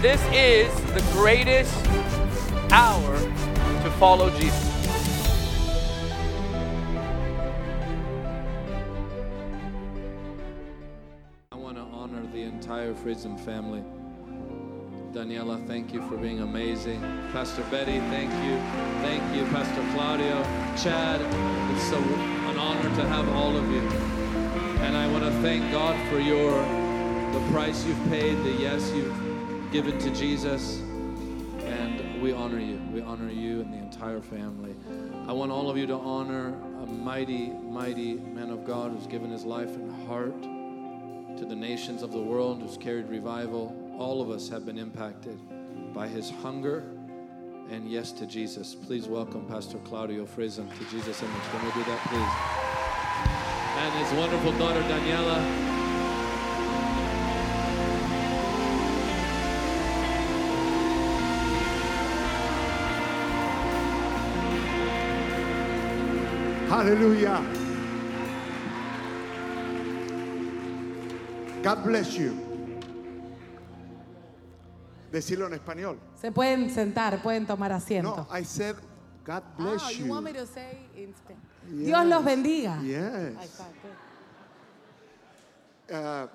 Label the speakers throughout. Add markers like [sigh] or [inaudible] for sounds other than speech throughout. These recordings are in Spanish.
Speaker 1: This is the greatest hour to follow Jesus.
Speaker 2: I want to honor the entire Friesen family. Daniela, thank you for being amazing. Pastor Betty, thank you. Thank you, Pastor Claudio, Chad. It's so an honor to have all of you. And I want to thank God for your the price you've paid, the yes you've given to Jesus. And we honor you. We honor you and the entire family. I want all of you to honor a mighty, mighty man of God who's given his life and heart to the nations of the world who's carried revival. All of us have been impacted by his hunger and yes to Jesus. Please welcome Pastor Claudio Frizen to Jesus' image. Can we do that, please? And his wonderful daughter, Daniela.
Speaker 3: Hallelujah. God bless you. Decirlo en español.
Speaker 4: Se pueden sentar, pueden tomar asiento.
Speaker 3: No, I said God bless
Speaker 4: Ah, you
Speaker 3: you.
Speaker 4: want me to say in Spanish? Dios los bendiga. Ay,
Speaker 3: Yes.
Speaker 4: pa- good.
Speaker 3: Uh,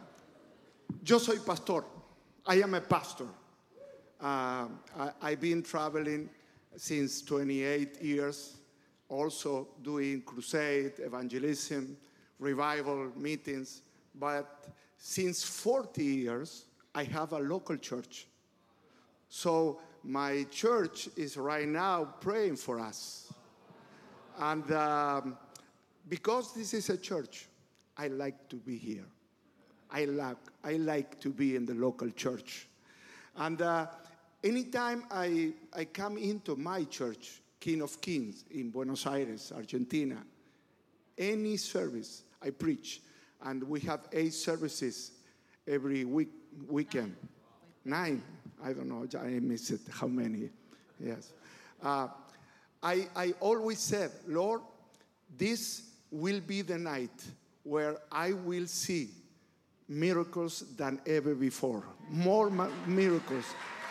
Speaker 3: yo soy pastor. I am a pastor. Uh, I, I've been traveling since 28 years, also doing crusade, evangelism, revival meetings. But since 40 years, I have a local church. So my church is right now praying for us. And um, because this is a church, I like to be here. I like, I like to be in the local church. And uh, anytime I, I come into my church, King of Kings in Buenos Aires, Argentina, any service I preach, and we have eight services every week weekend. Nine, I don't know, I miss it. How many? Yes. Uh, I I always said, Lord, this will be the night where I will see miracles than ever before, more mi- miracles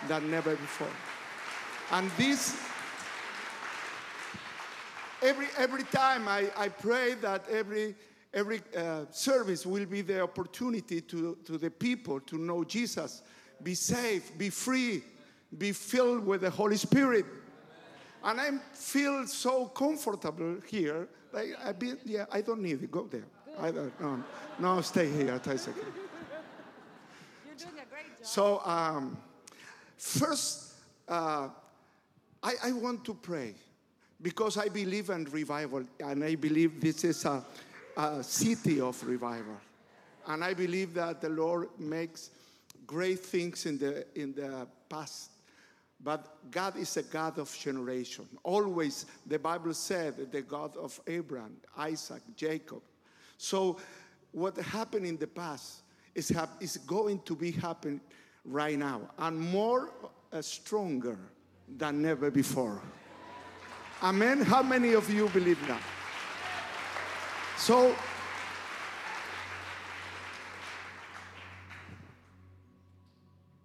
Speaker 3: than ever before, and this every every time I, I pray that every every uh, service will be the opportunity to, to the people to know Jesus, be safe, be free, be filled with the Holy Spirit. And I feel so comfortable here. Like I be, yeah, I don't need it. Go there. I don't, no, no, stay here. Stay second.
Speaker 4: You're doing a great job.
Speaker 3: So um, first, uh, I, I want to pray because I believe in revival, and I believe this is a, a city of revival, and I believe that the Lord makes great things in the in the past. But God is a God of generation. Always, the Bible said, the God of Abraham, Isaac, Jacob. So, what happened in the past is, hap- is going to be happening right now, and more uh, stronger than ever before. Amen. How many of you believe that? So,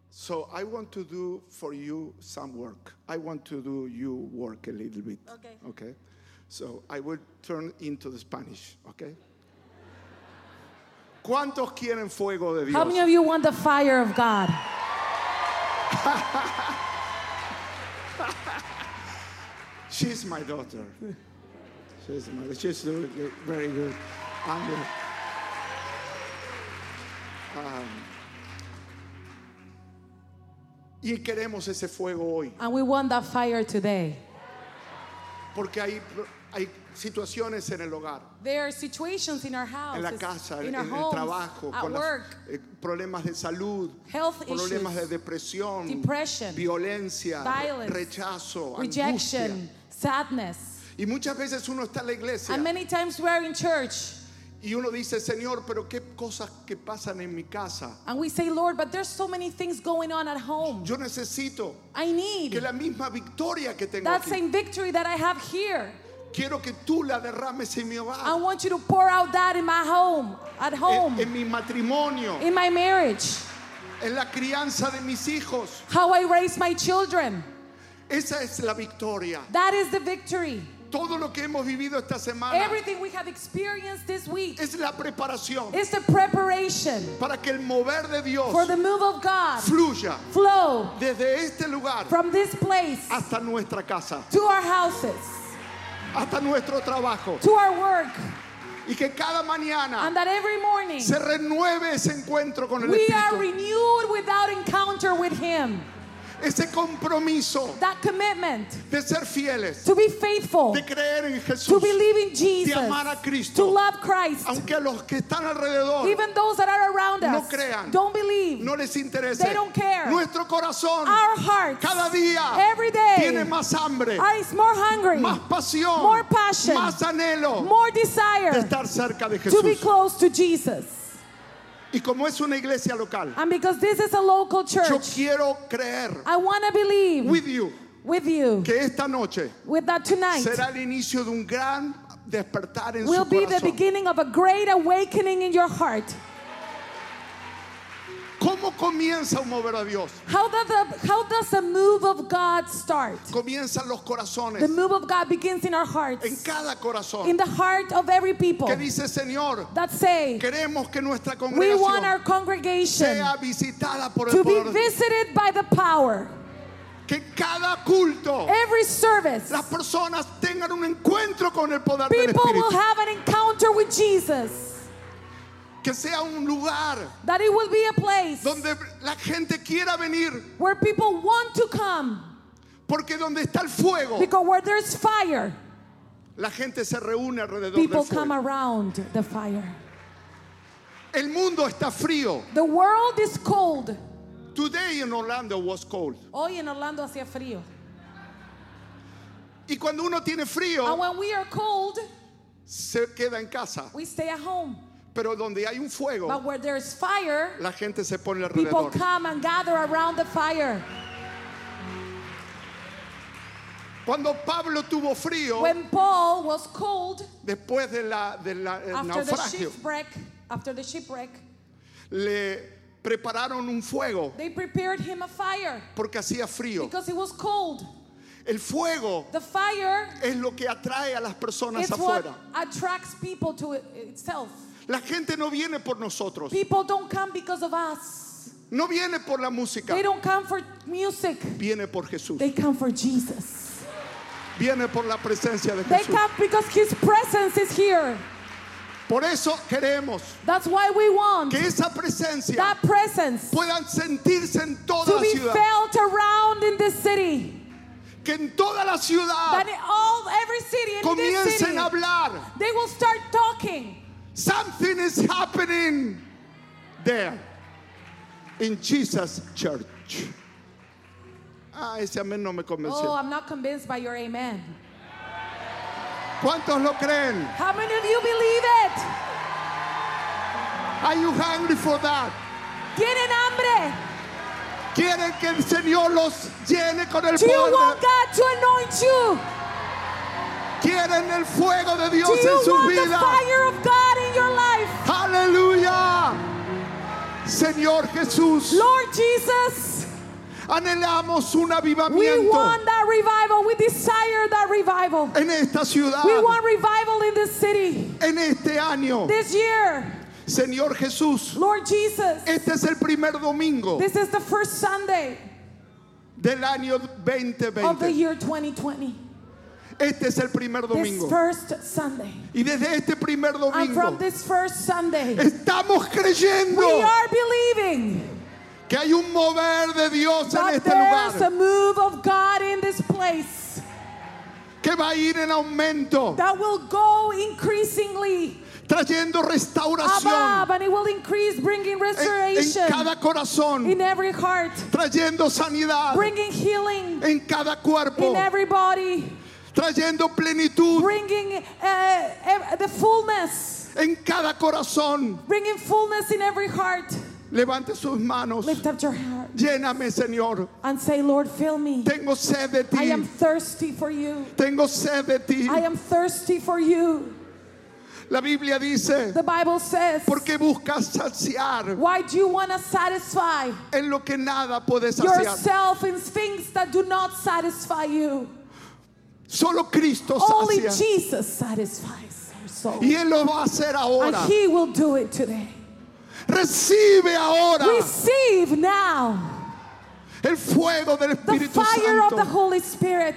Speaker 3: so I want to do for you some work. I want to do you work a little bit.
Speaker 4: Okay.
Speaker 3: Okay. So I will turn into the Spanish. Okay. ¿Cuántos quieren fuego de Dios?
Speaker 4: How many of you want the fire of God?
Speaker 3: She's my daughter. She's my. She's doing good, very good. And, uh, um, y queremos ese fuego hoy,
Speaker 4: And we want that fire today.
Speaker 3: porque hay, hay situaciones en el hogar,
Speaker 4: There are situations in our house,
Speaker 3: en la casa,
Speaker 4: in
Speaker 3: en,
Speaker 4: our
Speaker 3: el
Speaker 4: homes,
Speaker 3: trabajo,
Speaker 4: at
Speaker 3: con las-
Speaker 4: work,
Speaker 3: eh, problemas de salud,
Speaker 4: Health
Speaker 3: problemas
Speaker 4: issues,
Speaker 3: de depresión,
Speaker 4: depression,
Speaker 3: violencia,
Speaker 4: violence,
Speaker 3: rechazo,
Speaker 4: rejection,
Speaker 3: angustia.
Speaker 4: sadness.
Speaker 3: Y muchas veces uno está en la iglesia.
Speaker 4: And many times we are in church
Speaker 3: Y uno dice, Señor, pero qué cosas que pasan en mi casa.
Speaker 4: and we say, Lord, but there's so many things going on at home.
Speaker 3: Yo necesito
Speaker 4: I
Speaker 3: que
Speaker 4: need
Speaker 3: la misma victoria que tengo
Speaker 4: that
Speaker 3: aquí,
Speaker 4: same victory that I have here.
Speaker 3: quiero que tú la derrames en mi
Speaker 4: I
Speaker 3: hogar,
Speaker 4: want you to pour out that in my home, at
Speaker 3: en,
Speaker 4: home,
Speaker 3: en mi matrimonio,
Speaker 4: in my marriage,
Speaker 3: en la crianza de mis hijos.
Speaker 5: how I raise my children.
Speaker 3: Esa es la victoria.
Speaker 5: That is the victory.
Speaker 3: Todo lo que hemos vivido esta semana
Speaker 5: Everything we have experienced this week
Speaker 3: es la preparación
Speaker 5: is the preparation
Speaker 3: para que el mover de Dios
Speaker 5: for the move of God
Speaker 3: fluya
Speaker 5: flow
Speaker 3: desde este lugar
Speaker 5: from this place
Speaker 3: hasta nuestra casa,
Speaker 5: to our houses,
Speaker 3: hasta nuestro trabajo.
Speaker 5: to our work,
Speaker 3: Y que cada mañana
Speaker 5: and that every morning
Speaker 3: se renueve ese encuentro con el
Speaker 5: we are
Speaker 3: Espíritu.
Speaker 5: renewed without encounter with Him.
Speaker 3: Ese compromiso
Speaker 5: That commitment
Speaker 3: de ser fieles,
Speaker 5: to be faithful,
Speaker 3: de creer en
Speaker 5: to
Speaker 3: Jesús,
Speaker 5: believe in Jesus,
Speaker 3: amar a Cristo.
Speaker 5: to love Christ,
Speaker 3: aunque los que están alrededor
Speaker 5: even those that are around
Speaker 3: No
Speaker 5: us
Speaker 3: crean.
Speaker 5: don't believe.
Speaker 3: no les interese.
Speaker 5: They don't care.
Speaker 3: Nuestro corazón
Speaker 5: Our hearts
Speaker 3: cada día
Speaker 5: every day
Speaker 3: tiene más hambre,
Speaker 5: are is more hungry,
Speaker 3: más pasión,
Speaker 5: more passion,
Speaker 3: más anhelo
Speaker 5: more
Speaker 3: de
Speaker 5: desire
Speaker 3: estar cerca de
Speaker 5: to be
Speaker 3: Jesús.
Speaker 5: close to Jesus.
Speaker 3: Y como es una iglesia local,
Speaker 5: And because this is a local
Speaker 3: yo
Speaker 5: church,
Speaker 3: quiero creer
Speaker 5: I want to believe
Speaker 3: with you
Speaker 5: with you
Speaker 3: que esta noche
Speaker 5: with that tonight
Speaker 3: será el inicio de un gran despertar en
Speaker 5: will
Speaker 3: su
Speaker 5: be the
Speaker 3: corazón.
Speaker 5: beginning of a great awakening in your heart.
Speaker 3: ¿Cómo comienza un mover a Dios?
Speaker 5: How does the, how does the move of God start?
Speaker 3: Comienzan los corazones,
Speaker 5: The move of God begins in our
Speaker 3: en
Speaker 5: hearts,
Speaker 3: cada
Speaker 5: in
Speaker 3: corazón,
Speaker 5: the heart of every people
Speaker 3: que dice Señor,
Speaker 5: that say,
Speaker 3: queremos que nuestra
Speaker 5: We
Speaker 3: congregación
Speaker 5: want our congregation
Speaker 3: sea visitada por el
Speaker 5: to be
Speaker 3: poder de-
Speaker 5: visited by the power.
Speaker 3: que cada culto
Speaker 5: Every service,
Speaker 3: las personas tengan un encuentro con el poder del
Speaker 5: people will
Speaker 3: Espíritu
Speaker 5: have an encounter with Jesus.
Speaker 3: que sea un lugar
Speaker 5: That it will be a place
Speaker 3: donde la gente quiera venir
Speaker 5: where people want to come
Speaker 3: porque donde está el fuego
Speaker 5: because where there's fire,
Speaker 3: la gente se reúne alrededor del
Speaker 5: people come
Speaker 3: fuego
Speaker 5: around the fire.
Speaker 3: el mundo está frío
Speaker 5: The world is cold.
Speaker 3: today in Orlando was cold
Speaker 5: Hoy en Orlando hacía frío.
Speaker 3: y cuando uno tiene
Speaker 5: And
Speaker 3: frío
Speaker 5: when we are cold,
Speaker 3: se queda en casa
Speaker 5: we stay at home.
Speaker 3: pero donde hay un
Speaker 5: But
Speaker 3: fuego
Speaker 5: where there's fire,
Speaker 3: la gente se pone
Speaker 5: People
Speaker 3: alrededor
Speaker 5: come and gather around the fire.
Speaker 3: cuando Pablo tuvo frío
Speaker 5: When Paul was cold
Speaker 3: después de la, del la- el
Speaker 5: after the
Speaker 3: naufragio
Speaker 5: shipwreck, after the shipwreck,
Speaker 3: le prepararon un fuego
Speaker 5: they prepared him a fire
Speaker 3: porque hacía frío.
Speaker 5: because it was cold.
Speaker 3: El fuego
Speaker 5: The fire
Speaker 3: es lo que atrae a las personas
Speaker 5: is what
Speaker 3: afuera.
Speaker 5: attracts people to it- itself.
Speaker 3: La gente no viene por nosotros,
Speaker 5: People don't come because of us.
Speaker 3: no viene por la música,
Speaker 5: They don't come for music.
Speaker 3: viene por Jesús,
Speaker 5: They come for Jesus.
Speaker 3: viene por la presencia de
Speaker 5: They
Speaker 3: Jesús.
Speaker 5: come because his presence is here.
Speaker 3: Por eso queremos
Speaker 5: That's why we want
Speaker 3: que esa presencia
Speaker 5: that presence
Speaker 3: puedan sentirse en toda
Speaker 5: to
Speaker 3: la
Speaker 5: be
Speaker 3: ciudad,
Speaker 5: felt around in this city.
Speaker 3: que en toda la ciudad
Speaker 5: that in all every city in this city
Speaker 3: comiencen a hablar.
Speaker 5: they will start talking
Speaker 3: Something is happening there in Jesus Church. Ah, ese amén no me
Speaker 5: oh
Speaker 3: convenció.
Speaker 5: i'm not convinced by your amen
Speaker 3: ¿Cuántos lo creen?
Speaker 5: how many of you believe it
Speaker 3: Are you hungry for that?
Speaker 5: tienen hambre
Speaker 3: ¿Quieren que el Señor los llene con el
Speaker 5: do you
Speaker 3: poder?
Speaker 5: want god to anoint you
Speaker 3: ¿Quieren el fuego de Dios
Speaker 5: do you
Speaker 3: en su
Speaker 5: want the
Speaker 3: vida?
Speaker 5: fire of god in your life
Speaker 3: Aleluya. Señor Jesús,
Speaker 5: lord jesus
Speaker 3: anhelamos un
Speaker 5: we
Speaker 3: avivamiento
Speaker 5: want that revival we desire that revival
Speaker 3: en esta ciudad,
Speaker 5: we want revival in this city
Speaker 3: en este año.
Speaker 5: this year
Speaker 3: Señor Jesús.
Speaker 5: lord jesus
Speaker 3: Este es el primer domingo
Speaker 5: this is the first sunday
Speaker 3: del año
Speaker 5: of the
Speaker 3: 2020.
Speaker 5: year 2020
Speaker 3: Este es el primer
Speaker 5: this
Speaker 3: domingo.
Speaker 5: first sunday
Speaker 3: Y desde este primer
Speaker 5: And from
Speaker 3: domingo
Speaker 5: this first Sunday,
Speaker 3: estamos creyendo
Speaker 5: we are believing
Speaker 3: que hay un mover de Dios en
Speaker 5: that
Speaker 3: este
Speaker 5: there's
Speaker 3: lugar
Speaker 5: a move of God in this place
Speaker 3: que va a ir en aumento,
Speaker 5: that will go increasingly
Speaker 3: trayendo restauración
Speaker 5: above and it will increase, bringing
Speaker 3: en, en
Speaker 5: restoration
Speaker 3: cada corazón,
Speaker 5: in every heart,
Speaker 3: trayendo sanidad
Speaker 5: bringing healing
Speaker 3: en cada cuerpo,
Speaker 5: in every body,
Speaker 3: trayendo plenitud
Speaker 5: bringing uh, ev- the fullness,
Speaker 3: en cada corazón.
Speaker 5: bringing fullness in every heart.
Speaker 3: Levante sus manos.
Speaker 5: Lift up your heart
Speaker 3: Lléname, Señor.
Speaker 5: and say, Lord, fill me.
Speaker 3: Tengo sed de
Speaker 5: I am
Speaker 3: ti.
Speaker 5: thirsty for you.
Speaker 3: Tengo sed de ti.
Speaker 5: I am thirsty for you.
Speaker 3: La Biblia dice,
Speaker 5: The Bible says,
Speaker 3: ¿por qué buscas saciar
Speaker 5: Why do you want to satisfy
Speaker 3: en lo que nada puedes saciar?
Speaker 5: yourself in things that do not satisfy you?
Speaker 3: Solo Cristo
Speaker 5: Only
Speaker 3: sacia.
Speaker 5: Jesus satisfies our soul.
Speaker 3: Y Él lo va a hacer ahora.
Speaker 5: And He will do it today.
Speaker 3: Recibe ahora
Speaker 5: Receive now
Speaker 3: el fuego del
Speaker 5: the
Speaker 3: Espíritu
Speaker 5: fire of the
Speaker 3: Santo.
Speaker 5: Holy Spirit.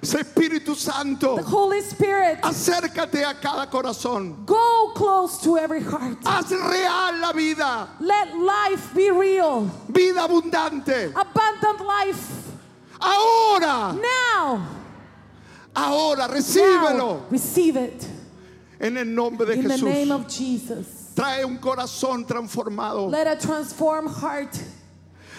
Speaker 3: Ese Espíritu Santo,
Speaker 5: The Holy Spirit.
Speaker 3: acércate a cada corazón.
Speaker 5: Go close to every heart.
Speaker 3: Haz real la vida,
Speaker 5: Let life be real.
Speaker 3: vida abundante.
Speaker 5: Abundant life.
Speaker 3: Ahora,
Speaker 5: Now.
Speaker 3: ahora,
Speaker 5: now.
Speaker 3: recíbelo
Speaker 5: Receive it.
Speaker 3: en el nombre de
Speaker 5: In the name
Speaker 3: Jesús.
Speaker 5: of Jesus.
Speaker 3: Trae un corazón transformado.
Speaker 5: Let a transformed heart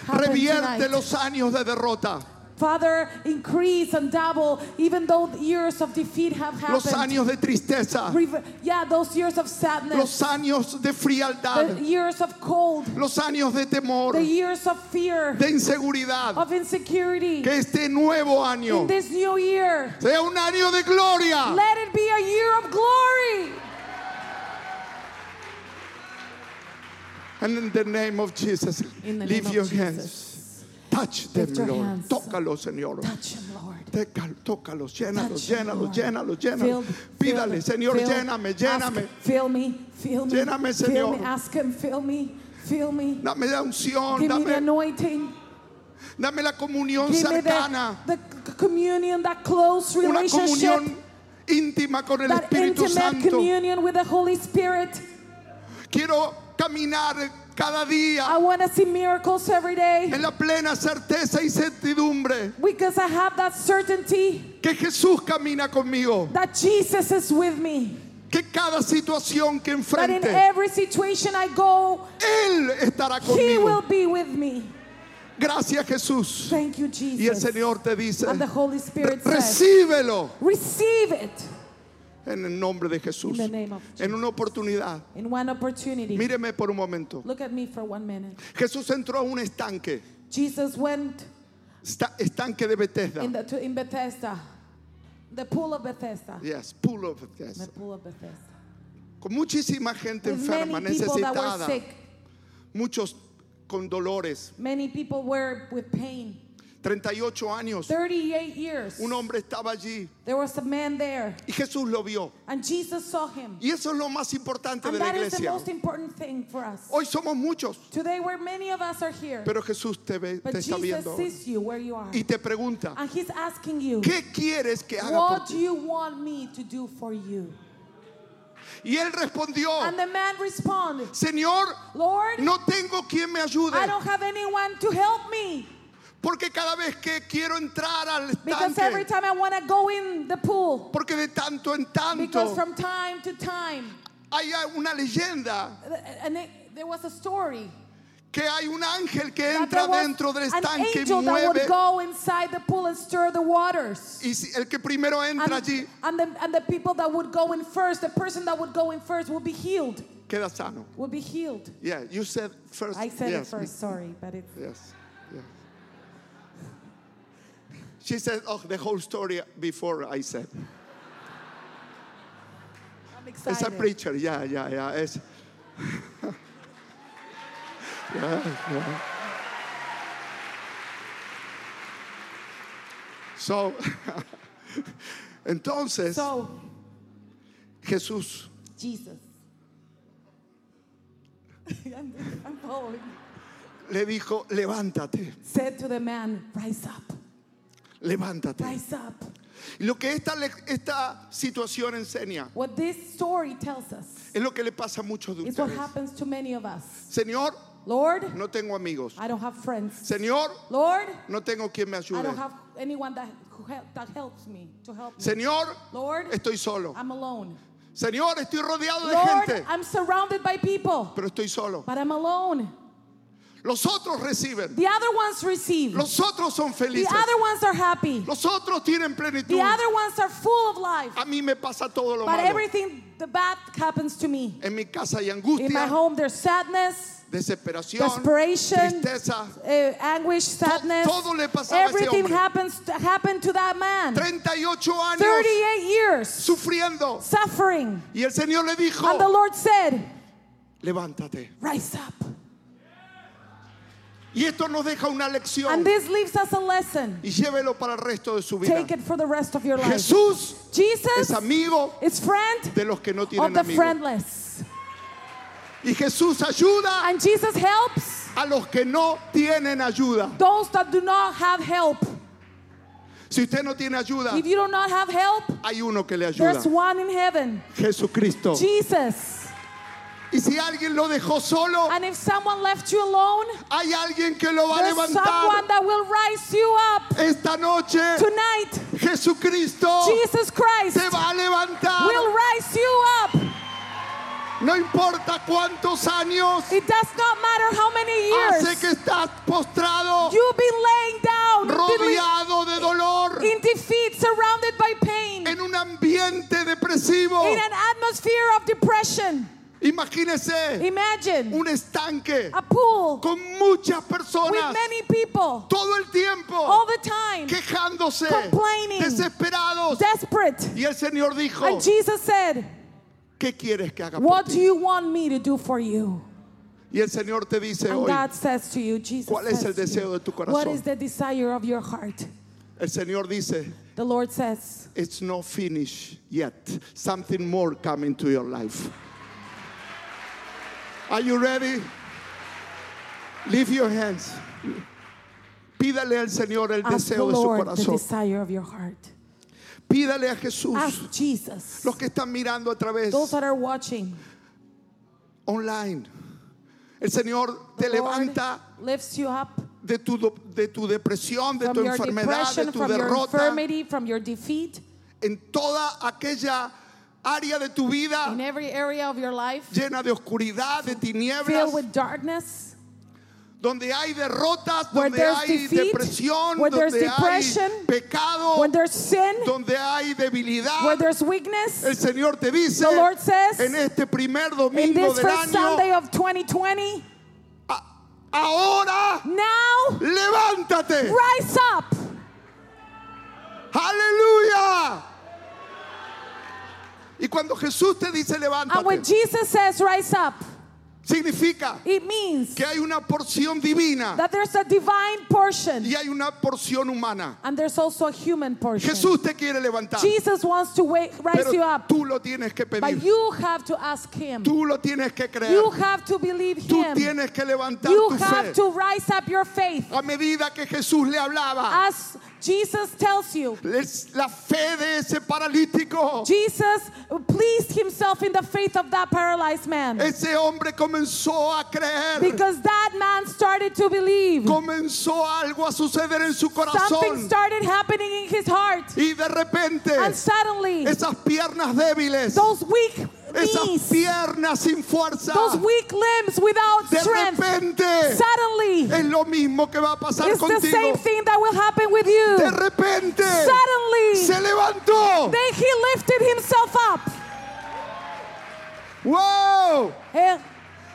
Speaker 5: happen
Speaker 3: Revierte
Speaker 5: tonight.
Speaker 3: los años de derrota,
Speaker 5: Father, increase and double, even though the years of defeat have
Speaker 3: los
Speaker 5: happened.
Speaker 3: años de tristeza,
Speaker 5: Rever- yeah, those years of sadness,
Speaker 3: los años de frialdad,
Speaker 5: the years of cold,
Speaker 3: los años de temor,
Speaker 5: the years of fear,
Speaker 3: de inseguridad.
Speaker 5: of insecurity.
Speaker 3: Que este nuevo año
Speaker 5: In this new year,
Speaker 3: sea un año de gloria.
Speaker 5: let it be a year of glory.
Speaker 3: And in the name of Jesus,
Speaker 5: In the
Speaker 3: leave
Speaker 5: name
Speaker 3: your
Speaker 5: of
Speaker 3: hands.
Speaker 5: Jesus.
Speaker 3: Touch them,
Speaker 5: Lift your
Speaker 3: Lord.
Speaker 5: hands.
Speaker 3: Tócalo, Señor.
Speaker 5: Touch him, Lord.
Speaker 3: Teca- Tócalos, llénalos,
Speaker 5: Touch him,
Speaker 3: llénalos,
Speaker 5: Lord.
Speaker 3: llénalos,
Speaker 5: Fill-
Speaker 3: llénalos.
Speaker 5: fill
Speaker 3: Pídale,
Speaker 5: him,
Speaker 3: Señor,
Speaker 5: fill him.
Speaker 3: lléname,
Speaker 5: Ask-
Speaker 3: lléname.
Speaker 5: Fill me, fill me.
Speaker 3: Lléname,
Speaker 5: fill me.
Speaker 3: Señor.
Speaker 5: Ask him, fill me, fill me.
Speaker 3: Dame la unción,
Speaker 5: Give me the
Speaker 3: dame,
Speaker 5: anointing.
Speaker 3: dame la comunión
Speaker 5: Give me the,
Speaker 3: cercana.
Speaker 5: the c- communion, that close
Speaker 3: una
Speaker 5: relationship,
Speaker 3: comunión íntima con el
Speaker 5: that
Speaker 3: Espíritu
Speaker 5: intimate
Speaker 3: Santo.
Speaker 5: communion with the Holy Spirit.
Speaker 3: Quiero caminar cada
Speaker 5: I
Speaker 3: día
Speaker 5: want to see miracles every day
Speaker 3: en la plena certeza y certidumbre
Speaker 5: because I have that certainty
Speaker 3: que Jesús camina conmigo,
Speaker 5: that Jesus is with me.
Speaker 3: que cada situación que
Speaker 5: That in
Speaker 3: enfrente,
Speaker 5: every situation I go,
Speaker 3: Él estará
Speaker 5: He will
Speaker 3: conmigo.
Speaker 5: be with me.
Speaker 3: Gracias Jesús.
Speaker 5: Thank you,
Speaker 3: Y el
Speaker 5: Jesus.
Speaker 3: Señor te dice,
Speaker 5: And the Holy Spirit says,
Speaker 3: recíbelo
Speaker 5: Receive it
Speaker 3: en el nombre de Jesús.
Speaker 5: In the name of Jesus.
Speaker 3: En una oportunidad,
Speaker 5: in one opportunity.
Speaker 3: míreme por un momento.
Speaker 5: Look at me for one minute.
Speaker 3: Jesús entró a un estanque,
Speaker 5: Jesus went
Speaker 3: esta- estanque de Bethesda.
Speaker 5: in, the, to, in Bethesda, the pool of Bethesda.
Speaker 3: Yes, pool of Bethesda.
Speaker 5: The pool of Bethesda.
Speaker 3: con muchísima gente
Speaker 5: With
Speaker 3: enferma,
Speaker 5: many people that were
Speaker 3: necesitada,
Speaker 5: sick.
Speaker 3: muchos con dolores.
Speaker 5: Many people were with pain.
Speaker 3: 38 años,
Speaker 5: 38 years.
Speaker 6: Un hombre estaba allí
Speaker 5: There was a man there,
Speaker 6: y Jesús lo vio.
Speaker 5: and Jesus saw him.
Speaker 6: Y eso es lo más importante
Speaker 5: And
Speaker 6: de la
Speaker 5: that is the
Speaker 6: iglesia.
Speaker 5: most important thing for us.
Speaker 6: Hoy somos muchos,
Speaker 5: Today, where many of us are here,
Speaker 6: pero Jesús te, ve,
Speaker 5: but
Speaker 6: te está
Speaker 5: Jesus
Speaker 6: viendo ahora.
Speaker 5: sees you where you are.
Speaker 6: y te pregunta,
Speaker 5: And He's asking you,
Speaker 6: ¿qué quieres que haga por
Speaker 5: What
Speaker 6: ti?
Speaker 5: do you want me to do for you?
Speaker 6: Y él respondió,
Speaker 5: And the man responded,
Speaker 6: Señor,
Speaker 5: Lord,
Speaker 6: no tengo quien me ayude,
Speaker 5: I don't have anyone to help me.
Speaker 6: porque cada vez que quiero entrar al
Speaker 5: Because every
Speaker 6: estanque,
Speaker 5: time I want to go in the pool,
Speaker 6: porque de tanto en tanto
Speaker 5: because from time to time,
Speaker 6: hay una leyenda
Speaker 5: and it, there was a story
Speaker 6: que hay un ángel que
Speaker 5: that there
Speaker 6: entra
Speaker 5: was
Speaker 6: dentro del
Speaker 5: an
Speaker 6: estanque y
Speaker 5: angel that
Speaker 6: mueve
Speaker 5: would go inside the pool and stir the waters.
Speaker 6: y si- el que primero entra allí
Speaker 5: And, and, the, and the people that would go in first, the person that would go in first would be healed.
Speaker 6: queda sano.
Speaker 5: Would be healed.
Speaker 6: Yeah, you said first.
Speaker 5: I said it
Speaker 6: yes,
Speaker 5: first, sorry, but it's
Speaker 6: Yes, yes. She said, "Oh, the whole story before I said."
Speaker 5: I'm
Speaker 6: It's a
Speaker 5: excited.
Speaker 6: preacher. Yeah, yeah, yeah. It's, [laughs]
Speaker 3: So,
Speaker 6: [laughs]
Speaker 3: entonces
Speaker 5: so
Speaker 3: Jesús
Speaker 5: Jesus. [laughs] I'm, I'm following.
Speaker 3: le dijo, levántate,
Speaker 5: Said to the man, rise up,
Speaker 3: levántate.
Speaker 5: rise up.
Speaker 3: Y Lo que esta, le- esta situación enseña
Speaker 5: What this story tells us
Speaker 3: es lo que le pasa a muchos de
Speaker 5: is what
Speaker 3: ustedes.
Speaker 5: happens to many of us.
Speaker 3: Señor,
Speaker 5: Lord,
Speaker 3: no tengo amigos.
Speaker 5: I don't have friends.
Speaker 3: Señor,
Speaker 5: Lord,
Speaker 3: no tengo quien me
Speaker 5: I
Speaker 3: ayude.
Speaker 5: don't have anyone that who help, that helps me to help me.
Speaker 3: Señor,
Speaker 5: Lord,
Speaker 3: estoy solo.
Speaker 5: I'm alone.
Speaker 3: Señor, estoy rodeado de
Speaker 5: Lord,
Speaker 3: gente,
Speaker 5: I'm surrounded by people,
Speaker 3: pero estoy solo.
Speaker 5: but I'm alone.
Speaker 3: Los otros reciben.
Speaker 5: The other ones receive.
Speaker 3: Los otros son
Speaker 5: The
Speaker 3: felices.
Speaker 5: other ones are happy.
Speaker 3: Los otros tienen plenitud.
Speaker 5: The other ones are full of life.
Speaker 3: A mí me pasa todo lo
Speaker 5: But
Speaker 3: malo.
Speaker 5: everything the bad happens to me.
Speaker 3: En mi casa hay
Speaker 5: In my
Speaker 3: angustia,
Speaker 5: home, there's sadness,
Speaker 3: desesperación,
Speaker 5: desperation,
Speaker 3: tristeza.
Speaker 5: uh, anguish, sadness.
Speaker 3: todo le pasaba a ese
Speaker 5: Everything
Speaker 3: hombre.
Speaker 5: happens happened to that man.
Speaker 3: 38 años
Speaker 5: 38 years
Speaker 3: sufriendo.
Speaker 5: suffering,
Speaker 3: Y el Señor le dijo,
Speaker 5: and the Lord said,
Speaker 3: levántate.
Speaker 5: "Rise up."
Speaker 3: Y esto nos deja una lección
Speaker 5: And this leaves us a lesson.
Speaker 3: y llévelo para el resto de su vida.
Speaker 5: Take it for the rest of your life.
Speaker 3: Jesús es
Speaker 5: Jesus
Speaker 3: amigo
Speaker 5: is friend
Speaker 3: de los que no
Speaker 5: of
Speaker 3: tienen
Speaker 5: the
Speaker 3: amigos.
Speaker 5: friendless,
Speaker 3: Y Jesús ayuda
Speaker 5: and Jesus helps
Speaker 3: a los que no tienen ayuda.
Speaker 5: those that do not have help.
Speaker 3: Si usted no tiene ayuda,
Speaker 5: If you do not have help,
Speaker 3: hay uno que le ayuda.
Speaker 5: there's one in heaven,
Speaker 3: Jesucristo.
Speaker 5: Jesus.
Speaker 3: Y si alguien lo dejó solo,
Speaker 5: And if someone left you alone,
Speaker 3: hay alguien que lo va a
Speaker 5: there's someone
Speaker 3: levantar.
Speaker 5: that will rise you up
Speaker 3: Esta noche
Speaker 5: tonight.
Speaker 3: Jesucristo
Speaker 5: Jesus Christ
Speaker 3: te va a levantar.
Speaker 5: will rise you up.
Speaker 3: No importa cuántos años
Speaker 5: It does not matter how many
Speaker 3: hace que
Speaker 5: years
Speaker 3: estás postrado,
Speaker 5: you've been laying down in
Speaker 3: rodeado de dolor,
Speaker 5: deli- in defeat, surrounded by pain,
Speaker 3: en un ambiente depresivo.
Speaker 5: in an atmosphere of depression.
Speaker 3: Imagínese
Speaker 5: Imagine
Speaker 3: un estanque
Speaker 5: a pool
Speaker 3: con muchas
Speaker 5: with
Speaker 3: personas
Speaker 5: many people
Speaker 3: todo el
Speaker 5: all
Speaker 3: tiempo
Speaker 5: the time,
Speaker 3: quejándose,
Speaker 5: complaining,
Speaker 3: desesperados.
Speaker 5: desperate.
Speaker 3: Y el Señor dijo,
Speaker 5: And Jesus said,
Speaker 3: ¿qué quieres que haga por
Speaker 5: What do
Speaker 3: ti?
Speaker 5: you want me to do for you?
Speaker 3: Y el Señor te dice
Speaker 5: And
Speaker 3: hoy,
Speaker 5: God says to you, Jesus
Speaker 3: ¿Cuál es
Speaker 5: says
Speaker 3: el
Speaker 5: to
Speaker 3: deseo
Speaker 5: you,
Speaker 3: de tu
Speaker 5: What
Speaker 3: corazón?"
Speaker 5: is the desire of your heart?
Speaker 3: el Señor dice,
Speaker 5: The Lord says,
Speaker 3: it's not finished yet. Something more come into your life. Are you ready? Lift your hands. Pídale al Señor el
Speaker 5: Ask the
Speaker 3: deseo de su
Speaker 5: Lord the
Speaker 3: corazón.
Speaker 5: desire of your heart.
Speaker 3: Pídale a Jesús.
Speaker 5: Ask Jesus.
Speaker 3: Los que están mirando a través
Speaker 5: Those that are watching,
Speaker 3: online. El Señor te
Speaker 5: the Lord
Speaker 3: levanta
Speaker 5: lifts you up
Speaker 3: de tu, do- de tu depresión, de
Speaker 5: from
Speaker 3: tu
Speaker 5: your
Speaker 3: enfermedad, de
Speaker 5: depression,
Speaker 3: tu
Speaker 5: from your
Speaker 3: derrota,
Speaker 5: infirmity, from your defeat,
Speaker 3: en toda aquella área de tu vida
Speaker 5: in every area of your life,
Speaker 3: llena de oscuridad, de tinieblas,
Speaker 5: filled with darkness,
Speaker 3: donde hay derrotas,
Speaker 5: Where
Speaker 3: donde
Speaker 5: there's
Speaker 3: hay
Speaker 5: defeat,
Speaker 3: depresión,
Speaker 5: where there's
Speaker 3: donde hay
Speaker 5: depression,
Speaker 3: pecado,
Speaker 5: when there's sin,
Speaker 3: donde hay
Speaker 5: where
Speaker 3: debilidad.
Speaker 5: there's weakness.
Speaker 3: El Señor te dice
Speaker 5: The Lord says,
Speaker 3: en este primer
Speaker 5: In
Speaker 3: domingo
Speaker 5: this
Speaker 3: del
Speaker 5: first
Speaker 3: año,
Speaker 5: Sunday of 2020,
Speaker 3: a- ahora
Speaker 5: now
Speaker 3: levántate.
Speaker 5: rise up.
Speaker 3: Aleluya. Y cuando Jesús te dice
Speaker 5: And when
Speaker 3: levántate,
Speaker 5: Jesus says rise up,
Speaker 3: significa
Speaker 5: it means
Speaker 3: que hay una porción divina
Speaker 5: that there's a divine portion
Speaker 3: y hay una porción humana.
Speaker 5: and there's also a human portion.
Speaker 3: Jesús te quiere levantar,
Speaker 5: Jesus wants to wake, rise you
Speaker 3: pero
Speaker 5: up,
Speaker 3: tú lo tienes que
Speaker 5: but
Speaker 3: pedir,
Speaker 5: you have to ask Him.
Speaker 3: tú lo tienes que creer,
Speaker 5: You have to believe
Speaker 3: tú
Speaker 5: Him.
Speaker 3: tienes que levantar
Speaker 5: You
Speaker 3: tu
Speaker 5: have
Speaker 3: fe.
Speaker 5: to rise up your faith.
Speaker 3: A medida que Jesús le hablaba,
Speaker 5: As Jesus tells you,
Speaker 3: les- la fe de ese paralítico,
Speaker 5: Jesus pleased Himself in the faith of that paralyzed man
Speaker 3: ese hombre comenzó a creer,
Speaker 5: because that man started to believe.
Speaker 3: comenzó algo a suceder en su
Speaker 5: Something
Speaker 3: corazón
Speaker 5: started happening in his heart,
Speaker 3: y de repente
Speaker 5: and suddenly,
Speaker 3: esas piernas débiles,
Speaker 5: those weak
Speaker 3: esas
Speaker 5: knees
Speaker 3: piernas sin fuerza,
Speaker 5: those weak limbs without
Speaker 3: de
Speaker 5: strength.
Speaker 3: repente
Speaker 5: Suddenly,
Speaker 3: es lo mismo que va a pasar
Speaker 5: it's the same
Speaker 3: contigo.
Speaker 5: thing that will happen with you.
Speaker 3: De repente
Speaker 5: Suddenly,
Speaker 3: se levantó.
Speaker 5: then he lifted himself up.
Speaker 3: ¡Wow!
Speaker 5: Eh,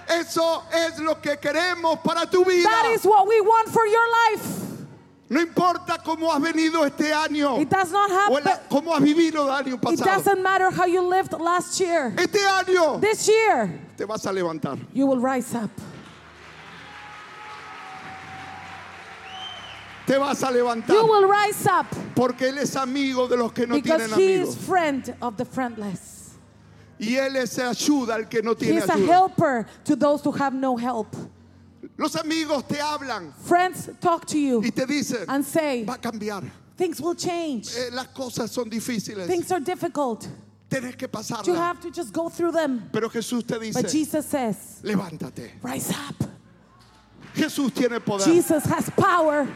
Speaker 3: Eso es lo que queremos para tu vida.
Speaker 5: That is what we want for your life.
Speaker 3: No importa cómo has venido este año
Speaker 5: It does not
Speaker 3: o el-
Speaker 5: happen.
Speaker 3: cómo has vivido el año
Speaker 5: It
Speaker 3: pasado.
Speaker 5: doesn't matter how you lived last year.
Speaker 3: Este año
Speaker 5: This year,
Speaker 3: te vas a levantar.
Speaker 5: you will rise up.
Speaker 3: Te vas a levantar
Speaker 5: You will rise up
Speaker 3: porque él es amigo de los que no
Speaker 5: because
Speaker 3: tienen
Speaker 5: he
Speaker 3: amigos
Speaker 5: is friend of the friendless.
Speaker 3: y él es ayuda al que no
Speaker 5: He
Speaker 3: tiene
Speaker 5: is a
Speaker 3: ayuda.
Speaker 5: helper to those who have no help.
Speaker 3: Los amigos te hablan
Speaker 5: Friends talk to you
Speaker 3: y te dicen,
Speaker 5: and say,
Speaker 3: va a cambiar.
Speaker 5: things will change.
Speaker 3: Eh, las cosas son difíciles.
Speaker 5: Things are difficult.
Speaker 3: Tienes que
Speaker 5: You
Speaker 3: pasarlas.
Speaker 5: have to just go through them.
Speaker 3: Pero Jesús te
Speaker 5: But
Speaker 3: dice,
Speaker 5: Jesus says,
Speaker 3: levántate.
Speaker 5: rise up.
Speaker 3: Jesús tiene poder.
Speaker 5: Jesus has power.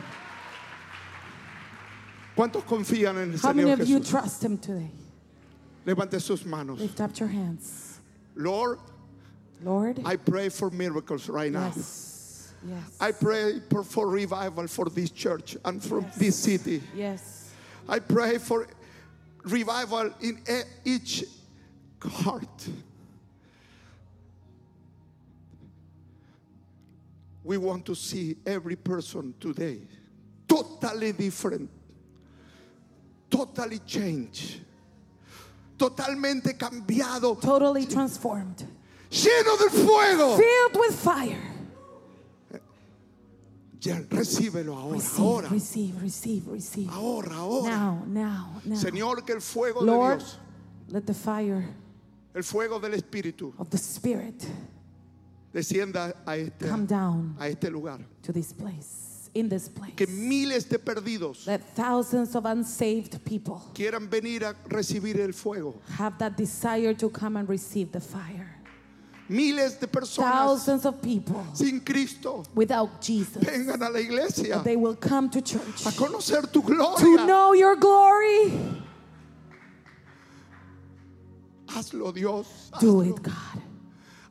Speaker 3: ¿Cuántos confían en el
Speaker 5: How many
Speaker 3: Señor
Speaker 5: of you
Speaker 3: Jesús?
Speaker 5: trust him today?
Speaker 3: Levante sus manos.
Speaker 5: Lift up your hands.
Speaker 3: Lord,
Speaker 5: Lord,
Speaker 3: I pray for miracles right now.
Speaker 5: yes. Yes.
Speaker 3: I pray for, for revival for this church and for this city.
Speaker 5: Yes.
Speaker 3: I pray for revival in e- each heart. We want to see every person today totally different, totally changed, totalmente cambiado,
Speaker 5: Totally transformed.
Speaker 3: lleno del fuego.
Speaker 5: Filled with fire.
Speaker 3: Ya, recíbelo ahora, ahora,
Speaker 5: Receive, receive, receive, receive.
Speaker 3: ahora, ahora.
Speaker 5: Now, now, now.
Speaker 3: Señor, que el fuego de
Speaker 5: Lord,
Speaker 3: Dios,
Speaker 5: let the fire
Speaker 3: el fuego del Espíritu,
Speaker 5: of the Spirit
Speaker 3: descienda a este,
Speaker 5: come down
Speaker 3: a este lugar.
Speaker 5: to this place, in this place.
Speaker 3: Que miles de perdidos
Speaker 5: Let thousands of unsaved people
Speaker 3: quieran venir a recibir el fuego.
Speaker 5: have that desire to come and receive the fire.
Speaker 3: Miles de personas
Speaker 5: Thousands of people
Speaker 3: sin Cristo
Speaker 5: without Jesus,
Speaker 3: vengan a la iglesia
Speaker 5: they will come to church
Speaker 3: a conocer tu
Speaker 5: to
Speaker 3: gloria.
Speaker 5: know your glory.
Speaker 3: Hazlo, Dios.
Speaker 5: Do
Speaker 3: hazlo.
Speaker 5: it, God.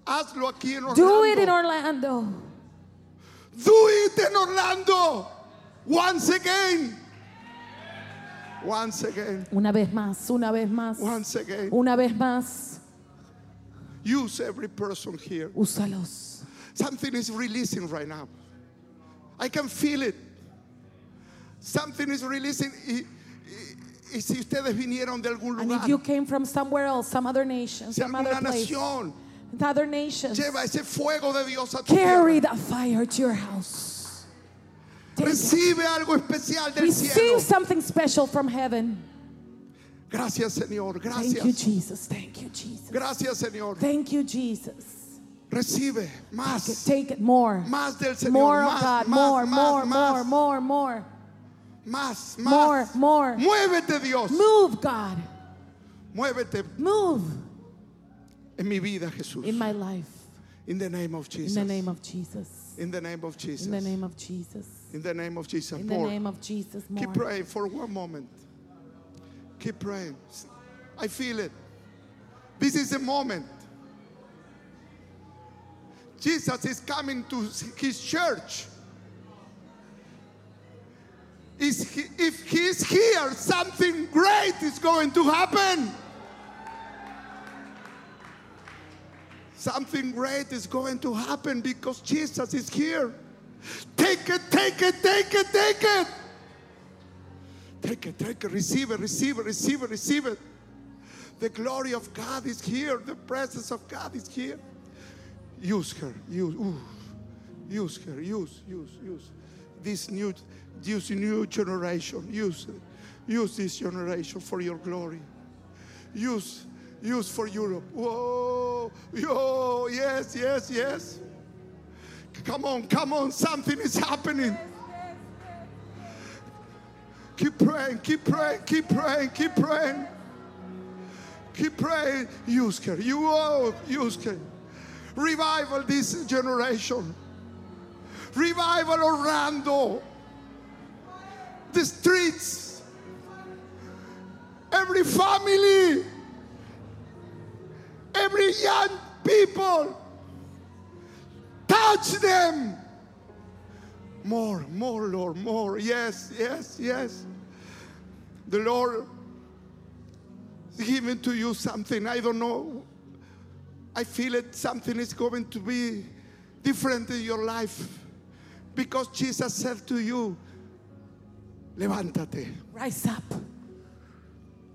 Speaker 3: Hazlo aquí en Orlando.
Speaker 5: Do it in Orlando.
Speaker 3: Do it in Orlando. Once again. Once again.
Speaker 5: Una vez más, una vez más,
Speaker 3: Once again.
Speaker 5: una vez más.
Speaker 3: Use every person here.
Speaker 5: Úsalos.
Speaker 3: Something is releasing right now. I can feel it. Something is releasing. Y, y- y si ustedes vinieron de algún
Speaker 5: And
Speaker 3: lugar,
Speaker 5: if you came from somewhere else, some other nation,
Speaker 3: si
Speaker 5: some other
Speaker 3: alguna
Speaker 5: place,
Speaker 3: nación
Speaker 5: other nations,
Speaker 3: lleva ese fuego de Dios a tu
Speaker 5: carry
Speaker 3: tierra,
Speaker 5: that fire to your house. Take it.
Speaker 3: recibe algo especial del cielo.
Speaker 5: Receive something special from heaven.
Speaker 3: Gracias, Señor.
Speaker 5: Thank you,
Speaker 3: Gracias.
Speaker 5: Jesus. Thank you, Jesus.
Speaker 3: Gracias, Señor.
Speaker 5: Thank you, Jesus.
Speaker 3: Recibe más,
Speaker 5: Take it more.
Speaker 3: más del Señor.
Speaker 5: More of
Speaker 3: más,
Speaker 5: God.
Speaker 3: más,
Speaker 5: More,
Speaker 3: más,
Speaker 5: more,
Speaker 3: más,
Speaker 5: more, more, more.
Speaker 3: más,
Speaker 5: More,
Speaker 3: más.
Speaker 5: more.
Speaker 3: Muévete, Dios.
Speaker 5: Move, God.
Speaker 3: Muévete
Speaker 5: Move
Speaker 3: en mi vida, Jesús.
Speaker 5: in my life.
Speaker 3: In the name of
Speaker 5: In
Speaker 3: Jesus.
Speaker 5: the name of Jesus.
Speaker 3: In the name of Jesus.
Speaker 5: In the name of Jesus.
Speaker 3: In the name of Jesus.
Speaker 5: In the
Speaker 3: More.
Speaker 5: name of Jesus.
Speaker 3: Keep
Speaker 5: More.
Speaker 3: praying for one moment. Keep praying. I feel it. This is the moment. Jesus is coming to his church. Is he, if he's here, something great is going to happen. Something great is going to happen because Jesus is here. Take it, take it, take it, take it. Take it, take it, receive it, receive it, receive it, receive it. The glory of God is here. The presence of God is here. Use her. Use, ooh. use her. Use, use, use. This new, this new generation. Use it. Use this generation for your glory. Use, use for Europe. Whoa, yo, yes, yes, yes. Come on, come on. Something is happening. Keep praying, keep praying, keep praying, keep praying. Keep praying. Use her. You all use her. Revival this generation. Revival Orlando. The streets. Every family. Every young people. Touch them. More, more, Lord, more. Yes, yes, yes. The Lord is giving to you something. I don't know. I feel it. Something is going to be different in your life because Jesus said to you, Levántate,
Speaker 5: Rise up.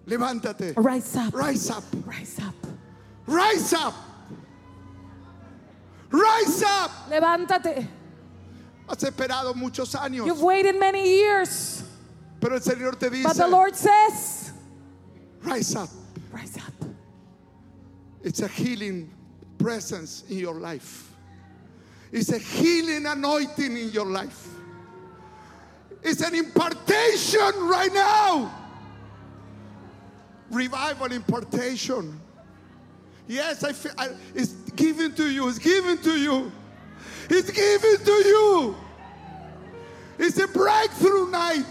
Speaker 3: levántate,
Speaker 5: Rise up.
Speaker 3: rise up,
Speaker 5: Rise up.
Speaker 3: rise up, rise up.
Speaker 5: Levántate.
Speaker 3: Has esperado muchos años,
Speaker 5: You've waited many years.
Speaker 3: pero el Señor te dice,
Speaker 5: But the Lord says,
Speaker 3: rise up.
Speaker 5: Rise up.
Speaker 3: It's a healing presence in your life. It's a healing anointing in your life. It's an impartation right now. Revival impartation. Yes, I feel I, it's given to you. It's given to you. It's given to you. It's a breakthrough night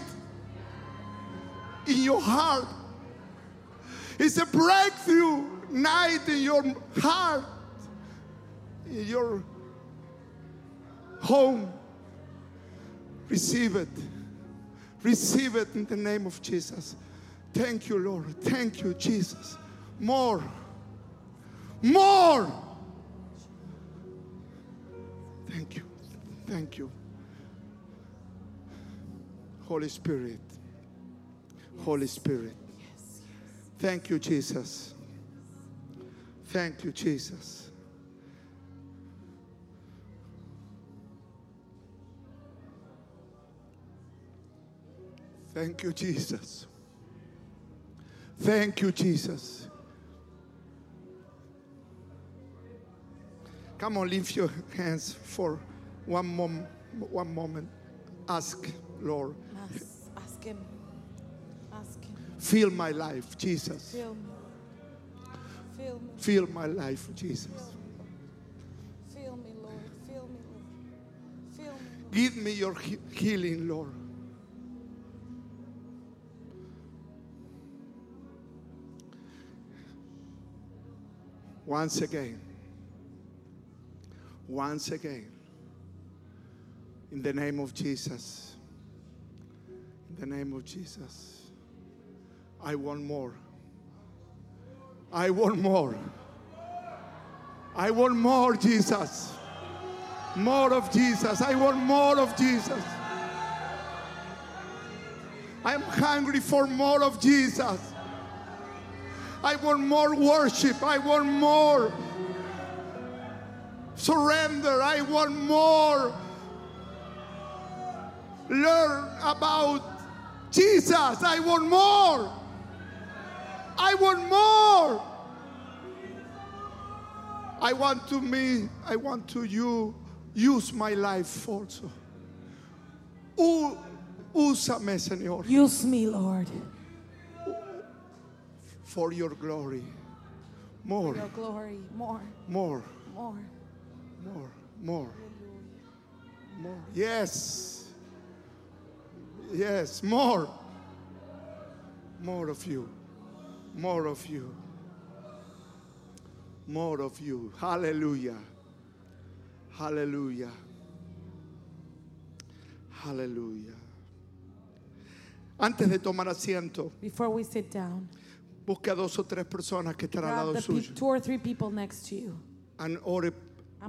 Speaker 3: in your heart. It's a breakthrough night in your heart, in your home, Receive it. Receive it in the name of Jesus. Thank you, Lord. Thank you, Jesus. More. More. Thank you. Thank you. Holy Spirit. Holy Spirit. Thank you, Jesus. Thank you, Jesus. Thank you, Jesus. Thank you, Jesus. Come on, lift your hands for one, mom, one moment. Ask, Lord,
Speaker 5: Ask, ask him. Ask him.
Speaker 3: fill my life, Jesus.
Speaker 5: Fill me. Fill me.
Speaker 3: Fill my life, Jesus.
Speaker 5: Fill me, Lord. Fill me, Lord. Fill me. Lord.
Speaker 3: Give me your he- healing, Lord. Once again, once again, in the name of Jesus, in the name of Jesus, I want more. I want more. I want more, Jesus more of Jesus. I want more of Jesus. I'm hungry for more of Jesus. I want more worship. I want more surrender. I want more. Learn about Jesus. I want more. I want more. I want to me, I want to you use my life also. U- úsame, Señor,
Speaker 5: Use me, Lord.
Speaker 3: for your glory. More,
Speaker 5: Your glory. More.
Speaker 3: more,
Speaker 5: More.
Speaker 3: more, more, more. Yes. Yes, more. More of you. More of you. More of you. Hallelujah. Hallelujah. Hallelujah. Antes de tomar asiento,
Speaker 5: Before we sit down,
Speaker 3: busque a dos o tres personas que están al
Speaker 5: grab
Speaker 3: lado
Speaker 5: the pe-
Speaker 3: suyo.
Speaker 5: two or three people next to you.
Speaker 3: And ore
Speaker 5: And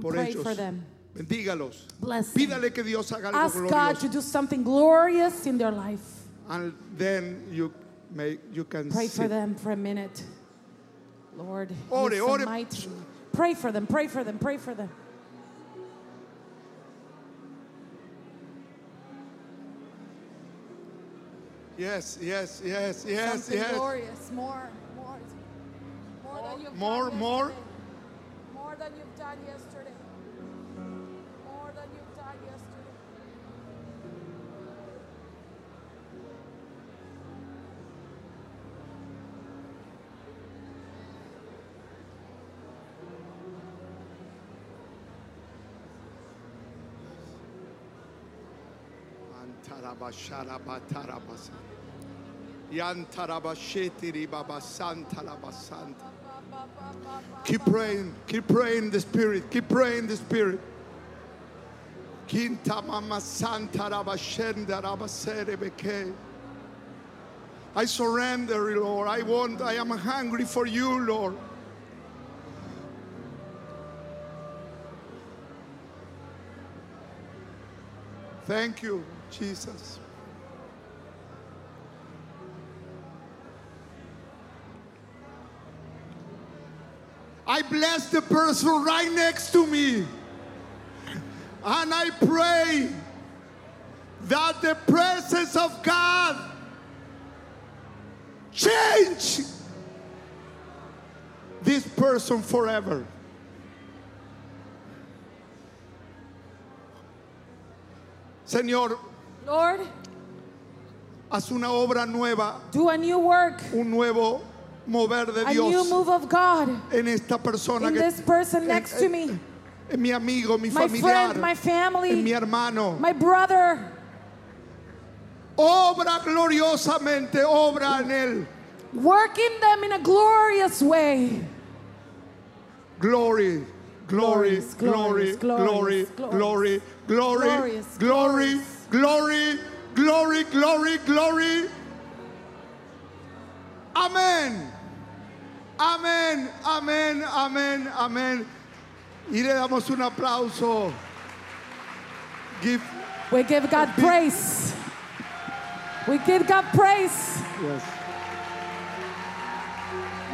Speaker 3: por
Speaker 5: pray
Speaker 3: ellos.
Speaker 5: for them.
Speaker 3: Bendígalos.
Speaker 5: Bless them.
Speaker 3: Pídale que Dios haga algo
Speaker 5: Ask God to
Speaker 3: glorioso.
Speaker 5: do something glorious in their life.
Speaker 3: And then you may you can
Speaker 5: Pray for
Speaker 3: sit.
Speaker 5: them for a minute. Lord,
Speaker 3: Ore,
Speaker 5: use them
Speaker 3: ore.
Speaker 5: mightily. Pray for them, pray for them, pray for them.
Speaker 3: Yes, yes, yes, yes,
Speaker 5: something
Speaker 3: yes.
Speaker 5: glorious, more, more, more than you've
Speaker 3: More,
Speaker 5: done
Speaker 3: more.
Speaker 5: yesterday. more than you've done yesterday, more than you've done yesterday.
Speaker 3: Antarabasharabatarabasa. Yantarabashetiribabasanta-labasanta. Keep praying, keep praying the spirit, keep praying the spirit. Quinta mama santa rabashenda rabaserebeke. I surrender, Lord. I want, I am hungry for you, Lord. Thank you, Jesus. I bless the person right next to me. And I pray that the presence of God change this person forever. Señor,
Speaker 5: Lord,
Speaker 3: haz una obra nueva,
Speaker 5: do a new work,
Speaker 3: un nuevo mover de
Speaker 5: a new
Speaker 3: Dios
Speaker 5: move of God
Speaker 3: en esta persona
Speaker 5: in
Speaker 3: que
Speaker 5: this person
Speaker 3: en-
Speaker 5: next to
Speaker 3: en-
Speaker 5: me,
Speaker 3: en mi amigo, mi
Speaker 5: my
Speaker 3: familiar,
Speaker 5: friend, my
Speaker 3: en mi
Speaker 5: family,
Speaker 3: hermano.
Speaker 5: my brother.
Speaker 3: obra gloriosamente, obra en él.
Speaker 5: Working them in a glorious way.
Speaker 3: Glory, glory,
Speaker 5: Glorious,
Speaker 3: glory, glory,
Speaker 5: glorious, glorious,
Speaker 3: glory, glory,
Speaker 5: glorious,
Speaker 3: glory,
Speaker 5: glorious.
Speaker 3: Glory, glory, glory, glory. Amén. Amén, amén, amén, amén. Y le damos un aplauso. Give,
Speaker 4: We give God praise. We give God praise.
Speaker 3: yes.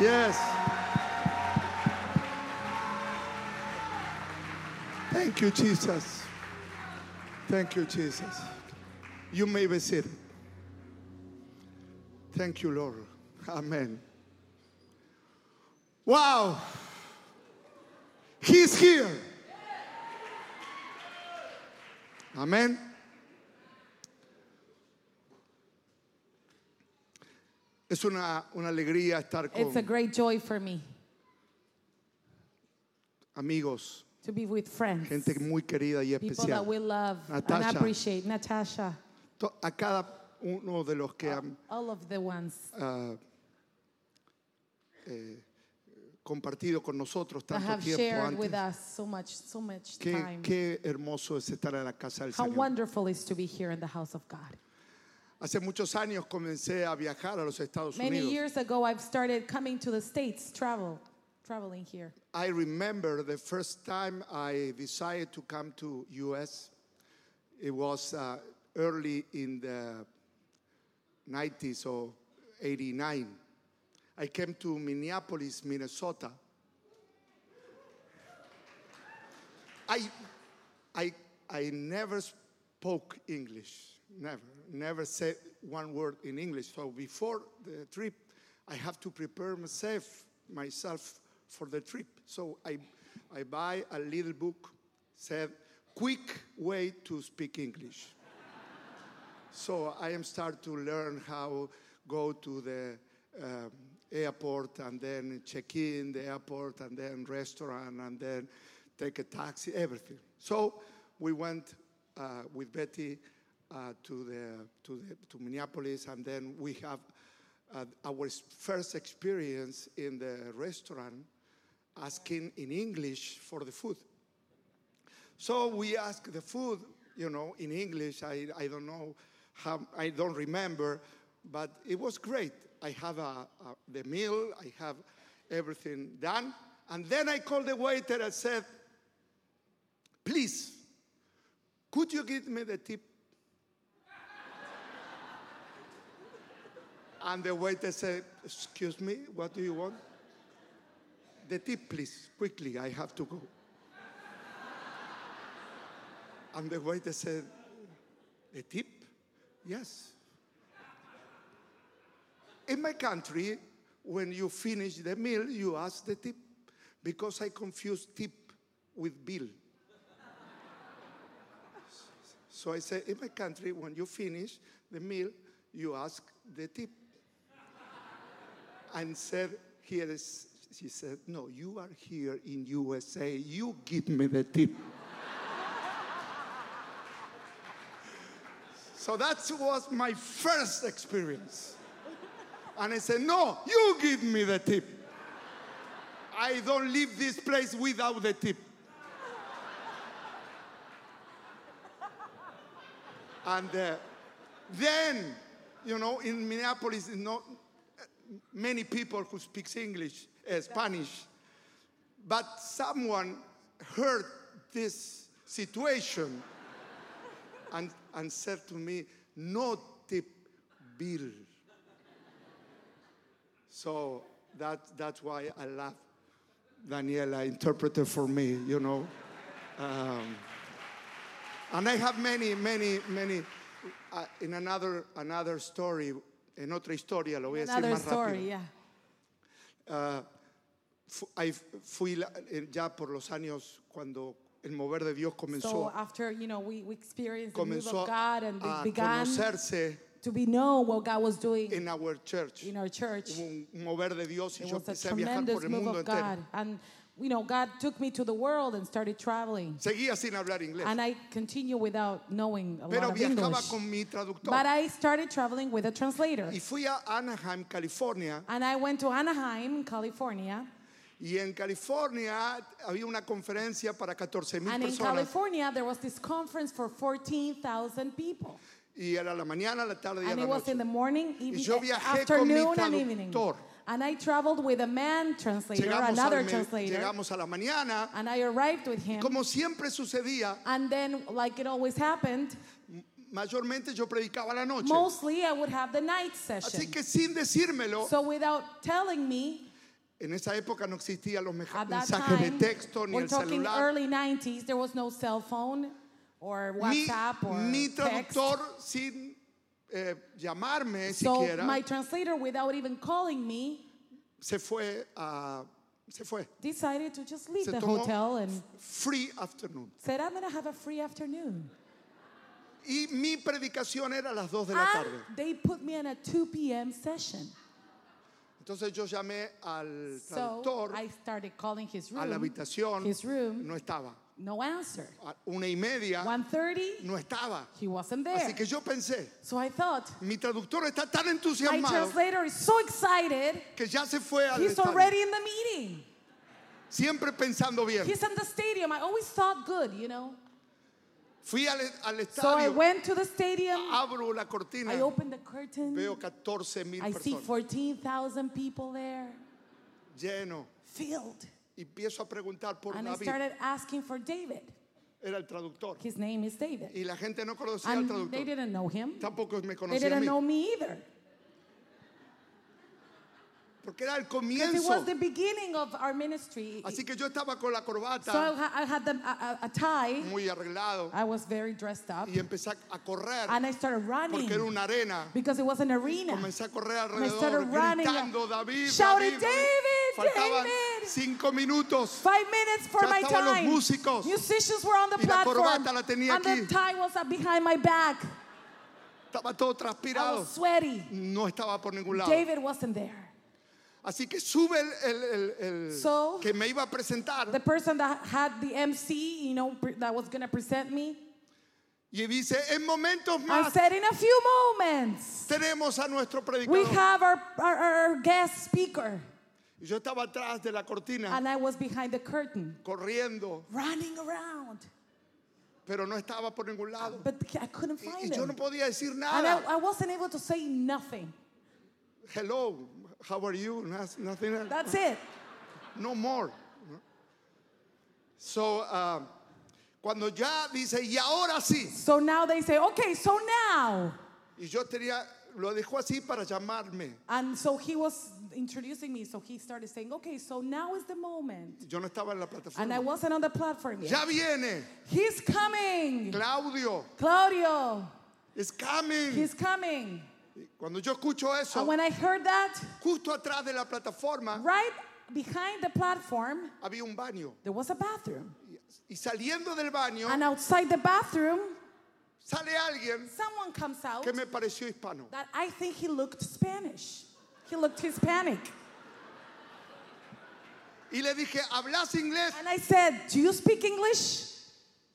Speaker 3: Yes. Thank you, Jesus. Thank you, Jesus. You may be seated. Thank you, Lord. Amen. Wow. He's here. Amen. Es una, una alegría estar con
Speaker 4: It's a great joy for me
Speaker 3: amigos,
Speaker 4: to be with friends,
Speaker 3: gente muy querida y
Speaker 4: people that we
Speaker 3: especial.
Speaker 4: love and
Speaker 3: Natasha.
Speaker 4: appreciate. Natasha,
Speaker 3: To- A cada uno de los que han
Speaker 4: all of the ones
Speaker 3: ah, eh, compartido con nosotros
Speaker 4: that
Speaker 3: tanto
Speaker 4: have
Speaker 3: tiempo
Speaker 4: shared with
Speaker 3: antes.
Speaker 4: us so much, so much
Speaker 3: Qué,
Speaker 4: time.
Speaker 3: qué hermoso es estar en la casa del
Speaker 4: How
Speaker 3: Señor.
Speaker 4: wonderful it is to be here in the house of God.
Speaker 3: Hace muchos años comencé a viajar a los Estados
Speaker 4: Many
Speaker 3: Unidos.
Speaker 4: years ago, I've started coming to the States, travel, traveling here.
Speaker 3: I remember the first time I decided to come to US. It was uh, early in the 90s or 89. I came to Minneapolis, Minnesota. I, I, I never spoke English, never, never said one word in English. So before the trip, I have to prepare myself, myself for the trip. So I, I buy a little book, said, quick way to speak English. So I am start to learn how go to the um, airport and then check in the airport and then restaurant and then take a taxi, everything. So we went uh, with Betty uh, to the to the to Minneapolis and then we have uh, our s- first experience in the restaurant asking in English for the food. So we asked the food, you know, in English. I, I don't know how, I don't remember, but it was great. I have a, a, the meal, I have everything done. And then I called the waiter and said, please, could you give me the tip? [laughs] and the waiter said, excuse me, what do you want? The tip, please, quickly, I have to go. And the waiter said, A tip? Yes. In my country, when you finish the meal, you ask the tip because I confuse tip with bill. so I said, In my country, when you finish the meal, you ask the tip. and said, Here is, she said, No, you are here in USA, you give me the tip. So that was my first experience. And I said, No, you give me the tip. I don't leave this place without the tip. and uh, then, you know, in Minneapolis, is not uh, many people who speaks English, uh, Spanish. But someone heard this situation and, and said to me, No tip, Bill. So that, that's why I love Daniela, interpreted for me, you know. Um, and I have many, many, many. Uh, in another, another story, en otra historia, lo voy a decir
Speaker 4: Another
Speaker 3: más rápido.
Speaker 4: story, yeah.
Speaker 3: Fu- ahí fui la- eh, ya por los años cuando el mover de Dios comenzó,
Speaker 4: So after, you know, we, we experienced the move
Speaker 3: comenzó
Speaker 4: of God and we
Speaker 3: a
Speaker 4: began
Speaker 3: conocerse
Speaker 4: to be known what God was doing
Speaker 3: en our church.
Speaker 4: in our church.
Speaker 3: Hubo un mover de Dios y
Speaker 4: It
Speaker 3: yo
Speaker 4: was
Speaker 3: empecé
Speaker 4: a
Speaker 3: a viajar
Speaker 4: tremendous
Speaker 3: por el
Speaker 4: move
Speaker 3: mundo
Speaker 4: of God.
Speaker 3: entero.
Speaker 4: And, you know, God took me to the world and started traveling.
Speaker 3: Seguía sin hablar inglés,
Speaker 4: And I continue without knowing a lot
Speaker 3: pero
Speaker 4: of
Speaker 3: viajaba
Speaker 4: English.
Speaker 3: con mi traductor.
Speaker 4: But I started traveling with a translator.
Speaker 3: Y fui a Anaheim, California,
Speaker 4: And I went to Anaheim, California,
Speaker 3: Y en California había una conferencia para 14 mil
Speaker 5: And in
Speaker 3: personas.
Speaker 5: California, there was this conference for 14,000 people.
Speaker 3: Y era la mañana, la tarde y
Speaker 5: And
Speaker 3: la
Speaker 5: it was
Speaker 3: noche.
Speaker 5: in the morning, evening,
Speaker 3: yo viajé con mi
Speaker 5: afternoon, and evening.
Speaker 3: traductor.
Speaker 5: And I traveled with a man translator,
Speaker 3: Llegamos, al
Speaker 5: another
Speaker 3: me-
Speaker 5: translator,
Speaker 3: llegamos a la mañana.
Speaker 5: and I arrived with him.
Speaker 3: Como siempre sucedía,
Speaker 5: And then, like it always happened,
Speaker 3: mayormente yo predicaba a la noche.
Speaker 5: mostly I would have the night session.
Speaker 3: Así que sin decírmelo,
Speaker 5: So without telling me,
Speaker 3: en esa época no existían los meja-
Speaker 5: at that
Speaker 3: mensajes de
Speaker 5: time,
Speaker 3: texto ni
Speaker 5: we're
Speaker 3: el
Speaker 5: talking
Speaker 3: celular.
Speaker 5: early 90s, there was no cell phone or
Speaker 3: Mi,
Speaker 5: WhatsApp or
Speaker 3: mi
Speaker 5: text.
Speaker 3: traductor sin eh, llamarme
Speaker 5: So
Speaker 3: siquiera
Speaker 5: my translator, without even calling me,
Speaker 3: se fue a se fue
Speaker 5: decided to just leave
Speaker 3: Se
Speaker 5: the
Speaker 3: tomó-
Speaker 5: hotel and
Speaker 3: free afternoon
Speaker 5: said, I'm going to have a free afternoon.
Speaker 3: y mi predicación era a las 2 de la
Speaker 5: And
Speaker 3: tarde.
Speaker 5: Ah, they put me in a 2 p.m. session.
Speaker 3: Entonces yo llamé al
Speaker 5: So
Speaker 3: traductor
Speaker 5: I started calling his room.
Speaker 3: a la habitación,
Speaker 5: His room.
Speaker 3: no estaba.
Speaker 5: No answer.
Speaker 3: A una y media
Speaker 5: 1.30,
Speaker 3: no estaba.
Speaker 5: he wasn't there.
Speaker 3: Así que yo pensé,
Speaker 5: So I thought,
Speaker 3: mi traductor está tan
Speaker 5: my
Speaker 3: entusiasmado
Speaker 5: translator is so excited,
Speaker 3: que ya se fue al
Speaker 5: he's
Speaker 3: estadio.
Speaker 5: already in the meeting.
Speaker 3: siempre pensando bien.
Speaker 5: He's in the stadium. I always thought good, you know.
Speaker 3: Fui al, al
Speaker 5: So I
Speaker 3: estadio,
Speaker 5: went to the stadium.
Speaker 3: abro la cortina,
Speaker 5: I opened the curtain.
Speaker 3: Ah, veo 14 mil
Speaker 5: I see
Speaker 3: personas
Speaker 5: 14,000 people there,
Speaker 3: lleno.
Speaker 5: filled.
Speaker 3: Y empiezo a preguntar por
Speaker 5: And I
Speaker 3: David,
Speaker 5: started asking for David.
Speaker 3: era el traductor.
Speaker 5: His name is David.
Speaker 3: Y la gente no conocía al
Speaker 5: And they
Speaker 3: traductor.
Speaker 5: didn't know him.
Speaker 3: Tampoco me
Speaker 5: They
Speaker 3: conocía a
Speaker 5: didn't
Speaker 3: mí.
Speaker 5: know me either.
Speaker 3: Porque era el
Speaker 5: 'Cause It was
Speaker 3: comienzo.
Speaker 5: the beginning of our ministry.
Speaker 3: Así que yo estaba con la
Speaker 5: So I
Speaker 3: corbata
Speaker 5: ha- I had them- a, a, a tie.
Speaker 3: muy arreglado
Speaker 5: I was very dressed up.
Speaker 3: y empecé a correr
Speaker 5: And I started running
Speaker 3: porque era una arena.
Speaker 5: because it was an arena.
Speaker 3: Comencé a correr
Speaker 5: I started
Speaker 3: alrededor
Speaker 5: running.
Speaker 3: gritando David, David,
Speaker 5: Shouted, "David,
Speaker 3: Faltaban
Speaker 5: David".
Speaker 3: cinco minutos.
Speaker 5: Five minutes for
Speaker 3: Ya
Speaker 5: my
Speaker 3: estaban los
Speaker 5: time.
Speaker 3: músicos.
Speaker 5: Musicians were on the
Speaker 3: Y la
Speaker 5: platform.
Speaker 3: corbata la tenía
Speaker 5: and
Speaker 3: aquí.
Speaker 5: the tie was up behind my back.
Speaker 3: Estaba todo
Speaker 5: I
Speaker 3: transpirado.
Speaker 5: was sweaty.
Speaker 3: No estaba por ningún lado.
Speaker 5: David wasn't there.
Speaker 3: Así que sube el, el- el- el
Speaker 5: So,
Speaker 3: que me iba a presentar
Speaker 5: The person that had the MC, you know, pre- that was going to present me,
Speaker 3: y dice, en momentos
Speaker 5: I
Speaker 3: más
Speaker 5: said, in a few moments,
Speaker 3: tenemos a nuestro
Speaker 5: we
Speaker 3: predicador.
Speaker 5: have our, our, our guest speaker.
Speaker 3: Y Yo estaba atrás de la cortina,
Speaker 5: And I was behind the curtain,
Speaker 3: corriendo,
Speaker 5: running around.
Speaker 3: pero no estaba por ningún lado.
Speaker 5: But I couldn't
Speaker 3: Y-
Speaker 5: find
Speaker 3: Y yo no
Speaker 5: him.
Speaker 3: podía decir
Speaker 5: And I,
Speaker 3: nada.
Speaker 5: I wasn't able to say nothing.
Speaker 3: Hello, how are you? Nas- Nothing else.
Speaker 5: That's it.
Speaker 3: No more. So, ah, cuando ya dice, y ahora sí.
Speaker 5: So now they say, okay, so now.
Speaker 3: Y yo tenía, lo dejó así para llamarme.
Speaker 5: And so he was introducing me. So he started saying, okay, so now is the moment.
Speaker 3: Yo no estaba en la
Speaker 5: And I
Speaker 3: plataforma.
Speaker 5: wasn't on the platform yet.
Speaker 3: Ya viene,
Speaker 5: He's coming.
Speaker 3: Claudio.
Speaker 5: Claudio,
Speaker 3: It's coming.
Speaker 5: he's coming.
Speaker 3: Cuando yo escucho
Speaker 5: And
Speaker 3: eso,
Speaker 5: when I heard that,
Speaker 3: justo atrás de la plataforma
Speaker 5: right behind the platform,
Speaker 3: había un baño.
Speaker 5: there was a bathroom.
Speaker 3: Y saliendo del baño,
Speaker 5: And outside the bathroom,
Speaker 3: sale alguien
Speaker 5: someone comes out
Speaker 3: que me pareció hispano.
Speaker 5: that I think he looked Spanish. He looked Hispanic.
Speaker 3: Y le dije, ¿hablas inglés?
Speaker 5: And I said, Do you speak English?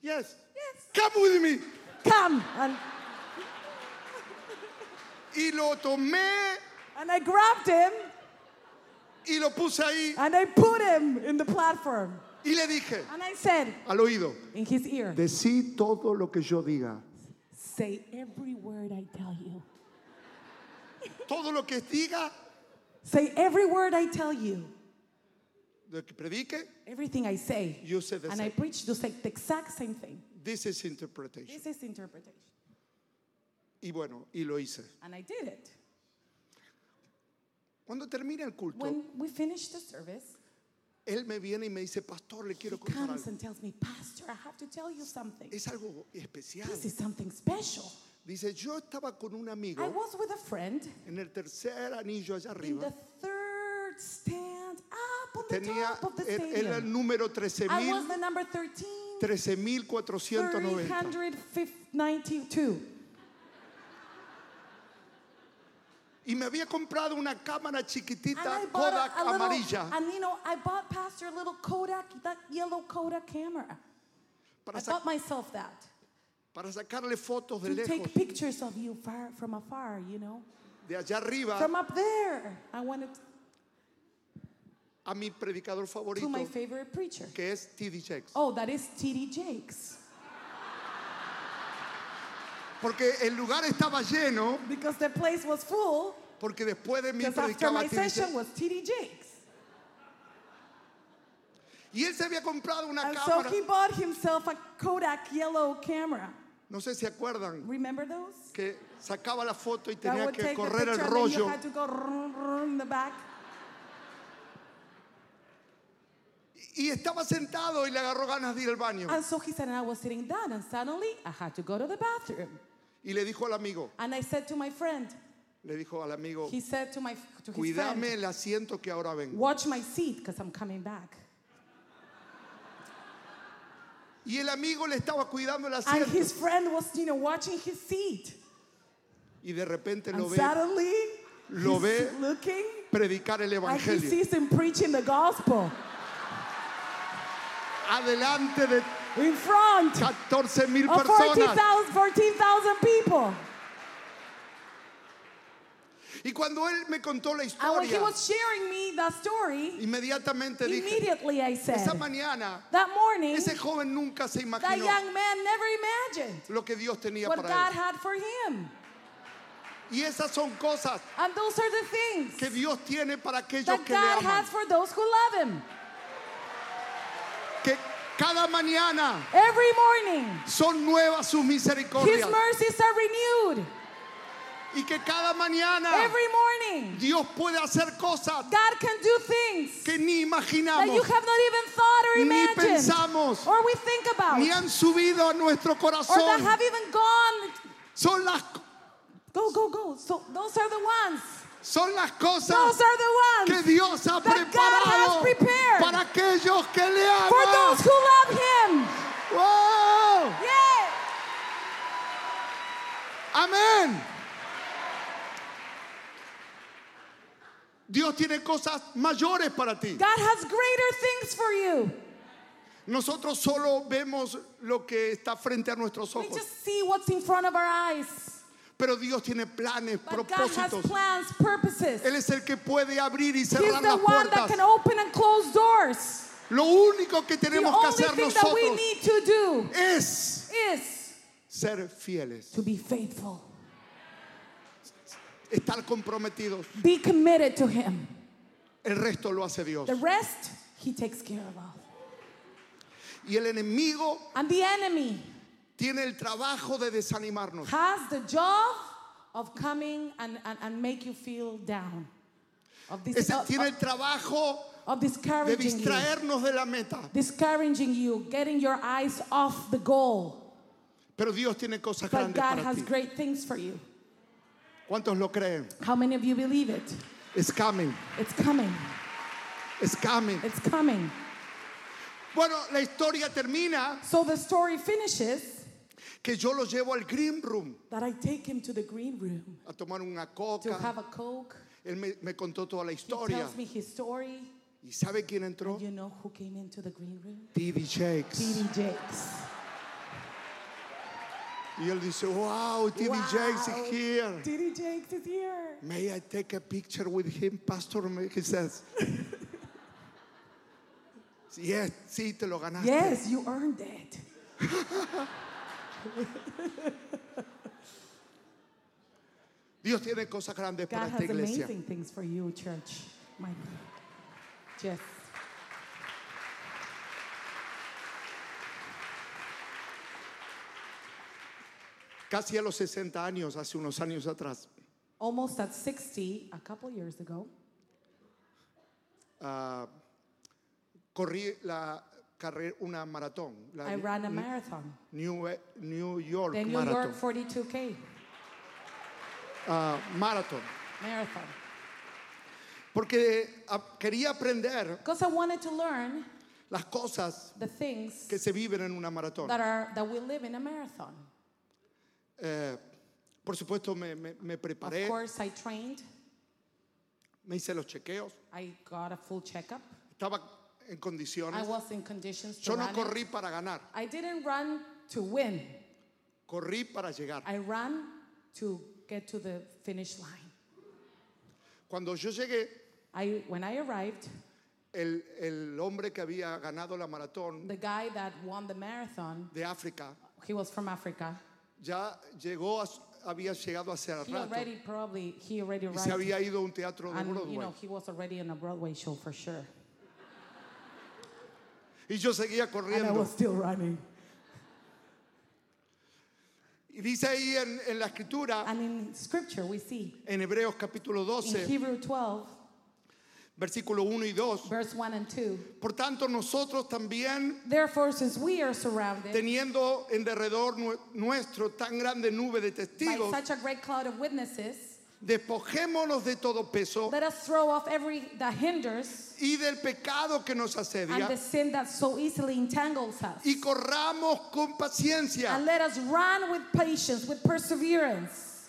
Speaker 3: Yes.
Speaker 5: Yes.
Speaker 3: Come with me.
Speaker 5: Come. And,
Speaker 3: Y lo tomé
Speaker 5: and I grabbed him
Speaker 3: y lo puse ahí
Speaker 5: and I put him in the platform.
Speaker 3: y le dije
Speaker 5: And I said
Speaker 3: al oído,
Speaker 5: in his ear,
Speaker 3: decí todo lo que yo diga.
Speaker 5: Say every word I tell you.
Speaker 3: Todo lo que diga,
Speaker 5: Say every word I tell you.
Speaker 3: lo que predique,
Speaker 5: Everything I say.
Speaker 3: You say the
Speaker 5: and I
Speaker 3: same.
Speaker 5: preach to say the exact same thing.
Speaker 3: this is interpretation.
Speaker 5: This is interpretation.
Speaker 3: Y bueno, y lo hice.
Speaker 5: And I did it.
Speaker 3: Cuando termina el culto,
Speaker 5: When we finished the service,
Speaker 3: él me viene y me dice, pastor, le quiero
Speaker 5: he
Speaker 3: contar
Speaker 5: comes
Speaker 3: algo.
Speaker 5: and tells me, Pastor, I have to tell you something.
Speaker 3: Es algo especial.
Speaker 5: This is something special.
Speaker 3: Dice, yo estaba con un
Speaker 5: I
Speaker 3: amigo
Speaker 5: was with a friend
Speaker 3: en el tercer anillo allá
Speaker 5: in
Speaker 3: arriba.
Speaker 5: the third stand up on the
Speaker 3: Tenía,
Speaker 5: top of the
Speaker 3: él- él era el
Speaker 5: stadium.
Speaker 3: número
Speaker 5: I was
Speaker 3: 13.000.
Speaker 5: the number 13.
Speaker 3: 13.490.
Speaker 5: 392.
Speaker 3: Y me había comprado una cámara
Speaker 5: And I
Speaker 3: chiquitita
Speaker 5: bought
Speaker 3: Kodak
Speaker 5: a, a little,
Speaker 3: amarilla
Speaker 5: and you know, I bought Pastor a little Kodak, that yellow Kodak camera.
Speaker 3: para,
Speaker 5: I
Speaker 3: sa-
Speaker 5: bought myself that
Speaker 3: para sacarle fotos de
Speaker 5: to
Speaker 3: lejos,
Speaker 5: take pictures of you far, from afar, you know,
Speaker 3: de allá arriba.
Speaker 5: from up there. I wanted.
Speaker 3: a mi predicador
Speaker 5: to
Speaker 3: favorito,
Speaker 5: my favorite preacher.
Speaker 3: que es T.D. Jakes.
Speaker 5: Oh, that is T.D. Jakes.
Speaker 3: Porque el lugar estaba lleno,
Speaker 5: Because the place was full,
Speaker 3: porque después de mí
Speaker 5: because after
Speaker 3: predicaba
Speaker 5: my
Speaker 3: T.D. Jakes.
Speaker 5: session was T.D. Jakes.
Speaker 3: Y él se había comprado una
Speaker 5: And so
Speaker 3: cámara.
Speaker 5: he bought himself a Kodak yellow camera.
Speaker 3: No sé si acuerdan
Speaker 5: Remember those?
Speaker 3: que sacaba la foto y
Speaker 5: that
Speaker 3: tenía
Speaker 5: would
Speaker 3: que
Speaker 5: take the
Speaker 3: correr el
Speaker 5: picture and then you
Speaker 3: rollo.
Speaker 5: had to go rrrr, rrrr in the back.
Speaker 3: Y estaba sentado y le agarró ganas de ir al baño.
Speaker 5: And so he said, and I was sitting down, and suddenly I had to go to the bathroom.
Speaker 3: Y le dijo al amigo,
Speaker 5: And I said to my friend,
Speaker 3: le dijo al amigo,
Speaker 5: he said to my to his
Speaker 3: cuídame
Speaker 5: friend,
Speaker 3: el asiento que ahora vengo.
Speaker 5: watch my seat because I'm coming back.
Speaker 3: Y el amigo le estaba cuidando el
Speaker 5: And
Speaker 3: asiento.
Speaker 5: his friend was, you know, watching his seat.
Speaker 3: Y de repente lo
Speaker 5: And
Speaker 3: ve
Speaker 5: suddenly
Speaker 3: Lo
Speaker 5: he's
Speaker 3: ve.
Speaker 5: looking
Speaker 3: predicar el
Speaker 5: and he
Speaker 3: evangelio.
Speaker 5: sees him preaching the gospel
Speaker 3: Adelante de
Speaker 5: in front
Speaker 3: 14 mil
Speaker 5: of
Speaker 3: personas.
Speaker 5: 14,000 14,000 people.
Speaker 3: Y cuando él me contó la
Speaker 5: And when he
Speaker 3: historia,
Speaker 5: was sharing me that story,
Speaker 3: inmediatamente dije,
Speaker 5: immediately I said,
Speaker 3: esa mañana,
Speaker 5: that morning,
Speaker 3: ese joven nunca se
Speaker 5: that
Speaker 3: imaginó
Speaker 5: young man never imagined
Speaker 3: lo que Dios tenía
Speaker 5: what
Speaker 3: para
Speaker 5: God
Speaker 3: él.
Speaker 5: had for him.
Speaker 3: Y esas son cosas
Speaker 5: And those are the things
Speaker 3: que Dios tiene para aquellos
Speaker 5: that
Speaker 3: que le
Speaker 5: God
Speaker 3: aman.
Speaker 5: has for those who love him.
Speaker 3: Que cada mañana
Speaker 5: Every morning,
Speaker 3: son nuevas sus
Speaker 5: his
Speaker 3: misericordias.
Speaker 5: mercies are renewed.
Speaker 3: Y que cada mañana
Speaker 5: Every morning,
Speaker 3: Dios puede hacer cosas
Speaker 5: God can do things
Speaker 3: que ni
Speaker 5: that you
Speaker 3: imaginamos,
Speaker 5: have not even thought or
Speaker 3: ni
Speaker 5: imagined,
Speaker 3: pensamos,
Speaker 5: or we think about,
Speaker 3: ni han subido a nuestro
Speaker 5: or that
Speaker 3: corazón.
Speaker 5: have even gone.
Speaker 3: Son las,
Speaker 5: Go, go, go. So those are the ones.
Speaker 3: son las
Speaker 5: Those
Speaker 3: cosas
Speaker 5: are the
Speaker 3: que
Speaker 5: ones
Speaker 3: Dios ha
Speaker 5: that God
Speaker 3: preparado
Speaker 5: has prepared
Speaker 3: para aquellos que le
Speaker 5: for those
Speaker 3: aman.
Speaker 5: who love him.
Speaker 3: ¡Wow!
Speaker 5: Yeah.
Speaker 3: Amén. Dios tiene cosas mayores para ti.
Speaker 5: God has greater things for you.
Speaker 3: Nosotros solo vemos lo que está frente a nuestros
Speaker 5: We
Speaker 3: ojos,
Speaker 5: just see what's in front of our eyes.
Speaker 3: pero Dios tiene planes,
Speaker 5: But God has
Speaker 3: propósitos.
Speaker 5: plans, purposes.
Speaker 3: Él es el que puede abrir y
Speaker 5: He's
Speaker 3: cerrar
Speaker 5: the
Speaker 3: las
Speaker 5: one that
Speaker 3: puertas.
Speaker 5: can open and close doors.
Speaker 3: Lo único que
Speaker 5: The
Speaker 3: tenemos que
Speaker 5: only
Speaker 3: hacer
Speaker 5: thing that we
Speaker 3: nosotros
Speaker 5: need to do
Speaker 3: es
Speaker 5: is
Speaker 3: ser fieles,
Speaker 5: to be faithful,
Speaker 3: estar comprometidos.
Speaker 5: be committed to Him.
Speaker 3: El resto lo hace Dios.
Speaker 5: The rest, He takes care of all.
Speaker 3: Y el enemigo
Speaker 5: And the enemy
Speaker 3: tiene el trabajo de desanimarnos.
Speaker 5: has the job of coming and, and, and make you feel down, of, dis-
Speaker 3: Ese
Speaker 5: of,
Speaker 3: tiene
Speaker 5: of,
Speaker 3: el trabajo
Speaker 5: of
Speaker 3: de
Speaker 5: discouraging you,
Speaker 3: distraernos de la meta.
Speaker 5: discouraging you, getting your eyes off the goal.
Speaker 3: Pero Dios tiene cosas
Speaker 5: But
Speaker 3: grandes
Speaker 5: God
Speaker 3: para
Speaker 5: has
Speaker 3: ti.
Speaker 5: great things for you.
Speaker 3: ¿Cuántos lo creen?
Speaker 5: How many of you believe it?
Speaker 3: It's coming,
Speaker 5: It's coming.
Speaker 3: it's coming.
Speaker 5: It's coming.
Speaker 3: Bueno, la historia termina
Speaker 5: So the story finishes
Speaker 3: que yo lo llevo al green room
Speaker 5: that I take him to the green room
Speaker 3: a tomar una
Speaker 5: to have
Speaker 3: coca.
Speaker 5: a coke.
Speaker 3: Él me, me contó toda la
Speaker 5: He
Speaker 3: historia.
Speaker 5: tells me his story.
Speaker 3: ¿Y sabe quién entró?
Speaker 5: And you know who came into the green room?
Speaker 3: T.D. Jakes.
Speaker 5: T.D. Jakes.
Speaker 3: Y él dice, wow, T.D.
Speaker 5: Wow.
Speaker 3: Jakes is here.
Speaker 5: T.D. Jakes is here.
Speaker 3: May I take a picture with him, Pastor? He says. yes, sí, te lo ganaste.
Speaker 5: Yes, you earned it.
Speaker 3: Dios tiene cosas grandes para
Speaker 5: God
Speaker 3: esta
Speaker 5: has
Speaker 3: iglesia.
Speaker 5: amazing things for you, church. My God. Yes.
Speaker 3: Casi a los 60 años, hace unos años atrás,
Speaker 5: Almost at 60, a couple years ago,
Speaker 3: ah, corrí la carrera, una maratón, la
Speaker 5: I
Speaker 3: New-
Speaker 5: ran a marathon,
Speaker 3: New, New York
Speaker 5: the New
Speaker 3: Marathon.
Speaker 5: York 42K
Speaker 3: Ah, marathon.
Speaker 5: marathon.
Speaker 3: Porque ah, quería aprender
Speaker 5: Because I wanted to learn
Speaker 3: las cosas
Speaker 5: the things
Speaker 3: que se viven en una maratón.
Speaker 5: that are that we live in a marathon.
Speaker 3: Eh, por supuesto, me, me- me
Speaker 5: Of
Speaker 3: preparé,
Speaker 5: course, I trained.
Speaker 3: me hice los chequeos,
Speaker 5: I got a full checkup.
Speaker 3: estaba en
Speaker 5: I
Speaker 3: condiciones.
Speaker 5: was in conditions to
Speaker 3: Yo no
Speaker 5: run. it.
Speaker 3: corrí para ganar,
Speaker 5: I didn't run to win.
Speaker 3: corrí para llegar.
Speaker 5: I ran to get to the finish line.
Speaker 3: Cuando yo llegué,
Speaker 5: I when I arrived,
Speaker 3: el, el hombre que había ganado la maratón
Speaker 5: The guy that won the marathon,
Speaker 3: de África
Speaker 5: he was from Africa.
Speaker 3: ya llegó, a- había llegado hace
Speaker 5: He
Speaker 3: rato
Speaker 5: already probably he already
Speaker 3: y se
Speaker 5: arrived.
Speaker 3: había ido a un teatro de
Speaker 5: And you
Speaker 3: Broadway.
Speaker 5: know he was already on a Broadway show for sure.
Speaker 3: Y yo seguía
Speaker 5: And I
Speaker 3: corriendo.
Speaker 5: was still running.
Speaker 3: Y dice ahí en, en la escritura,
Speaker 5: And in Scripture we see
Speaker 3: en Hebreos capítulo
Speaker 5: in
Speaker 3: 12,
Speaker 5: Hebrew 12,
Speaker 3: versículo 1 y 2,
Speaker 5: verse 1 and 2.
Speaker 3: por tanto nosotros también
Speaker 5: Therefore, since we are surrounded
Speaker 3: teniendo en derredor nue- nuestro tan grande nube de
Speaker 5: by
Speaker 3: testigos,
Speaker 5: such a great cloud of witnesses,
Speaker 3: despojémonos de todo peso
Speaker 5: let us throw off every that hinders
Speaker 3: y del pecado que nos
Speaker 5: and
Speaker 3: asedia
Speaker 5: the sin that so easily entangles us.
Speaker 3: y corramos con
Speaker 5: And
Speaker 3: paciencia
Speaker 5: let us run with patience, with perseverance,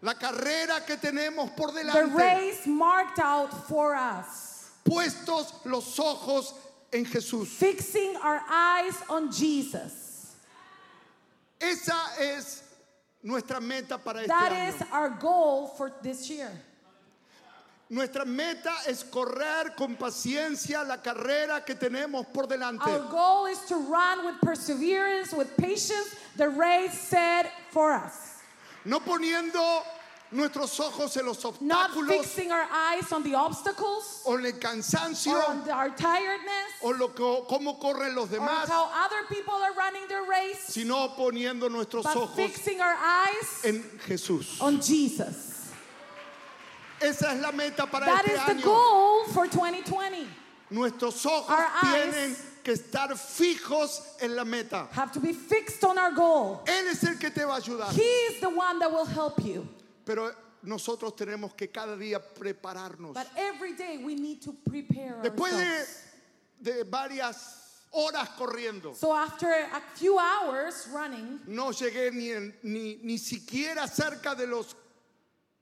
Speaker 3: la carrera que tenemos por
Speaker 5: the
Speaker 3: delante,
Speaker 5: race marked out for us,
Speaker 3: puestos los ojos en Jesús.
Speaker 5: fixing our eyes on Jesus.
Speaker 3: Esa es nuestra meta para este
Speaker 5: That is
Speaker 3: año.
Speaker 5: our goal for this year.
Speaker 3: Nuestra meta es correr con paciencia la carrera que tenemos por delante.
Speaker 5: Our goal is to run with perseverance, with patience, the race set for us.
Speaker 3: No poniendo nuestros ojos en los
Speaker 5: Not
Speaker 3: obstáculos
Speaker 5: fixing our eyes on the obstacles
Speaker 3: o en el cansancio
Speaker 5: or on the- our tiredness
Speaker 3: o lo que, cómo corren los
Speaker 5: or
Speaker 3: demás,
Speaker 5: how other people are running their race,
Speaker 3: sino poniendo nuestros
Speaker 5: but
Speaker 3: ojos
Speaker 5: fixing our eyes
Speaker 3: en Jesús.
Speaker 5: on Jesus.
Speaker 3: Esa es la meta para
Speaker 5: That
Speaker 3: este
Speaker 5: is the
Speaker 3: año.
Speaker 5: goal for 2020.
Speaker 3: Nuestros ojos
Speaker 5: Our eyes-
Speaker 3: tienen que estar fijos en la meta.
Speaker 5: Have to be fixed on our goal.
Speaker 3: Él es el que te va a ayudar,
Speaker 5: He is the one that will help you.
Speaker 3: pero nosotros tenemos que cada día prepararnos.
Speaker 5: But every day we need to prepare
Speaker 3: Después
Speaker 5: ourselves.
Speaker 3: de, de varias horas corriendo,
Speaker 5: So after a few hours running,
Speaker 3: no llegué ni, en- ni, ni siquiera cerca de los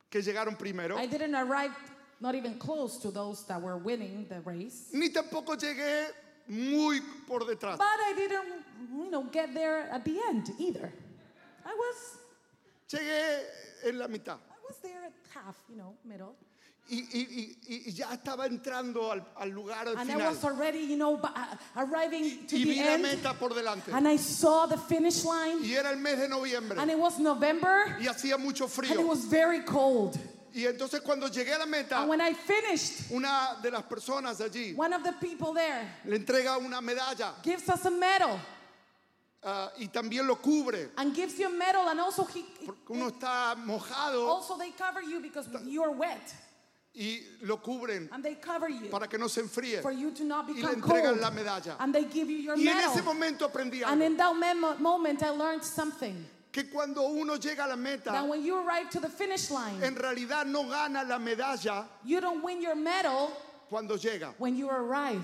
Speaker 3: que llegaron primero,
Speaker 5: I didn't arrive not even close to those that were winning the race.
Speaker 3: ni tampoco llegué muy por detrás.
Speaker 5: But I didn't, you know, get there at the end either. I was
Speaker 3: Llegué en la mitad
Speaker 5: I was there at half, you know, middle.
Speaker 3: y, y- y- y ya estaba entrando al, al lugar al
Speaker 5: And I
Speaker 3: final
Speaker 5: was already, you know, ba- uh, arriving to
Speaker 3: y
Speaker 5: the
Speaker 3: vi la
Speaker 5: end.
Speaker 3: meta por delante.
Speaker 5: And I saw the finish line.
Speaker 3: Y era el mes de noviembre
Speaker 5: And it was November.
Speaker 3: y hacía mucho
Speaker 5: And it
Speaker 3: frío.
Speaker 5: was very cold.
Speaker 3: Y entonces cuando llegué a la meta,
Speaker 5: And when I finished,
Speaker 3: una de las personas allí
Speaker 5: one of the people there
Speaker 3: le entrega una medalla
Speaker 5: gives us a medal
Speaker 3: ah, y también lo cubre.
Speaker 5: and gives you a medal. And also, he,
Speaker 3: Porque uno está mojado
Speaker 5: also they cover you because you are wet.
Speaker 3: y lo cubren
Speaker 5: And they cover you
Speaker 3: para que no se enfríe.
Speaker 5: for you to not
Speaker 3: Y le
Speaker 5: become
Speaker 3: entregan
Speaker 5: cold.
Speaker 3: la medalla.
Speaker 5: And they give you your
Speaker 3: Y en ese
Speaker 5: medal.
Speaker 3: momento aprendí
Speaker 5: And
Speaker 3: algo,
Speaker 5: in that memo- moment, I learned something.
Speaker 3: que cuando uno llega a la meta,
Speaker 5: That when you arrive to the finish line,
Speaker 3: en realidad no gana la medalla
Speaker 5: You don't win your medal
Speaker 3: cuando llega,
Speaker 5: when you arrive,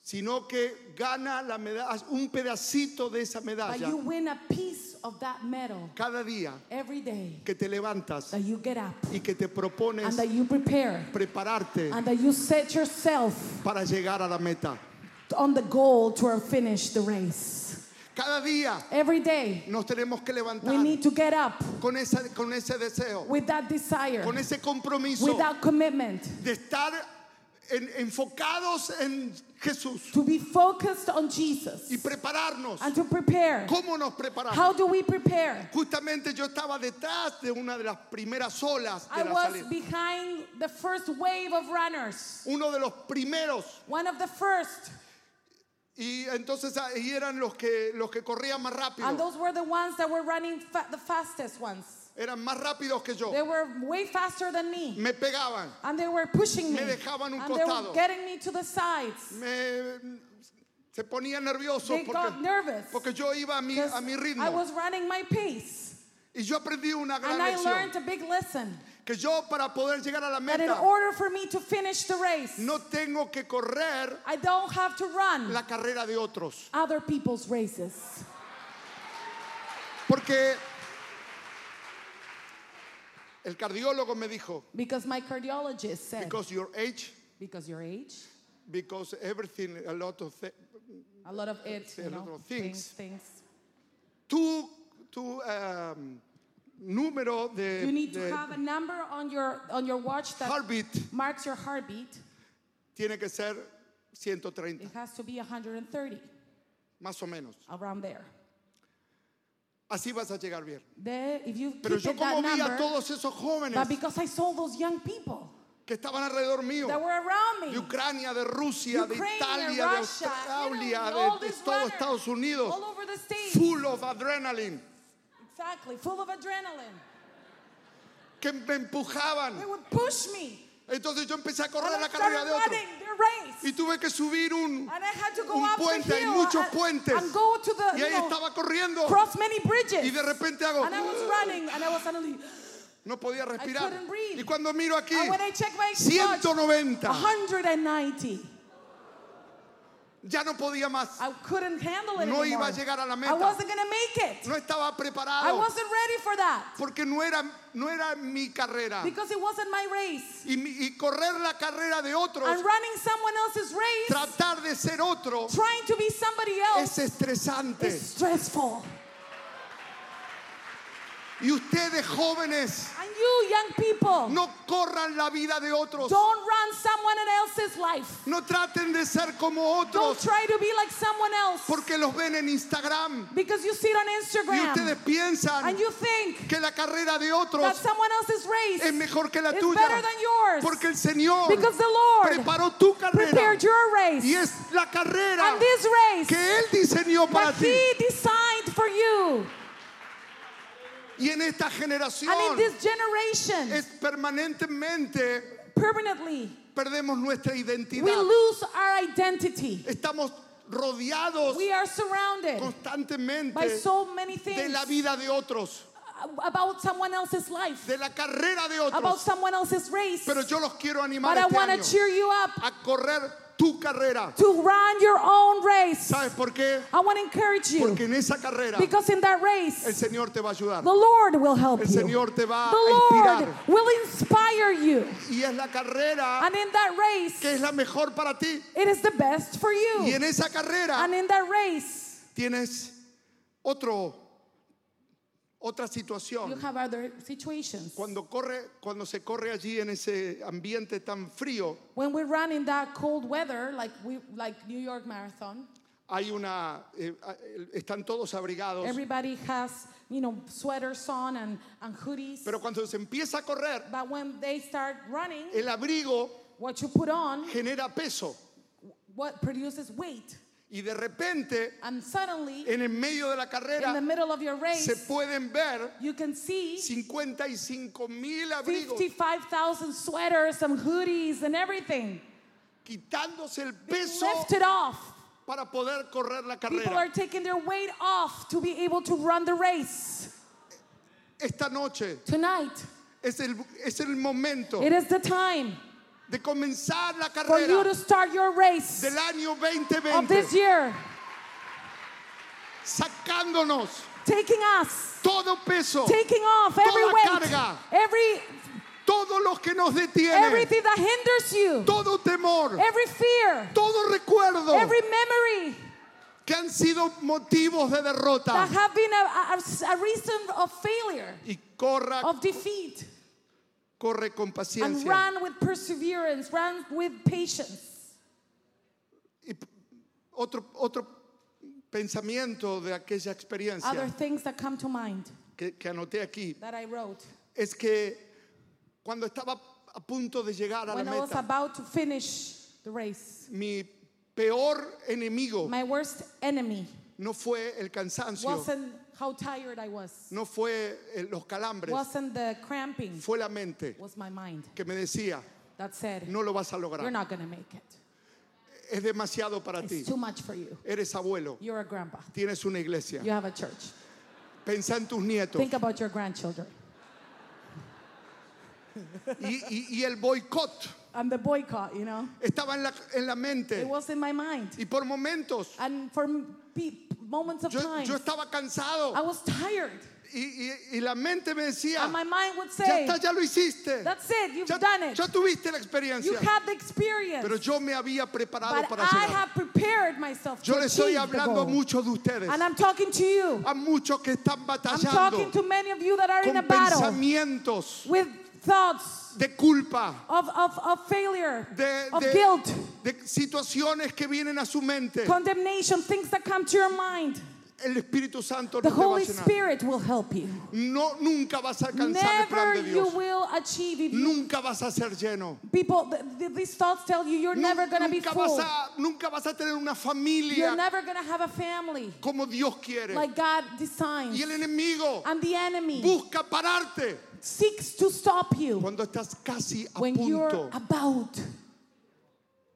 Speaker 3: sino que gana la medalla, un pedacito de esa
Speaker 5: but
Speaker 3: medalla
Speaker 5: you win a piece of that medal
Speaker 3: cada día
Speaker 5: every day
Speaker 3: que te levantas
Speaker 5: that you get up
Speaker 3: y que te propones
Speaker 5: and that you prepare
Speaker 3: prepararte
Speaker 5: and that you set yourself
Speaker 3: para llegar a la meta.
Speaker 5: on the goal to finish the race.
Speaker 3: Cada día
Speaker 5: Every day,
Speaker 3: nos tenemos que levantar
Speaker 5: we need to get up
Speaker 3: con, esa- con ese deseo,
Speaker 5: with that desire,
Speaker 3: con ese compromiso
Speaker 5: with that commitment,
Speaker 3: de estar en- enfocados en Jesús
Speaker 5: to be focused on Jesus
Speaker 3: y prepararnos.
Speaker 5: and to prepare.
Speaker 3: ¿Cómo nos preparamos?
Speaker 5: How do we prepare?
Speaker 3: Justamente yo estaba detrás de una de las primeras olas de
Speaker 5: I
Speaker 3: la
Speaker 5: was
Speaker 3: salida.
Speaker 5: behind the first wave of runners,
Speaker 3: Uno de los primeros.
Speaker 5: one of the first.
Speaker 3: Y entonces ahí eran los que, los que corrían más
Speaker 5: And
Speaker 3: rápido.
Speaker 5: those were the ones that were running fa- the fastest ones.
Speaker 3: Eran más rápidos que yo.
Speaker 5: They were way faster than me.
Speaker 3: Me pegaban.
Speaker 5: And they were pushing me.
Speaker 3: Mm. Me dejaban un
Speaker 5: and they were
Speaker 3: costado.
Speaker 5: getting me to the sides.
Speaker 3: Me, se ponía nervioso
Speaker 5: They got
Speaker 3: porque,
Speaker 5: nervous.
Speaker 3: porque yo iba a mi, a mi
Speaker 5: 'cause
Speaker 3: ritmo.
Speaker 5: I was running my pace.
Speaker 3: y yo aprendí una gran
Speaker 5: And I
Speaker 3: lección.
Speaker 5: learned a big lesson
Speaker 3: Que yo para poder llegar a la
Speaker 5: that in
Speaker 3: meta
Speaker 5: order for me to finish the race,
Speaker 3: no tengo que correr
Speaker 5: I don't have to run
Speaker 3: la carrera de otros.
Speaker 5: other people's races.
Speaker 3: Porque el cardiólogo me dijo,
Speaker 5: Because my cardiologist said,
Speaker 3: because your age,
Speaker 5: because your age,
Speaker 3: because everything, a lot of thi-
Speaker 5: a lot of it,
Speaker 3: A
Speaker 5: you
Speaker 3: lot
Speaker 5: know,
Speaker 3: of things.
Speaker 5: things, things.
Speaker 3: tu, tu um, número de,
Speaker 5: You need
Speaker 3: de
Speaker 5: to have a number on your on your watch that
Speaker 3: heartbeat
Speaker 5: marks your heartbeat
Speaker 3: tiene que ser 130,
Speaker 5: It has to be 130,
Speaker 3: más o menos.
Speaker 5: around there.
Speaker 3: Así vas a llegar bien.
Speaker 5: There, if you
Speaker 3: Pero
Speaker 5: keep
Speaker 3: yo
Speaker 5: it
Speaker 3: como
Speaker 5: that
Speaker 3: vi a
Speaker 5: number,
Speaker 3: todos esos jóvenes
Speaker 5: but because I saw those young people
Speaker 3: que estaban alrededor mío,
Speaker 5: that were around
Speaker 3: de
Speaker 5: me,
Speaker 3: Ucrania, de Rusia, de
Speaker 5: Ukraine,
Speaker 3: Italia, de
Speaker 5: Russia,
Speaker 3: Australia,
Speaker 5: you know, all
Speaker 3: de, de
Speaker 5: these
Speaker 3: todo
Speaker 5: runners,
Speaker 3: Estados Unidos,
Speaker 5: all over the states,
Speaker 3: full of adrenaline,
Speaker 5: exactly, full of adrenaline.
Speaker 3: que me empujaban.
Speaker 5: They would push me.
Speaker 3: Entonces yo empecé a correr
Speaker 5: And
Speaker 3: la
Speaker 5: I
Speaker 3: carrera
Speaker 5: started
Speaker 3: de otro.
Speaker 5: running the race.
Speaker 3: Y tuve que subir un,
Speaker 5: And I had to go
Speaker 3: un
Speaker 5: up
Speaker 3: puente,
Speaker 5: the
Speaker 3: hay
Speaker 5: hill
Speaker 3: muchos
Speaker 5: and,
Speaker 3: puentes.
Speaker 5: and go to the,
Speaker 3: Y ahí
Speaker 5: you know,
Speaker 3: estaba corriendo.
Speaker 5: cross many bridges.
Speaker 3: Y de repente hago,
Speaker 5: And I was running and I was suddenly,
Speaker 3: no podía respirar.
Speaker 5: couldn't breathe.
Speaker 3: Y cuando miro aquí,
Speaker 5: and when I checked my watch,
Speaker 3: 190.
Speaker 5: 190.
Speaker 3: Ya no podía más.
Speaker 5: I couldn't handle it
Speaker 3: No iba
Speaker 5: anymore.
Speaker 3: a llegar a la
Speaker 5: I
Speaker 3: meta.
Speaker 5: wasn't going to make it.
Speaker 3: No Ah. estaba
Speaker 5: I
Speaker 3: preparado.
Speaker 5: wasn't ready for that
Speaker 3: Porque no era, no era mi carrera.
Speaker 5: because it wasn't my race.
Speaker 3: Y, mi- y correr la carrera de otros,
Speaker 5: And running someone else's race,
Speaker 3: tratar de ser otro,
Speaker 5: trying to be somebody else,
Speaker 3: es estresante.
Speaker 5: is stressful.
Speaker 3: Y ustedes jóvenes,
Speaker 5: And you, young people,
Speaker 3: no corran la vida de otros.
Speaker 5: don't run someone else's life.
Speaker 3: No traten de ser como
Speaker 5: Don't
Speaker 3: otros
Speaker 5: try to be like someone else
Speaker 3: porque los ven en Instagram.
Speaker 5: because you see it on
Speaker 3: Y
Speaker 5: Instagram
Speaker 3: ustedes piensan
Speaker 5: and you think
Speaker 3: que la carrera de
Speaker 5: that
Speaker 3: otros
Speaker 5: someone else's race
Speaker 3: es mejor que la
Speaker 5: is
Speaker 3: tuya.
Speaker 5: better than yours
Speaker 3: Porque el Señor
Speaker 5: because the Lord
Speaker 3: preparó tu carrera.
Speaker 5: prepared your race
Speaker 3: Y es la carrera
Speaker 5: and this race
Speaker 3: que Él diseñó para
Speaker 5: that
Speaker 3: ti.
Speaker 5: He designed for you.
Speaker 3: Y en esta generación
Speaker 5: And in this generation,
Speaker 3: es permanentemente
Speaker 5: permanently,
Speaker 3: perdemos nuestra
Speaker 5: we
Speaker 3: identidad.
Speaker 5: lose our identity.
Speaker 3: Estamos rodeados
Speaker 5: We are surrounded by
Speaker 3: constantemente
Speaker 5: so many
Speaker 3: de
Speaker 5: things
Speaker 3: la vida de otros,
Speaker 5: about someone else's life,
Speaker 3: de la carrera de
Speaker 5: about
Speaker 3: otros.
Speaker 5: someone else's race.
Speaker 3: Pero yo los quiero animar
Speaker 5: But I
Speaker 3: este
Speaker 5: want
Speaker 3: año
Speaker 5: to cheer you up
Speaker 3: a correr tu carrera.
Speaker 5: to run your own race.
Speaker 3: ¿Sabes por qué?
Speaker 5: I want to encourage you
Speaker 3: Porque en esa carrera
Speaker 5: because in that
Speaker 3: el
Speaker 5: race,
Speaker 3: Señor te va a ayudar.
Speaker 5: the Lord will help
Speaker 3: El
Speaker 5: you.
Speaker 3: Señor te va
Speaker 5: The
Speaker 3: a
Speaker 5: Lord
Speaker 3: inspirar.
Speaker 5: will inspire you.
Speaker 3: Y es la carrera
Speaker 5: And in that
Speaker 3: que
Speaker 5: race,
Speaker 3: es la mejor para ti.
Speaker 5: it is the best for
Speaker 3: Y
Speaker 5: you.
Speaker 3: en esa carrera
Speaker 5: And in that race,
Speaker 3: tienes otro otra
Speaker 5: you
Speaker 3: situación.
Speaker 5: have other situations.
Speaker 3: Cuando corre, cuando se corre allí en ese ambiente tan frío,
Speaker 5: When we run in that cold weather, like we like New York Marathon,
Speaker 3: hay una eh, a- el- están todos abrigados,
Speaker 5: everybody has you know sweaters on and, and hoodies.
Speaker 3: pero Eh cuando se empieza a correr,
Speaker 5: But when they start running,
Speaker 3: el abrigo
Speaker 5: what you put on,
Speaker 3: genera peso
Speaker 5: what produces weight,
Speaker 3: y de repente
Speaker 5: and suddenly
Speaker 3: en el medio de la
Speaker 5: in the
Speaker 3: carrera
Speaker 5: middle of your race,
Speaker 3: Eh se pueden ver
Speaker 5: you can see
Speaker 3: 55 mil abrigos
Speaker 5: 55,000 sweaters and hoodies and everything
Speaker 3: quitándose el peso
Speaker 5: lifted off.
Speaker 3: para poder correr la
Speaker 5: People are
Speaker 3: carrera.
Speaker 5: taking their weight off to be able to run the race.
Speaker 3: Esta noche
Speaker 5: Tonight,
Speaker 3: es el, es el momento
Speaker 5: it is the time
Speaker 3: de comenzar la
Speaker 5: for you to
Speaker 3: carrera
Speaker 5: start your race
Speaker 3: del año
Speaker 5: of this
Speaker 3: 2020
Speaker 5: year,
Speaker 3: sacándonos
Speaker 5: taking us,
Speaker 3: todo peso,
Speaker 5: taking off every
Speaker 3: Oh. Toda
Speaker 5: weight,
Speaker 3: carga.
Speaker 5: every
Speaker 3: todos los que nos detienen,
Speaker 5: everything that hinders you,
Speaker 3: todo temor,
Speaker 5: every fear,
Speaker 3: todo recuerdo
Speaker 5: every memory
Speaker 3: que han sido motivos de derrota
Speaker 5: that have been a- a- a reason of failure,
Speaker 3: y corra,
Speaker 5: of defeat.
Speaker 3: corre con
Speaker 5: and
Speaker 3: paciencia.
Speaker 5: run with perseverance, run with patience.
Speaker 3: Y p- otro, otro pensamiento de aquella
Speaker 5: Other
Speaker 3: experiencia
Speaker 5: things that come to mind
Speaker 3: que, que anoté aquí
Speaker 5: that I wrote
Speaker 3: es que cuando estaba a punto de llegar a la
Speaker 5: when I was
Speaker 3: meta,
Speaker 5: about to finish the race.
Speaker 3: mi peor enemigo
Speaker 5: My worst enemy
Speaker 3: no fue el cansancio,
Speaker 5: wasn't how tired I was,
Speaker 3: no fue eh, los calambres,
Speaker 5: wasn't the cramping,
Speaker 3: fue la mente
Speaker 5: was my mind
Speaker 3: que me decía,
Speaker 5: that said,
Speaker 3: no lo vas a
Speaker 5: You're
Speaker 3: lograr,
Speaker 5: not gonna make it.
Speaker 3: es demasiado para ti,
Speaker 5: It's too much for you.
Speaker 3: eres abuelo,
Speaker 5: You're a grandpa,
Speaker 3: tienes una iglesia,
Speaker 5: you have a church.
Speaker 3: pensá en tus nietos
Speaker 5: Think about your grandchildren.
Speaker 3: y, y- y el boicot
Speaker 5: And the boycott, you know,
Speaker 3: estaba en la, en la mente
Speaker 5: it was in my mind.
Speaker 3: y por momentos
Speaker 5: And for m- pe- moments of
Speaker 3: yo,
Speaker 5: time,
Speaker 3: yo estaba cansado
Speaker 5: I was tired.
Speaker 3: y, y- y la mente me decía,
Speaker 5: And my mind would
Speaker 3: ya
Speaker 5: say,
Speaker 3: está, ya lo hiciste,
Speaker 5: That's it, you've
Speaker 3: ya,
Speaker 5: done it.
Speaker 3: ya tuviste la
Speaker 5: You
Speaker 3: experiencia,
Speaker 5: had the experience.
Speaker 3: pero yo me había preparado
Speaker 5: but
Speaker 3: para
Speaker 5: I
Speaker 3: llegar.
Speaker 5: have prepared myself
Speaker 3: Yo
Speaker 5: to
Speaker 3: le estoy
Speaker 5: achieve the
Speaker 3: hablando a
Speaker 5: goal.
Speaker 3: muchos de ustedes,
Speaker 5: And I'm talking to you.
Speaker 3: a muchos que están
Speaker 5: I'm talking
Speaker 3: batallando
Speaker 5: to many of you that are in a
Speaker 3: con
Speaker 5: battle
Speaker 3: pensamientos
Speaker 5: with thoughts
Speaker 3: de culpa,
Speaker 5: of, of, of failure,
Speaker 3: de,
Speaker 5: of
Speaker 3: de-
Speaker 5: guilt,
Speaker 3: de situaciones que vienen a su mente.
Speaker 5: condemnation, things that come to your mind.
Speaker 3: El Espíritu Santo
Speaker 5: The
Speaker 3: no te va a
Speaker 5: Holy
Speaker 3: llenar.
Speaker 5: Spirit will help you.
Speaker 3: No, nunca vas a alcanzar el plan
Speaker 5: Never
Speaker 3: de
Speaker 5: you
Speaker 3: Dios.
Speaker 5: will achieve if you,
Speaker 3: Nunca vas a ser lleno.
Speaker 5: people th- th- these thoughts tell you you're never gonna be
Speaker 3: nunca, vas
Speaker 5: full.
Speaker 3: a, nunca vas a tener una familia
Speaker 5: You're never gonna have a family
Speaker 3: como Dios quiere.
Speaker 5: like God
Speaker 3: y
Speaker 5: designed.
Speaker 3: el enemigo
Speaker 5: And the enemy
Speaker 3: busca pararte
Speaker 5: seeks to stop you
Speaker 3: cuando estás casi a
Speaker 5: when you're
Speaker 3: punto
Speaker 5: about to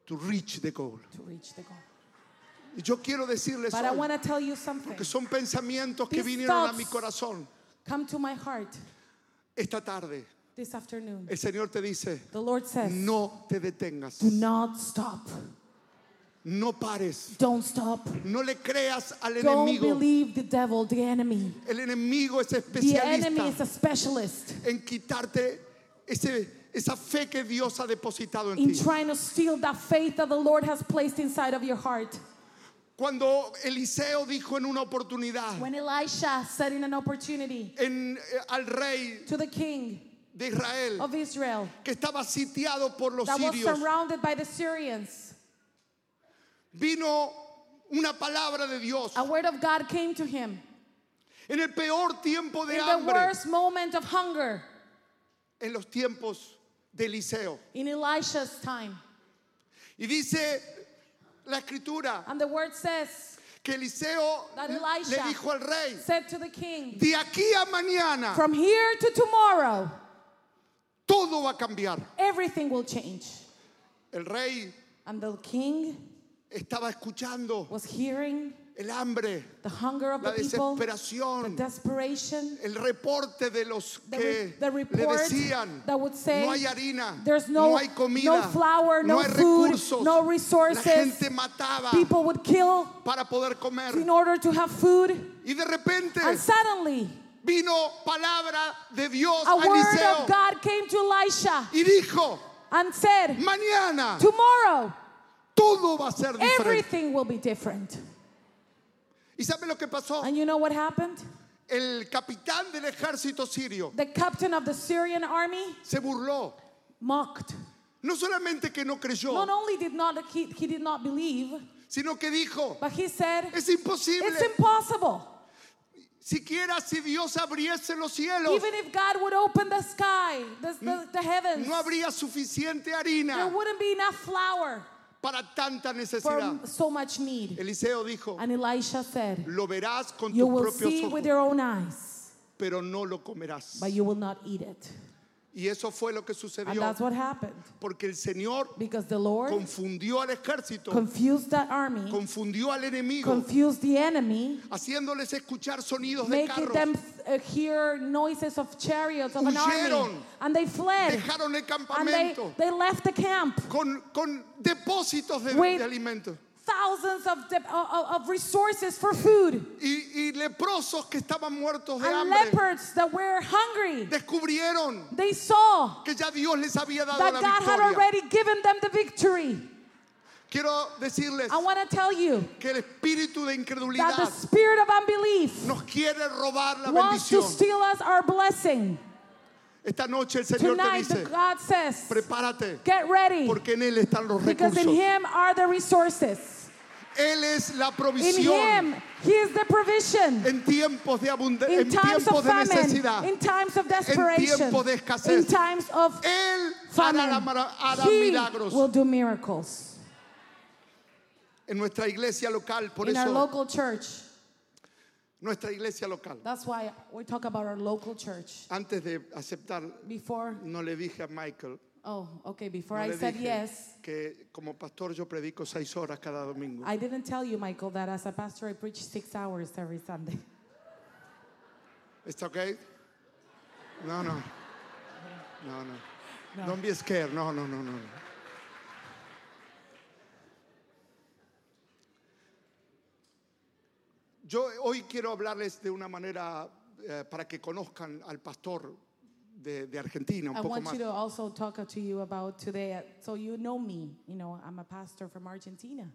Speaker 3: to reach the goal.
Speaker 5: reach the goal.
Speaker 3: Y yo quiero decirles
Speaker 5: But I
Speaker 3: hoy
Speaker 5: want to tell you something.
Speaker 3: que son pensamientos que
Speaker 5: These
Speaker 3: vinieron a
Speaker 5: thoughts-
Speaker 3: mi corazón
Speaker 5: Come to my heart
Speaker 3: esta tarde.
Speaker 5: this afternoon.
Speaker 3: El Señor te dice,
Speaker 5: The Lord says,
Speaker 3: Eh, no te detengas,
Speaker 5: do not stop.
Speaker 3: no pares,
Speaker 5: Don't stop.
Speaker 3: no le creas al
Speaker 5: Don't
Speaker 3: enemigo.
Speaker 5: believe the devil, the enemy.
Speaker 3: El enemigo es
Speaker 5: The enemy
Speaker 3: especialista
Speaker 5: is a specialist
Speaker 3: en quitarte ese, esa fe que Dios ha depositado en
Speaker 5: in
Speaker 3: ti.
Speaker 5: trying to steal that faith that the Lord has placed inside of your heart.
Speaker 3: Cuando Eliseo dijo en una oportunidad
Speaker 5: When Elisha said in an opportunity
Speaker 3: en- eh, al rey
Speaker 5: to the king
Speaker 3: de Israel
Speaker 5: of Israel
Speaker 3: que estaba sitiado por los
Speaker 5: that was
Speaker 3: sirios,
Speaker 5: surrounded by the Syrians,
Speaker 3: vino una palabra de Dios
Speaker 5: a word of God came to him.
Speaker 3: en el peor tiempo de
Speaker 5: In the
Speaker 3: hambre,
Speaker 5: worst moment of hunger,
Speaker 3: en los tiempos de Eliseo.
Speaker 5: in Elisha's time.
Speaker 3: Y dice la escritura
Speaker 5: And the word says,
Speaker 3: que Eliseo
Speaker 5: That
Speaker 3: le
Speaker 5: Elisha
Speaker 3: dijo al rey,
Speaker 5: said to the king,
Speaker 3: de aquí a mañana
Speaker 5: From here to tomorrow,
Speaker 3: todo va a cambiar.
Speaker 5: everything will change.
Speaker 3: El rey
Speaker 5: And the king
Speaker 3: estaba escuchando
Speaker 5: was hearing
Speaker 3: el hambre,
Speaker 5: the hunger of the
Speaker 3: la
Speaker 5: people, the
Speaker 3: desesperación,
Speaker 5: desperation,
Speaker 3: el reporte de los
Speaker 5: the,
Speaker 3: que
Speaker 5: re- the
Speaker 3: le
Speaker 5: report
Speaker 3: decían
Speaker 5: that would say
Speaker 3: no hay harina,
Speaker 5: there's no,
Speaker 3: hay comida,
Speaker 5: no flour, no,
Speaker 3: hay
Speaker 5: food,
Speaker 3: recursos,
Speaker 5: no
Speaker 3: la
Speaker 5: resources.
Speaker 3: gente mataba
Speaker 5: People would kill
Speaker 3: para poder comer
Speaker 5: in order to have food.
Speaker 3: y de repente
Speaker 5: And suddenly,
Speaker 3: vino palabra de Dios
Speaker 5: a
Speaker 3: a
Speaker 5: word
Speaker 3: Eliseo
Speaker 5: of God came to Elisha
Speaker 3: y dijo
Speaker 5: and said,
Speaker 3: mañana
Speaker 5: Tomorrow,
Speaker 3: todo va a ser diferente.
Speaker 5: everything will be different.
Speaker 3: ¿Y sabe lo que pasó?
Speaker 5: And you know what happened?
Speaker 3: El capitán del ejército sirio
Speaker 5: The captain of the Syrian army
Speaker 3: se burló.
Speaker 5: mocked.
Speaker 3: No solamente que no creyó,
Speaker 5: Not only did not he, he did not believe,
Speaker 3: sino que dijo,
Speaker 5: but he said,
Speaker 3: es imposible.
Speaker 5: "It's impossible.
Speaker 3: Siquiera si Dios abriese los cielos,
Speaker 5: Even if God would open the sky, the, the, the heavens,
Speaker 3: no habría suficiente
Speaker 5: there
Speaker 3: harina
Speaker 5: wouldn't be enough flour
Speaker 3: para tanta necesidad.
Speaker 5: for so much need."
Speaker 3: Eliseo dijo,
Speaker 5: And Elisha said,
Speaker 3: lo verás con
Speaker 5: "You
Speaker 3: tus
Speaker 5: will
Speaker 3: propios
Speaker 5: see
Speaker 3: ojos,
Speaker 5: with your own eyes,
Speaker 3: pero no lo comerás.
Speaker 5: but you will not eat it."
Speaker 3: Y eso fue lo que
Speaker 5: And
Speaker 3: sucedió,
Speaker 5: that's what happened
Speaker 3: porque el Señor
Speaker 5: because the Lord
Speaker 3: confundió al ejército,
Speaker 5: confused that army,
Speaker 3: confundió al enemigo,
Speaker 5: confused the enemy,
Speaker 3: haciéndoles escuchar sonidos de
Speaker 5: making
Speaker 3: carros.
Speaker 5: them uh, hear noises of chariots of an army
Speaker 3: Huyeron.
Speaker 5: and they fled
Speaker 3: Dejaron el
Speaker 5: and they,
Speaker 3: campamento
Speaker 5: they left the camp
Speaker 3: con, con depósitos de,
Speaker 5: With-
Speaker 3: de alimentos.
Speaker 5: thousands of, de- of, of resources for food
Speaker 3: Y, y leprosos que estaban muertos de
Speaker 5: and
Speaker 3: hambre
Speaker 5: leopards that were hungry
Speaker 3: descubrieron
Speaker 5: they saw
Speaker 3: que ya Dios les había dado
Speaker 5: that
Speaker 3: la
Speaker 5: God had
Speaker 3: victoria.
Speaker 5: already given them the victory
Speaker 3: Quiero decirles
Speaker 5: I want to tell you
Speaker 3: que el espíritu de
Speaker 5: that the
Speaker 3: incredulidad
Speaker 5: spirit of unbelief
Speaker 3: nos quiere robar la
Speaker 5: wants to
Speaker 3: bendición.
Speaker 5: steal us our blessing
Speaker 3: Esta noche el Señor te
Speaker 5: tonight the
Speaker 3: dice,
Speaker 5: God says
Speaker 3: prepárate,
Speaker 5: get ready
Speaker 3: porque en Él están los
Speaker 5: because in
Speaker 3: recursos.
Speaker 5: him are the resources
Speaker 3: Él es la
Speaker 5: In Him,
Speaker 3: provisión
Speaker 5: He is the provision.
Speaker 3: en tiempos de abundancia,
Speaker 5: In
Speaker 3: en
Speaker 5: times of
Speaker 3: tiempos de necesidad.
Speaker 5: famine, in times of desperation,
Speaker 3: tiempos de escasez.
Speaker 5: in times of
Speaker 3: Él hará, la
Speaker 5: famine,
Speaker 3: mara- hará
Speaker 5: He
Speaker 3: milagros.
Speaker 5: will do miracles.
Speaker 3: En nuestra iglesia local, por
Speaker 5: In our
Speaker 3: eso
Speaker 5: local church,
Speaker 3: nuestra iglesia local.
Speaker 5: that's why we talk about our local church.
Speaker 3: Antes de aceptar,
Speaker 5: Before,
Speaker 3: no le dije a Michael,
Speaker 5: oh, okay, before
Speaker 3: no
Speaker 5: I
Speaker 3: le
Speaker 5: said
Speaker 3: dije
Speaker 5: yes,
Speaker 3: que como pastor yo predico seis horas cada domingo.
Speaker 5: I didn't tell you, Michael, that as a pastor I preach six hours every Sunday.
Speaker 3: ¿Está ok? No, no. No, no. Don't be scared. No, no, no, no. no. Yo hoy quiero hablarles de una manera eh, para que conozcan al pastor de, de Argentina un
Speaker 5: I
Speaker 3: poco
Speaker 5: want
Speaker 3: más.
Speaker 5: you to also talk to you about today, uh, so you know me. You know, I'm a pastor from Argentina.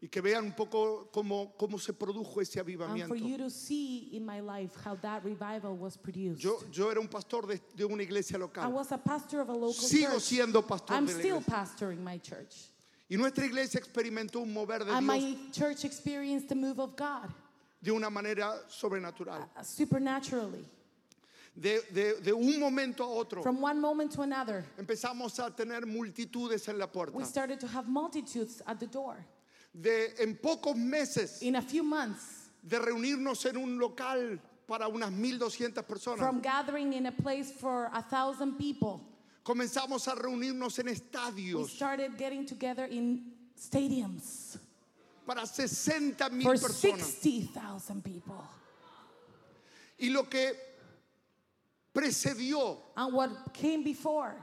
Speaker 3: y que vean un poco cómo, cómo se produjo ese
Speaker 5: and
Speaker 3: avivamiento.
Speaker 5: Um, for you to see in my life how that revival was produced.
Speaker 3: Yo, yo era un pastor de, de una iglesia
Speaker 5: I
Speaker 3: local
Speaker 5: was a pastor of a local
Speaker 3: Sigo
Speaker 5: church.
Speaker 3: siendo pastor
Speaker 5: I'm
Speaker 3: de la
Speaker 5: still
Speaker 3: iglesia.
Speaker 5: pastoring my church.
Speaker 3: y nuestra iglesia experimentó un mover de
Speaker 5: And
Speaker 3: Dios
Speaker 5: my church experienced the move of God
Speaker 3: de una manera sobrenatural.
Speaker 5: uh, supernaturally.
Speaker 3: De, de- de un momento a otro
Speaker 5: From one moment to another,
Speaker 3: empezamos a tener multitudes en la
Speaker 5: we
Speaker 3: puerta.
Speaker 5: started to have multitudes at the door.
Speaker 3: De, en pocos meses
Speaker 5: In a few months,
Speaker 3: de reunirnos en un local para unas 1.200 personas,
Speaker 5: from gathering in a place for a thousand people,
Speaker 3: comenzamos a reunirnos en
Speaker 5: we
Speaker 3: estadios
Speaker 5: started getting together in stadiums
Speaker 3: para 60.000
Speaker 5: for
Speaker 3: personas.
Speaker 5: 60,000 people.
Speaker 3: Y lo que precedió
Speaker 5: And what came before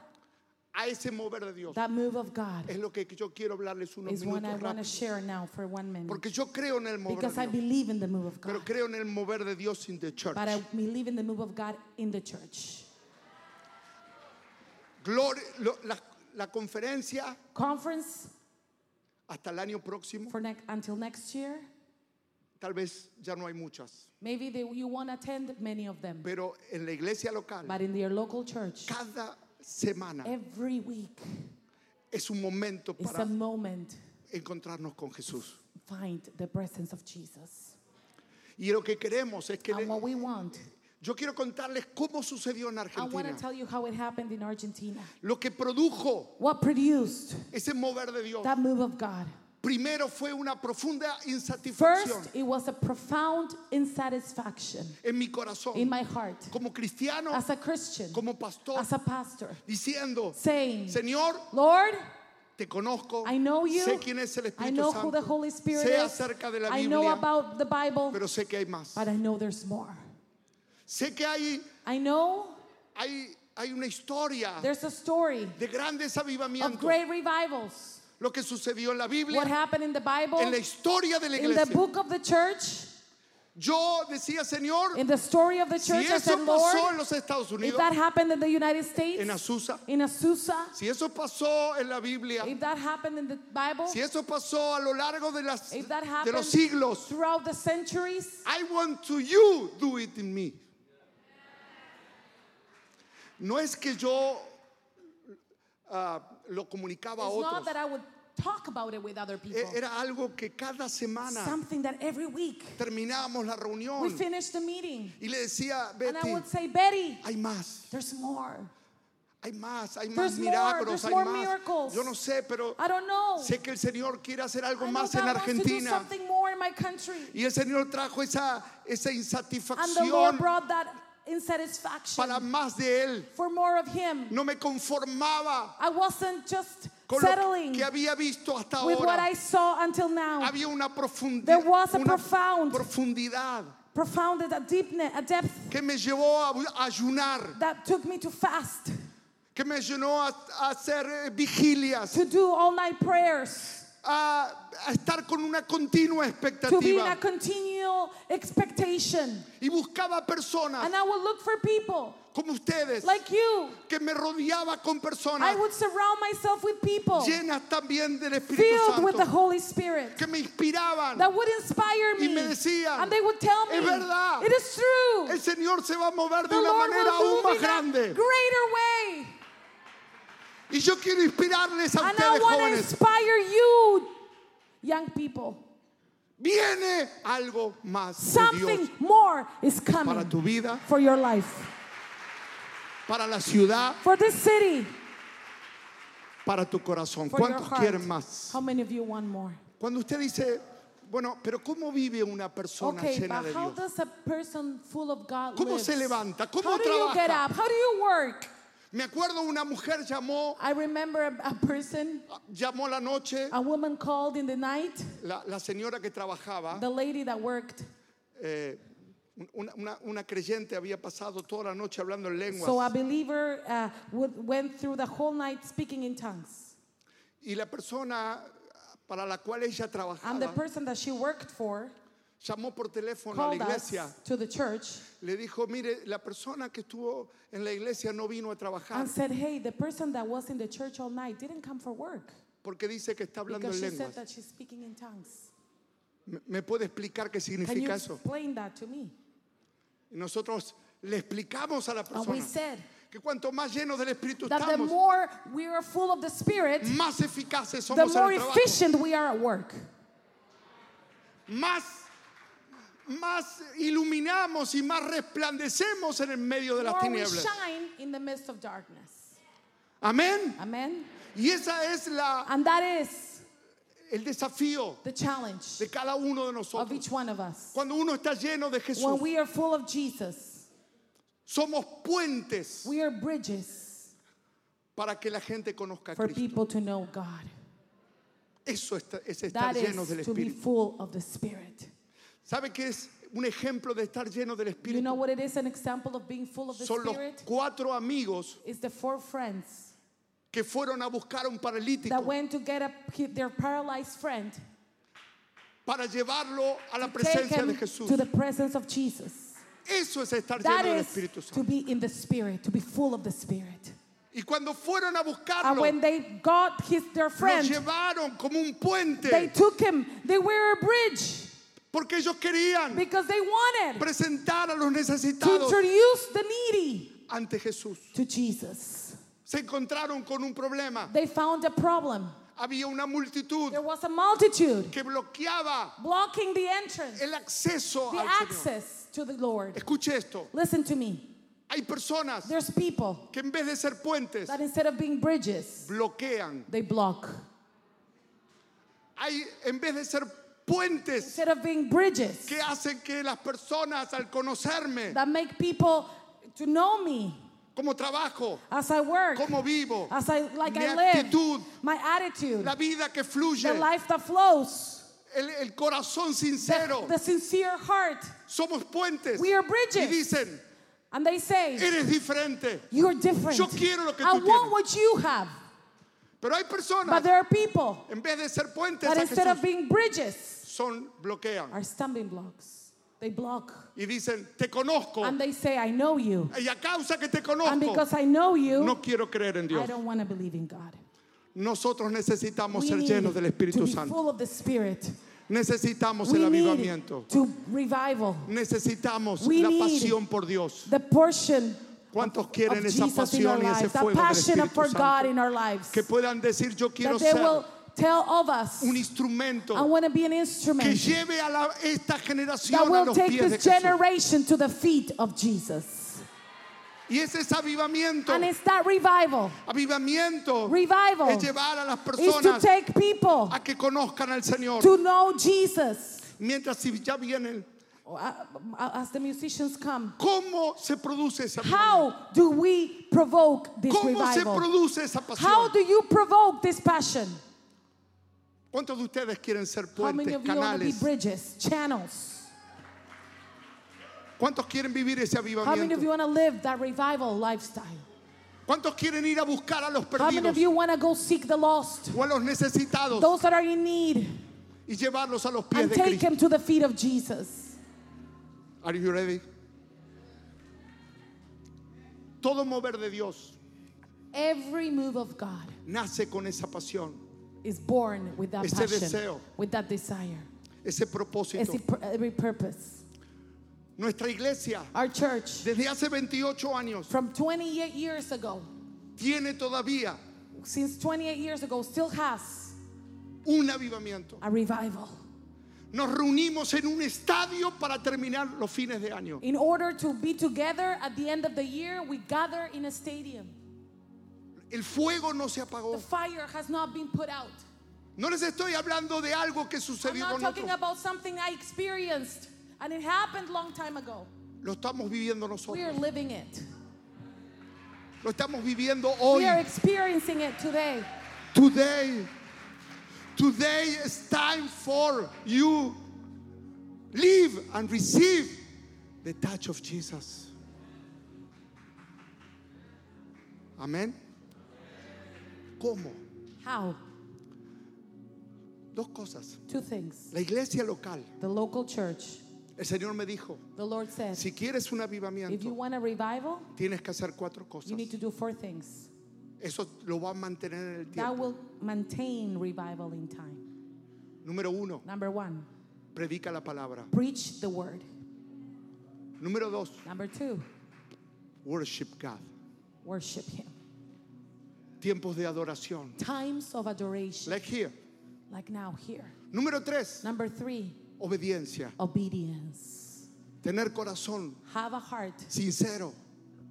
Speaker 3: a ese mover de Dios
Speaker 5: that move of God
Speaker 3: es lo que yo quiero hablarles unos
Speaker 5: is what I
Speaker 3: minutos
Speaker 5: want to
Speaker 3: rápido.
Speaker 5: share now for one minute.
Speaker 3: Porque yo creo en el mover
Speaker 5: Because I
Speaker 3: de Dios,
Speaker 5: believe in the move of God.
Speaker 3: pero creo en el mover de Dios in the church.
Speaker 5: But I believe in the move of God in the church.
Speaker 3: Gloria- lo- la, la conferencia
Speaker 5: Conference
Speaker 3: hasta el año próximo,
Speaker 5: for nec- until next year.
Speaker 3: tal vez ya no hay muchas,
Speaker 5: Maybe they, you won't attend many of them.
Speaker 3: pero en la iglesia local,
Speaker 5: But in your local church,
Speaker 3: cada semana
Speaker 5: every week
Speaker 3: es un momento
Speaker 5: is a
Speaker 3: para
Speaker 5: moment
Speaker 3: encontrarnos con Jesús.
Speaker 5: to find the presence of Jesus.
Speaker 3: Y lo que queremos es que... le-
Speaker 5: And what we want,
Speaker 3: yo quiero contarles cómo sucedió en
Speaker 5: I want to
Speaker 3: Argentina.
Speaker 5: tell you how it happened in Argentina.
Speaker 3: Lo que produjo
Speaker 5: What produced
Speaker 3: ese mover de Dios.
Speaker 5: that move of God?
Speaker 3: Primero fue una profunda insatisfacción
Speaker 5: First, it was a profound insatisfaction
Speaker 3: en mi corazón
Speaker 5: in my heart
Speaker 3: como cristiano,
Speaker 5: as a Christian,
Speaker 3: como pastor,
Speaker 5: as a pastor,
Speaker 3: diciendo,
Speaker 5: saying,
Speaker 3: Señor,
Speaker 5: Lord,
Speaker 3: te conozco,
Speaker 5: I know you.
Speaker 3: sé quién es el
Speaker 5: I
Speaker 3: Espíritu
Speaker 5: know who the
Speaker 3: Santo,
Speaker 5: Holy Spirit
Speaker 3: sé
Speaker 5: is.
Speaker 3: acerca de la
Speaker 5: I know
Speaker 3: Biblia,
Speaker 5: about the Bible,
Speaker 3: pero sé que hay más.
Speaker 5: but I know there's more.
Speaker 3: Sé que hay,
Speaker 5: I know
Speaker 3: hay, hay una historia
Speaker 5: there's a story
Speaker 3: de grandes
Speaker 5: of
Speaker 3: avivamientos,
Speaker 5: great revivals.
Speaker 3: lo que sucedió en la
Speaker 5: What
Speaker 3: Biblia,
Speaker 5: happened in the Bible,
Speaker 3: en la historia de la
Speaker 5: in the
Speaker 3: iglesia.
Speaker 5: book of the church,
Speaker 3: Yo decía, Señor,
Speaker 5: in the story of the
Speaker 3: si
Speaker 5: church, I
Speaker 3: eso
Speaker 5: said,
Speaker 3: pasó en
Speaker 5: Lord,
Speaker 3: los Estados
Speaker 5: if
Speaker 3: Unidos,
Speaker 5: that happened in the United States,
Speaker 3: en Azusa,
Speaker 5: in Azusa,
Speaker 3: si eso pasó en la Biblia,
Speaker 5: if that happened in the Bible,
Speaker 3: Si eso pasó a lo largo de, las,
Speaker 5: if that
Speaker 3: de
Speaker 5: happened
Speaker 3: los siglos,
Speaker 5: throughout the centuries,
Speaker 3: I want to you do it in me. No es que yo ah, lo comunicaba a
Speaker 5: it's not
Speaker 3: otros.
Speaker 5: that I would talk about it with other people.
Speaker 3: E- Era algo que cada semana
Speaker 5: Something that every week
Speaker 3: terminábamos la
Speaker 5: we
Speaker 3: reunión
Speaker 5: finish the meeting.
Speaker 3: y le decía,
Speaker 5: And I
Speaker 3: Betty,
Speaker 5: would say, Betty,
Speaker 3: hay más,
Speaker 5: there's more.
Speaker 3: hay más, hay
Speaker 5: There's
Speaker 3: más
Speaker 5: more,
Speaker 3: milagros,
Speaker 5: there's
Speaker 3: hay
Speaker 5: more
Speaker 3: más.
Speaker 5: miracles.
Speaker 3: Yo no sé, pero
Speaker 5: I don't know.
Speaker 3: sé que el Señor quiere hacer algo
Speaker 5: I know
Speaker 3: más en
Speaker 5: God wants to do
Speaker 3: Argentina.
Speaker 5: something more in my country.
Speaker 3: Y el Señor trajo esa, esa
Speaker 5: And the Lord
Speaker 3: insatisfacción
Speaker 5: brought that insatisfaction
Speaker 3: para más de Él.
Speaker 5: for more of Him.
Speaker 3: No me conformaba
Speaker 5: I wasn't just
Speaker 3: con
Speaker 5: settling
Speaker 3: lo que había visto hasta
Speaker 5: with what
Speaker 3: ahora.
Speaker 5: I saw until now.
Speaker 3: Había una profundidad,
Speaker 5: There was a profound-
Speaker 3: profundidad
Speaker 5: Profounded a deepness, a depth
Speaker 3: que me llevó a bu- a ayunar,
Speaker 5: that took me to fast,
Speaker 3: que me llenó a, a hacer eh, vigilias,
Speaker 5: to do all night prayers,
Speaker 3: a, a estar con una continua
Speaker 5: to be in a
Speaker 3: expectativa.
Speaker 5: continual expectation.
Speaker 3: Y buscaba personas
Speaker 5: And I would look for people
Speaker 3: como ustedes,
Speaker 5: like you.
Speaker 3: que me rodeaba con personas
Speaker 5: I would surround myself with people
Speaker 3: llenas también del Espíritu
Speaker 5: filled with the
Speaker 3: Santo,
Speaker 5: Holy Spirit.
Speaker 3: que me inspiraban.
Speaker 5: that would inspire
Speaker 3: Y
Speaker 5: me.
Speaker 3: me decían,
Speaker 5: and they would tell me,
Speaker 3: "Es verdad.
Speaker 5: it is true.
Speaker 3: El Señor se va a mover de
Speaker 5: the
Speaker 3: una
Speaker 5: Lord
Speaker 3: manera
Speaker 5: will
Speaker 3: aún
Speaker 5: move
Speaker 3: más
Speaker 5: in a
Speaker 3: grande.
Speaker 5: greater way.
Speaker 3: Y yo quiero inspirarles a
Speaker 5: And I
Speaker 3: ustedes,
Speaker 5: want to
Speaker 3: jóvenes.
Speaker 5: inspire you, young people.
Speaker 3: Viene algo más de
Speaker 5: Something
Speaker 3: Dios
Speaker 5: more is
Speaker 3: para
Speaker 5: coming
Speaker 3: tu vida,
Speaker 5: for your life,
Speaker 3: para la ciudad,
Speaker 5: for this city,
Speaker 3: para tu corazón.
Speaker 5: for your
Speaker 3: ¿Cuántos
Speaker 5: heart.
Speaker 3: quieren más?
Speaker 5: How many of you want more?
Speaker 3: Cuando usted dice, bueno, pero ¿cómo vive una persona
Speaker 5: Okay,
Speaker 3: llena
Speaker 5: but
Speaker 3: de
Speaker 5: how
Speaker 3: Dios?
Speaker 5: does a person full of God
Speaker 3: ¿Cómo
Speaker 5: live?
Speaker 3: se levanta? ¿Cómo
Speaker 5: how do you get
Speaker 3: trabaja?
Speaker 5: up? How do you work?
Speaker 3: Me acuerdo una mujer llamó,
Speaker 5: I remember a, a person,
Speaker 3: llamó la noche,
Speaker 5: a woman called in the night,
Speaker 3: la, la señora que trabajaba,
Speaker 5: the lady that worked
Speaker 3: eh, una, una- una creyente había pasado toda la noche hablando en
Speaker 5: So a
Speaker 3: lenguas.
Speaker 5: believer uh, would, went through the whole night speaking in tongues.
Speaker 3: Y la persona para la cual ella
Speaker 5: And the
Speaker 3: trabajaba
Speaker 5: person that she worked for
Speaker 3: llamó por teléfono a la
Speaker 5: called us
Speaker 3: iglesia.
Speaker 5: to the church
Speaker 3: Le dijo, mire, la persona que estuvo en la iglesia no vino a trabajar.
Speaker 5: and said, "Hey, the person that was in the church all night didn't come for work.
Speaker 3: porque dice que está hablando
Speaker 5: Because
Speaker 3: en
Speaker 5: she said
Speaker 3: lenguas.
Speaker 5: that she's speaking in tongues.
Speaker 3: ¿Me- ¿Me puede explicar qué
Speaker 5: Can you
Speaker 3: significa eso?
Speaker 5: explain that to me?
Speaker 3: Y nosotros le explicamos a la
Speaker 5: And we
Speaker 3: persona
Speaker 5: said
Speaker 3: que cuanto más llenos del Espíritu
Speaker 5: that the
Speaker 3: estamos,
Speaker 5: more we are full of the Spirit,
Speaker 3: más eficaces
Speaker 5: the
Speaker 3: somos en
Speaker 5: more
Speaker 3: el trabajo.
Speaker 5: efficient we are at work.
Speaker 3: Más, más iluminamos y más resplandecemos en el medio de las
Speaker 5: More we
Speaker 3: tinieblas.
Speaker 5: shine in the midst of darkness.
Speaker 3: Amén.
Speaker 5: Amen.
Speaker 3: Y esa es la,
Speaker 5: And that is
Speaker 3: el desafío
Speaker 5: the challenge
Speaker 3: de cada uno de
Speaker 5: of
Speaker 3: nosotros.
Speaker 5: each one of us.
Speaker 3: Cuando uno está lleno de Jesús,
Speaker 5: When we are full of Jesus,
Speaker 3: somos puentes
Speaker 5: we are bridges
Speaker 3: para que la gente conozca a
Speaker 5: for
Speaker 3: Cristo.
Speaker 5: people to know God.
Speaker 3: Eso está- es estar
Speaker 5: That
Speaker 3: llenos del
Speaker 5: is to be
Speaker 3: Espíritu.
Speaker 5: full of the Spirit.
Speaker 3: ¿Sabe qué es un ejemplo de estar lleno del
Speaker 5: You
Speaker 3: Espíritu?
Speaker 5: know what it is? An example of being full of the
Speaker 3: Son los
Speaker 5: Spirit
Speaker 3: cuatro amigos
Speaker 5: is the four friends
Speaker 3: que fueron a buscar a un paralítico
Speaker 5: that went to get up their paralyzed friend,
Speaker 3: para llevarlo a la
Speaker 5: take
Speaker 3: presencia de
Speaker 5: him
Speaker 3: Jesús.
Speaker 5: to the presence of Jesus.
Speaker 3: Eso es estar
Speaker 5: That
Speaker 3: lleno del
Speaker 5: is
Speaker 3: Espíritu
Speaker 5: to
Speaker 3: Santo.
Speaker 5: be in the Spirit, to be full of the Spirit.
Speaker 3: Y cuando fueron a
Speaker 5: And
Speaker 3: buscarlo,
Speaker 5: when they got his,
Speaker 3: lo
Speaker 5: their friend,
Speaker 3: llevaron como un
Speaker 5: they
Speaker 3: puente
Speaker 5: took him. They were a bridge
Speaker 3: porque ellos querían
Speaker 5: because they wanted
Speaker 3: presentar a los
Speaker 5: to
Speaker 3: necesitados
Speaker 5: introduce the needy
Speaker 3: ante Jesús.
Speaker 5: to Jesus.
Speaker 3: Se encontraron con un problema.
Speaker 5: They found a problem.
Speaker 3: Había una multitud
Speaker 5: There was a multitude
Speaker 3: que bloqueaba
Speaker 5: blocking the entrance,
Speaker 3: el acceso
Speaker 5: the
Speaker 3: al Señor.
Speaker 5: access to the Lord.
Speaker 3: Escuche esto.
Speaker 5: Listen to me.
Speaker 3: Hay personas
Speaker 5: There's people
Speaker 3: que en vez de ser puentes,
Speaker 5: that instead of being bridges,
Speaker 3: bloquean.
Speaker 5: they block.
Speaker 3: Hay en vez de ser puentes
Speaker 5: Instead of being bridges
Speaker 3: que hacen que las personas al conocerme,
Speaker 5: that make people to know me
Speaker 3: cómo trabajo,
Speaker 5: as I work,
Speaker 3: cómo vivo,
Speaker 5: as I like
Speaker 3: mi
Speaker 5: I live,
Speaker 3: actitud,
Speaker 5: my attitude,
Speaker 3: la vida que
Speaker 5: the
Speaker 3: fluye,
Speaker 5: life that flows,
Speaker 3: el, el corazón
Speaker 5: the,
Speaker 3: sincero.
Speaker 5: the sincere heart.
Speaker 3: Somos puentes.
Speaker 5: We are
Speaker 3: Y
Speaker 5: bridges.
Speaker 3: dicen,
Speaker 5: And they say,
Speaker 3: eres diferente.
Speaker 5: You're different.
Speaker 3: Yo quiero lo que
Speaker 5: I
Speaker 3: tú
Speaker 5: want
Speaker 3: tienes."
Speaker 5: what you have.
Speaker 3: Pero hay
Speaker 5: But
Speaker 3: personas,
Speaker 5: there are people
Speaker 3: en vez de ser puentes,
Speaker 5: that
Speaker 3: a
Speaker 5: instead of
Speaker 3: Jesús,
Speaker 5: being bridges
Speaker 3: son bloquean.
Speaker 5: are stumbling blocks. They block.
Speaker 3: Y dicen, te conozco.
Speaker 5: And they say, I know you.
Speaker 3: Y a causa que te
Speaker 5: And
Speaker 3: conozco,
Speaker 5: because I know you,
Speaker 3: no quiero creer en
Speaker 5: I
Speaker 3: Dios.
Speaker 5: don't want to believe in God.
Speaker 3: Nosotros necesitamos
Speaker 5: We
Speaker 3: ser
Speaker 5: need
Speaker 3: llenos del
Speaker 5: to
Speaker 3: Espíritu
Speaker 5: be
Speaker 3: Santo.
Speaker 5: full of the Spirit.
Speaker 3: Necesitamos
Speaker 5: We
Speaker 3: el
Speaker 5: need
Speaker 3: avivamiento.
Speaker 5: to revival.
Speaker 3: Necesitamos
Speaker 5: We
Speaker 3: la
Speaker 5: need
Speaker 3: pasión por Dios.
Speaker 5: The portion
Speaker 3: ¿Cuántos
Speaker 5: of
Speaker 3: quieren esa
Speaker 5: Jesus in our
Speaker 3: pasión y ese
Speaker 5: lives,
Speaker 3: fuego del
Speaker 5: that passion
Speaker 3: Espíritu
Speaker 5: for God
Speaker 3: Santo?
Speaker 5: in our lives,
Speaker 3: Que puedan decir yo quiero
Speaker 5: that they
Speaker 3: ser
Speaker 5: will tell of us,
Speaker 3: un
Speaker 5: I
Speaker 3: instrumento
Speaker 5: want to be an
Speaker 3: que
Speaker 5: instrument
Speaker 3: lleve a la- esta
Speaker 5: that
Speaker 3: generación a
Speaker 5: will
Speaker 3: los
Speaker 5: take
Speaker 3: pies de
Speaker 5: this
Speaker 3: Jesús.
Speaker 5: generation to the feet of Jesus.
Speaker 3: Y ese es avivamiento.
Speaker 5: And it's that revival
Speaker 3: Avivamiento
Speaker 5: Revival
Speaker 3: es llevar a las
Speaker 5: is to
Speaker 3: personas
Speaker 5: take people
Speaker 3: a que conozcan al Señor.
Speaker 5: to know Jesus.
Speaker 3: Mientras si ya vienen,
Speaker 5: Oh, uh, uh, As the musicians come,
Speaker 3: ¿cómo se produce esa pasión?
Speaker 5: how do we provoke this
Speaker 3: ¿Cómo se
Speaker 5: revival?
Speaker 3: produce esa
Speaker 5: How
Speaker 3: pasión?
Speaker 5: do you provoke this passion?
Speaker 3: ¿Cuántos de ustedes quieren ser
Speaker 5: How many
Speaker 3: puentes,
Speaker 5: of you want to be
Speaker 3: canales?
Speaker 5: bridges, channels?
Speaker 3: ¿Cuántos quieren vivir ese
Speaker 5: How many of
Speaker 3: avivamiento?
Speaker 5: you want to live that revival lifestyle?
Speaker 3: ¿Cuántos quieren ir a buscar a los
Speaker 5: How many
Speaker 3: perdidos
Speaker 5: of you want to go seek the lost,
Speaker 3: o a los necesitados
Speaker 5: those that are in need,
Speaker 3: y llevarlos a los pies
Speaker 5: and
Speaker 3: de
Speaker 5: take
Speaker 3: Cristo?
Speaker 5: them to the feet of Jesus?
Speaker 3: Are you ready? Todo mover de Dios
Speaker 5: Every move of God
Speaker 3: nace con esa pasión,
Speaker 5: is born with that
Speaker 3: Ese
Speaker 5: passion,
Speaker 3: deseo.
Speaker 5: with that desire,
Speaker 3: ese
Speaker 5: ese
Speaker 3: propósito.
Speaker 5: pr- every purpose.
Speaker 3: Nuestra iglesia
Speaker 5: Our church,
Speaker 3: desde hace 28 años
Speaker 5: from 28 years ago,
Speaker 3: tiene todavía
Speaker 5: since 28 years ago, still has
Speaker 3: un avivamiento.
Speaker 5: a revival
Speaker 3: Nos reunimos en un estadio para terminar los fines de año.
Speaker 5: in order to be together at the end of the year we gather in a stadium
Speaker 3: El fuego no se
Speaker 5: the
Speaker 3: apagó.
Speaker 5: fire has not been put out
Speaker 3: No les estoy hablando de algo que
Speaker 5: I'm
Speaker 3: sucedió
Speaker 5: not
Speaker 3: con
Speaker 5: talking
Speaker 3: nosotros.
Speaker 5: about something I experienced and it happened long time ago.
Speaker 3: Lo estamos viviendo
Speaker 5: We are
Speaker 3: nosotros.
Speaker 5: living it.
Speaker 3: Lo estamos viviendo hoy.
Speaker 5: We are experiencing it today.
Speaker 3: Today. Today is time for you live and receive the touch of Jesus. Amén. ¿Cómo?
Speaker 5: How?
Speaker 3: Dos cosas.
Speaker 5: Two things.
Speaker 3: La iglesia local.
Speaker 5: The local church,
Speaker 3: El Señor me dijo,
Speaker 5: the Lord said,
Speaker 3: si quieres un
Speaker 5: if you
Speaker 3: avivamiento,
Speaker 5: want a revival,
Speaker 3: tienes que hacer cuatro
Speaker 5: you
Speaker 3: cosas.
Speaker 5: need to do four things.
Speaker 3: Eso lo va a mantener en el
Speaker 5: that
Speaker 3: tiempo.
Speaker 5: will maintain revival in time.
Speaker 3: Número uno,
Speaker 5: Number one,
Speaker 3: predica la palabra.
Speaker 5: preach the word.
Speaker 3: Número dos,
Speaker 5: Number two,
Speaker 3: worship God.
Speaker 5: worship Him.
Speaker 3: Tiempos de adoración.
Speaker 5: Times of adoration,
Speaker 3: Like here.
Speaker 5: like now here.
Speaker 3: Número tres,
Speaker 5: Number three,
Speaker 3: obediencia.
Speaker 5: obedience.
Speaker 3: Tener corazón
Speaker 5: Have a heart,
Speaker 3: sincero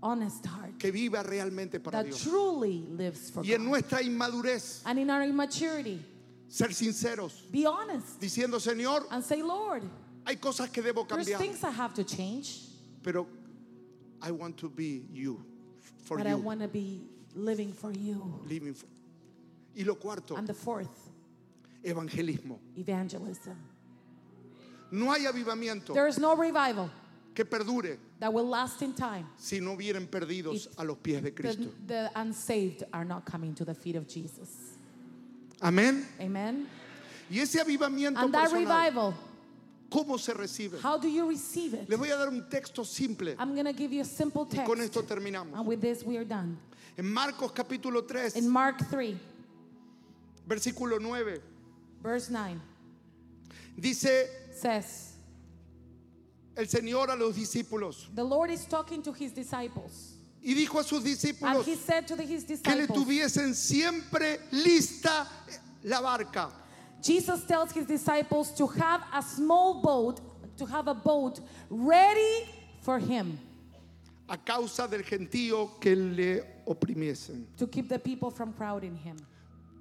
Speaker 5: honest heart,
Speaker 3: que viva realmente para
Speaker 5: that
Speaker 3: Dios.
Speaker 5: truly lives for
Speaker 3: Y en
Speaker 5: God.
Speaker 3: nuestra inmadurez,
Speaker 5: And in our immaturity,
Speaker 3: ser sinceros,
Speaker 5: be honest
Speaker 3: diciendo, Señor,
Speaker 5: and say, Lord,
Speaker 3: hay cosas que debo
Speaker 5: there's
Speaker 3: cambiar,
Speaker 5: things I have to change,
Speaker 3: pero I want to be you, for
Speaker 5: but I
Speaker 3: you,
Speaker 5: want to be living for you.
Speaker 3: living for. Y lo cuarto,
Speaker 5: And the fourth,
Speaker 3: evangelismo.
Speaker 5: evangelism.
Speaker 3: No hay avivamiento
Speaker 5: There is no revival
Speaker 3: que perdure
Speaker 5: that will last in time.
Speaker 3: si no vienen perdidos
Speaker 5: If
Speaker 3: a los pies de
Speaker 5: The,
Speaker 3: Cristo.
Speaker 5: the unsaved are not coming to the feet of Jesus.
Speaker 3: Amén.
Speaker 5: Amen.
Speaker 3: Y ese avivamiento
Speaker 5: And that
Speaker 3: personal,
Speaker 5: revival,
Speaker 3: ¿cómo se recibe?
Speaker 5: how do you receive it?
Speaker 3: Les voy a dar un texto simple.
Speaker 5: I'm going to give you a simple
Speaker 3: Y con
Speaker 5: text.
Speaker 3: esto terminamos.
Speaker 5: And with this, we are done.
Speaker 3: En Marcos capítulo 3,
Speaker 5: In Mark 3,
Speaker 3: versículo 9,
Speaker 5: verse 9,
Speaker 3: dice
Speaker 5: says,
Speaker 3: el Señor a los discípulos.
Speaker 5: The Lord is talking to his disciples.
Speaker 3: Y dijo a sus
Speaker 5: And
Speaker 3: discípulos
Speaker 5: he said to the- his
Speaker 3: que le
Speaker 5: disciples,
Speaker 3: tuviesen siempre lista la barca
Speaker 5: Jesus tells his disciples to have a small boat, to have a boat ready for him
Speaker 3: a causa del gentío que le oprimiesen.
Speaker 5: to keep the people from crowding him.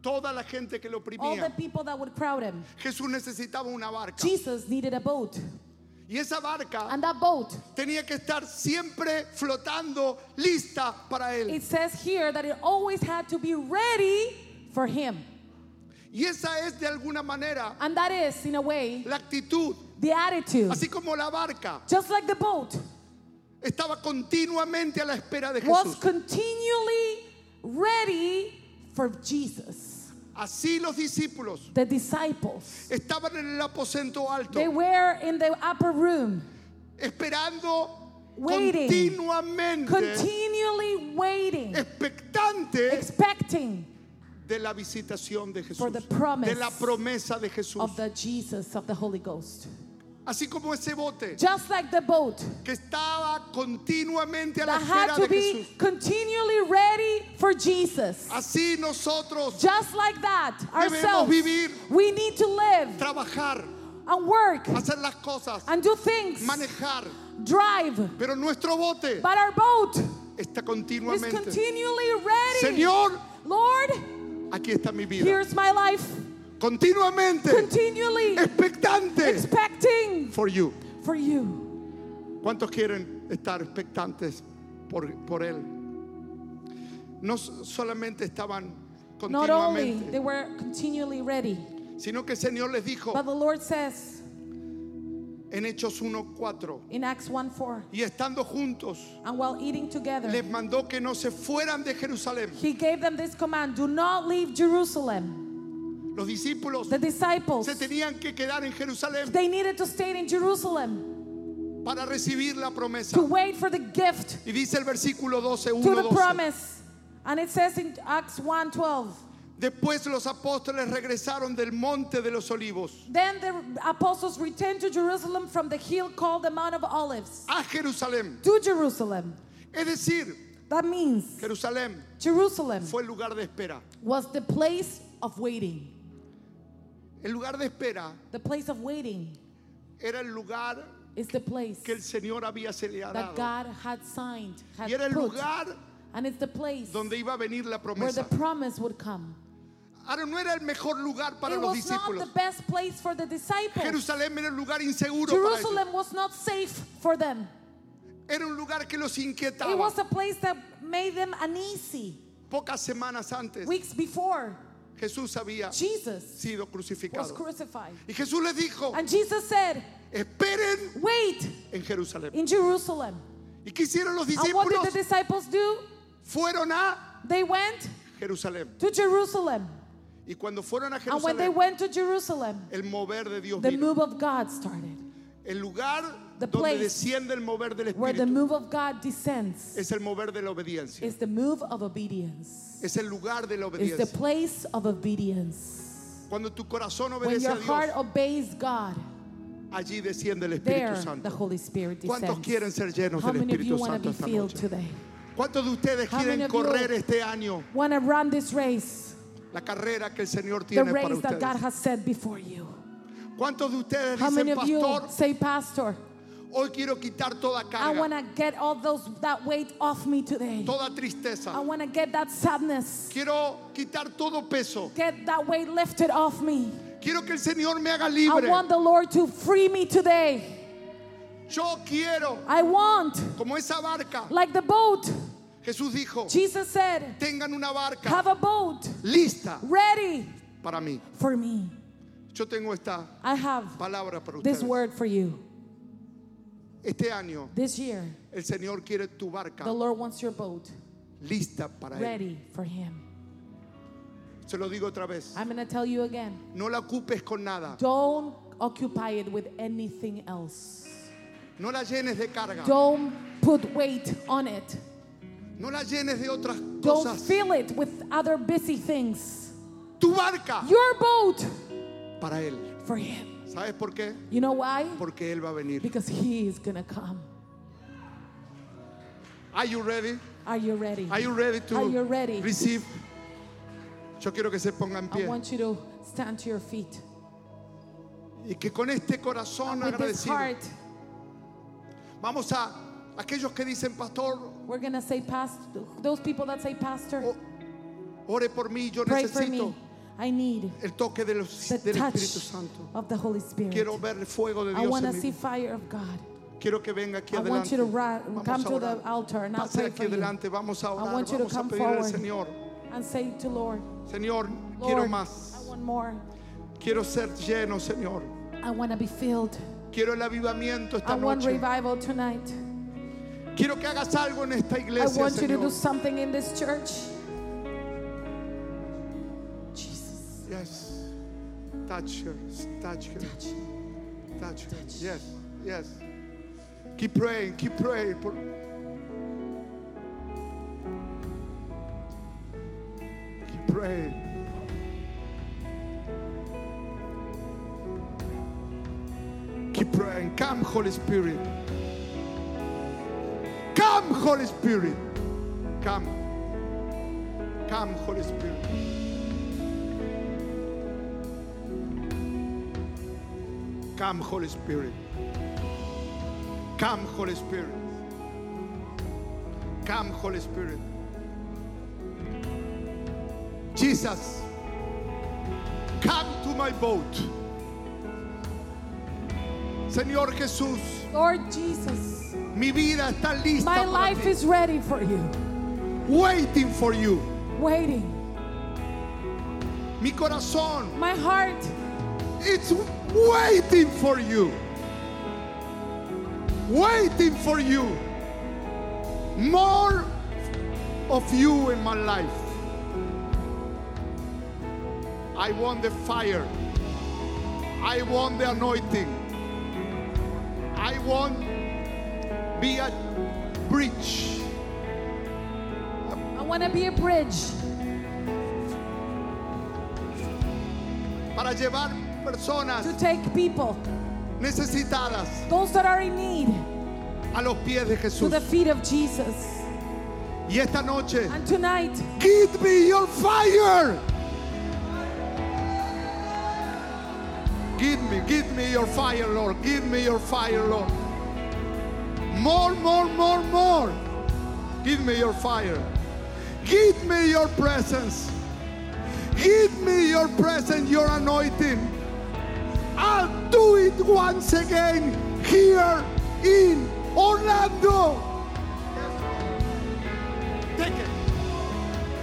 Speaker 3: Toda la gente que le
Speaker 5: All the
Speaker 3: oprimía.
Speaker 5: people that would crowd him.
Speaker 3: Jesús necesitaba una barca.
Speaker 5: Jesus needed a boat.
Speaker 3: Y esa barca
Speaker 5: And that boat,
Speaker 3: tenía que estar siempre flotando, lista para él.
Speaker 5: it says here that it always had to be ready for him.
Speaker 3: Y esa es de alguna manera
Speaker 5: And that is, in a way,
Speaker 3: la actitud.
Speaker 5: the attitude.
Speaker 3: Así como la barca
Speaker 5: Just like the boat
Speaker 3: estaba continuamente a la espera de
Speaker 5: was
Speaker 3: Jesús.
Speaker 5: continually ready for Jesus.
Speaker 3: Así los discípulos
Speaker 5: The disciples,
Speaker 3: estaban en el aposento alto.
Speaker 5: they were in the upper room,
Speaker 3: esperando
Speaker 5: Waiting.
Speaker 3: continuamente,
Speaker 5: continually waiting,
Speaker 3: expectante
Speaker 5: expecting
Speaker 3: de la visitación de Jesús,
Speaker 5: For the promise
Speaker 3: de la promesa de Jesús.
Speaker 5: of the Jesus of the Holy Ghost.
Speaker 3: Así como ese bote
Speaker 5: Just like the boat
Speaker 3: que estaba continuamente a la
Speaker 5: that had
Speaker 3: espera
Speaker 5: to
Speaker 3: de
Speaker 5: be
Speaker 3: Jesús.
Speaker 5: continually ready for Jesus.
Speaker 3: Así nosotros
Speaker 5: Just like that,
Speaker 3: Debemos
Speaker 5: ourselves,
Speaker 3: vivir.
Speaker 5: we need to live
Speaker 3: trabajar,
Speaker 5: and work
Speaker 3: hacer las cosas,
Speaker 5: and do things,
Speaker 3: manejar,
Speaker 5: drive.
Speaker 3: pero nuestro bote
Speaker 5: But our boat
Speaker 3: está
Speaker 5: is
Speaker 3: continuamente.
Speaker 5: continually ready.
Speaker 3: Señor,
Speaker 5: Lord,
Speaker 3: aquí está mi vida.
Speaker 5: here's my life.
Speaker 3: Continuamente
Speaker 5: Continually
Speaker 3: expectante
Speaker 5: expecting
Speaker 3: for you.
Speaker 5: for you.
Speaker 3: ¿Cuántos quieren estar expectantes por, por Él? No s- solamente estaban
Speaker 5: Not only they
Speaker 3: continuamente,
Speaker 5: were continually ready,
Speaker 3: sino que el Señor les dijo
Speaker 5: but the Lord says
Speaker 3: en Hechos 1.4,
Speaker 5: in Acts 1 4,
Speaker 3: y estando juntos,
Speaker 5: and while eating together,
Speaker 3: les mandó que no se fueran de Jerusalén.
Speaker 5: he gave them this command do not leave Jerusalem.
Speaker 3: Los discípulos
Speaker 5: The disciples,
Speaker 3: se tenían que quedar en Jerusalén
Speaker 5: they needed to stay in Jerusalem
Speaker 3: para recibir la promesa.
Speaker 5: to wait for the gift,
Speaker 3: Y dice el versículo 12,
Speaker 5: to the
Speaker 3: 1.12,
Speaker 5: promise. And it says in Acts 1 12,
Speaker 3: después los apóstoles regresaron del monte de los olivos
Speaker 5: Then the apostles returned to Jerusalem from the hill called the Mount of Olives
Speaker 3: a Jerusalén.
Speaker 5: to Jerusalem.
Speaker 3: Es decir,
Speaker 5: That means
Speaker 3: Jerusalén
Speaker 5: Jerusalem
Speaker 3: fue el lugar de espera.
Speaker 5: was the place of waiting.
Speaker 3: El lugar de espera
Speaker 5: The place of waiting
Speaker 3: era el lugar
Speaker 5: is the place
Speaker 3: que el Señor había
Speaker 5: that
Speaker 3: señalado.
Speaker 5: God had signed, had
Speaker 3: Y era el
Speaker 5: put,
Speaker 3: lugar
Speaker 5: and it's the place
Speaker 3: donde iba a venir la
Speaker 5: where the
Speaker 3: promesa.
Speaker 5: promise would come.
Speaker 3: Ahora no era el mejor lugar para
Speaker 5: it
Speaker 3: los
Speaker 5: was not the
Speaker 3: discípulos.
Speaker 5: best place for the disciples.
Speaker 3: Jerusalén era un lugar inseguro para ellos.
Speaker 5: Jerusalem was not safe for them.
Speaker 3: Era un lugar que los
Speaker 5: It
Speaker 3: inquietaba.
Speaker 5: was a place that made them uneasy.
Speaker 3: Pocas semanas antes
Speaker 5: Weeks before,
Speaker 3: Jesús había
Speaker 5: Jesus
Speaker 3: sido
Speaker 5: was
Speaker 3: crucificado.
Speaker 5: crucified.
Speaker 3: Y Jesús les dijo,
Speaker 5: And Jesus said,
Speaker 3: esperen
Speaker 5: Wait
Speaker 3: en Jerusalén.
Speaker 5: in Jerusalem.
Speaker 3: ¿Y qué hicieron los
Speaker 5: And what did
Speaker 3: discípulos?
Speaker 5: the disciples do?
Speaker 3: Fueron a
Speaker 5: They went
Speaker 3: Jerusalén.
Speaker 5: to Jerusalem.
Speaker 3: Y cuando fueron a
Speaker 5: And when they
Speaker 3: Jerusalén,
Speaker 5: went to Jerusalem,
Speaker 3: el mover de Dios
Speaker 5: the
Speaker 3: vino.
Speaker 5: move of God started.
Speaker 3: El lugar
Speaker 5: the
Speaker 3: donde
Speaker 5: place
Speaker 3: desciende el mover del
Speaker 5: where the
Speaker 3: Espíritu
Speaker 5: move of God descends
Speaker 3: es el mover de la obediencia.
Speaker 5: is the move of obedience.
Speaker 3: Es el lugar de la
Speaker 5: Is the
Speaker 3: obediencia.
Speaker 5: place of obedience.
Speaker 3: Cuando tu corazón
Speaker 5: When
Speaker 3: obedece a
Speaker 5: your heart
Speaker 3: Dios,
Speaker 5: obeys God,
Speaker 3: allí desciende el
Speaker 5: there
Speaker 3: Espíritu
Speaker 5: the
Speaker 3: Santo.
Speaker 5: Holy Spirit
Speaker 3: ¿Cuántos quieren
Speaker 5: descends.
Speaker 3: ser llenos
Speaker 5: How
Speaker 3: del
Speaker 5: many of you
Speaker 3: Espíritu
Speaker 5: want
Speaker 3: Santo
Speaker 5: to be
Speaker 3: esta
Speaker 5: filled
Speaker 3: noche?
Speaker 5: today?
Speaker 3: ¿Cuántos de ustedes
Speaker 5: How many
Speaker 3: quieren
Speaker 5: of you-
Speaker 3: correr este año
Speaker 5: Want to run this race,
Speaker 3: la carrera que el Señor
Speaker 5: the
Speaker 3: tiene para
Speaker 5: race that God
Speaker 3: ustedes?
Speaker 5: has set before you?
Speaker 3: ¿Cuántos de ustedes
Speaker 5: How many
Speaker 3: dicen,
Speaker 5: of you
Speaker 3: pastor,
Speaker 5: say, Pastor,
Speaker 3: hoy quiero quitar toda
Speaker 5: I want
Speaker 3: carga,
Speaker 5: to get all those that weight off me today.
Speaker 3: toda
Speaker 5: I
Speaker 3: tristeza?
Speaker 5: want to get that sadness,
Speaker 3: Quiero quitar todo peso.
Speaker 5: get that weight lifted off me.
Speaker 3: Quiero que el Señor me haga
Speaker 5: I
Speaker 3: libre.
Speaker 5: want the Lord to free me today.
Speaker 3: Yo quiero,
Speaker 5: I want,
Speaker 3: como esa barca,
Speaker 5: like the boat,
Speaker 3: Jesús dijo,
Speaker 5: Jesus said,
Speaker 3: tengan una barca
Speaker 5: have a boat
Speaker 3: lista
Speaker 5: ready
Speaker 3: para mí.
Speaker 5: for me.
Speaker 3: Yo tengo esta
Speaker 5: I have
Speaker 3: palabra para ustedes.
Speaker 5: this word for you.
Speaker 3: Este año
Speaker 5: This year,
Speaker 3: el Señor quiere tu barca
Speaker 5: the Lord wants your boat
Speaker 3: lista para Él.
Speaker 5: ready for Him.
Speaker 3: Se lo digo otra vez.
Speaker 5: I'm going to tell you again
Speaker 3: No la ocupes con nada.
Speaker 5: don't occupy it with anything else,
Speaker 3: No la llenes de carga.
Speaker 5: don't put weight on it,
Speaker 3: No la llenes de otras
Speaker 5: don't
Speaker 3: cosas.
Speaker 5: fill it with other busy things.
Speaker 3: Tu barca
Speaker 5: Your boat
Speaker 3: para Él.
Speaker 5: for Him.
Speaker 3: ¿Sabes por qué?
Speaker 5: You know why?
Speaker 3: Porque Él va a venir.
Speaker 5: Because He is going to come.
Speaker 3: Are you ready?
Speaker 5: Are you ready?
Speaker 3: Are you ready to
Speaker 5: Are you ready?
Speaker 3: receive? Yo quiero que se ponga en
Speaker 5: I
Speaker 3: pie
Speaker 5: want you to stand to your feet.
Speaker 3: y que con este corazón
Speaker 5: With this
Speaker 3: Oh, agradecido
Speaker 5: heart,
Speaker 3: vamos a aquellos que dicen, pastor,
Speaker 5: we're going to say, past those people that say, Pastor,
Speaker 3: o- ore por mí, yo
Speaker 5: pray for me.
Speaker 3: Oh, necesito
Speaker 5: I need
Speaker 3: el toque de los-
Speaker 5: the
Speaker 3: del
Speaker 5: touch
Speaker 3: Espíritu Santo.
Speaker 5: of the Holy Spirit.
Speaker 3: Quiero ver el fuego de
Speaker 5: I
Speaker 3: Dios
Speaker 5: want to
Speaker 3: en
Speaker 5: see
Speaker 3: mí.
Speaker 5: fire of God.
Speaker 3: Quiero que venga aquí
Speaker 5: I want
Speaker 3: adelante.
Speaker 5: you to ri-
Speaker 3: Vamos
Speaker 5: come
Speaker 3: a
Speaker 5: to
Speaker 3: orar.
Speaker 5: the altar and I'll
Speaker 3: Pase
Speaker 5: pray
Speaker 3: aquí
Speaker 5: for you.
Speaker 3: adelante, vamos a orar,
Speaker 5: want you to
Speaker 3: vamos a
Speaker 5: come
Speaker 3: pedir al
Speaker 5: forward.
Speaker 3: Señor.
Speaker 5: And say to Lord,
Speaker 3: Señor, quiero
Speaker 5: Lord, I
Speaker 3: más.
Speaker 5: want more.
Speaker 3: Quiero ser lleno, Señor.
Speaker 5: I want to be filled.
Speaker 3: Quiero el avivamiento
Speaker 5: I
Speaker 3: esta
Speaker 5: want
Speaker 3: noche.
Speaker 5: revival tonight.
Speaker 3: Quiero que hagas algo en esta
Speaker 5: I
Speaker 3: iglesia,
Speaker 5: want you to do
Speaker 3: Señor.
Speaker 5: something in this church. Jesus,
Speaker 3: Yes. Touch her. Touch her. Touch her. Yes. Yes. Keep praying. Keep praying. Por- Keep praying. Keep praying. Come, Holy Spirit. Come, Holy Spirit. Come. Come, Holy Spirit. Come, Holy Spirit. Come, Holy Spirit. Come, Holy Spirit. Jesus, come to my boat. Señor Jesús,
Speaker 5: Lord Jesus,
Speaker 3: mi vida está lista
Speaker 5: my
Speaker 3: para
Speaker 5: life
Speaker 3: ti.
Speaker 5: is ready for you,
Speaker 3: waiting for you.
Speaker 5: waiting.
Speaker 3: Mi corazón,
Speaker 5: My heart
Speaker 3: it's waiting for you. Waiting for you. More of you in my life. I want the fire. I want the anointing. I want be a bridge.
Speaker 5: I want to be a bridge
Speaker 3: para llevar personas
Speaker 5: to take people,
Speaker 3: necesitadas
Speaker 5: those that are in need,
Speaker 3: a los pies de
Speaker 5: to
Speaker 3: Jesús.
Speaker 5: the feet of Jesus.
Speaker 3: Y esta noche,
Speaker 5: And tonight,
Speaker 3: give me your fire. Give me, give me your fire, Lord. Give me your fire, Lord. More, more, more, more. Give me your fire. Give me your presence. Give me your presence, your anointing. I'll do it once again here in Orlando. Take it.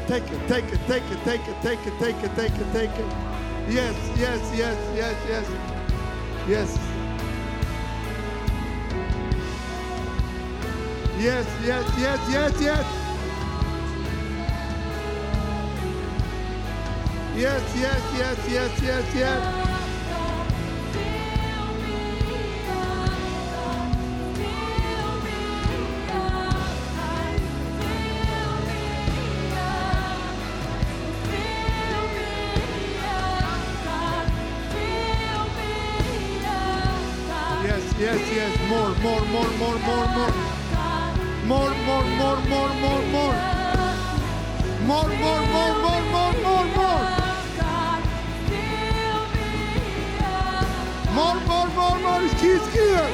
Speaker 3: Take it, take it, take it, take it, take it, take it, take it, take it. Yes, yes, yes, yes, yes. Yes. Yes, yes, yes, yes, yes. Yes, yes, yes, yes, yes, yes. more, more, more, more, more, more. More, more, more, more, more, more. More, more, more, more, more, more, more. More, more, more, more. He's here.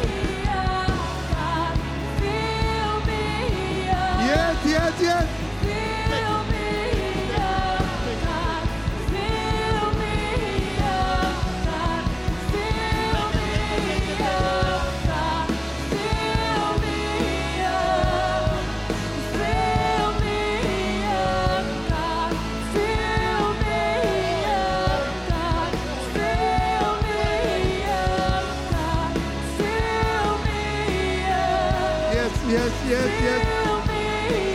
Speaker 3: Yes, yes, yes. Yes, yes, yes, yes.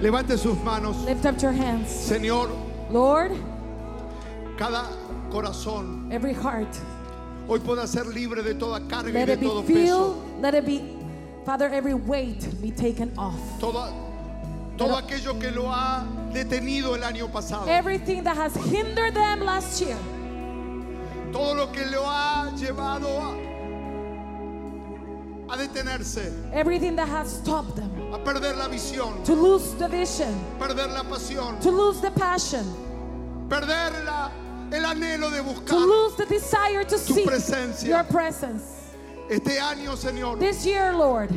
Speaker 3: Levante sus manos.
Speaker 5: Lift up your hands.
Speaker 3: Señor,
Speaker 5: Lord,
Speaker 3: cada corazón
Speaker 5: every heart,
Speaker 3: hoy pueda ser libre de toda carga y
Speaker 5: let
Speaker 3: de
Speaker 5: it be
Speaker 3: todo peso.
Speaker 5: filled, let it be, Father, every weight be taken off.
Speaker 3: Toda- todo aquello que lo ha detenido el año pasado.
Speaker 5: Everything that has hindered them last year,
Speaker 3: Todo lo que lo ha llevado a, a detenerse,
Speaker 5: everything that has stopped them,
Speaker 3: a perder la visión,
Speaker 5: to lose the vision,
Speaker 3: perder la pasión,
Speaker 5: to lose the passion,
Speaker 3: perder la- el anhelo de
Speaker 5: to
Speaker 3: buscar.
Speaker 5: lose the desire to
Speaker 3: Tu
Speaker 5: see
Speaker 3: presencia.
Speaker 5: your presence.
Speaker 3: Este año, Señor,
Speaker 5: This year, Lord,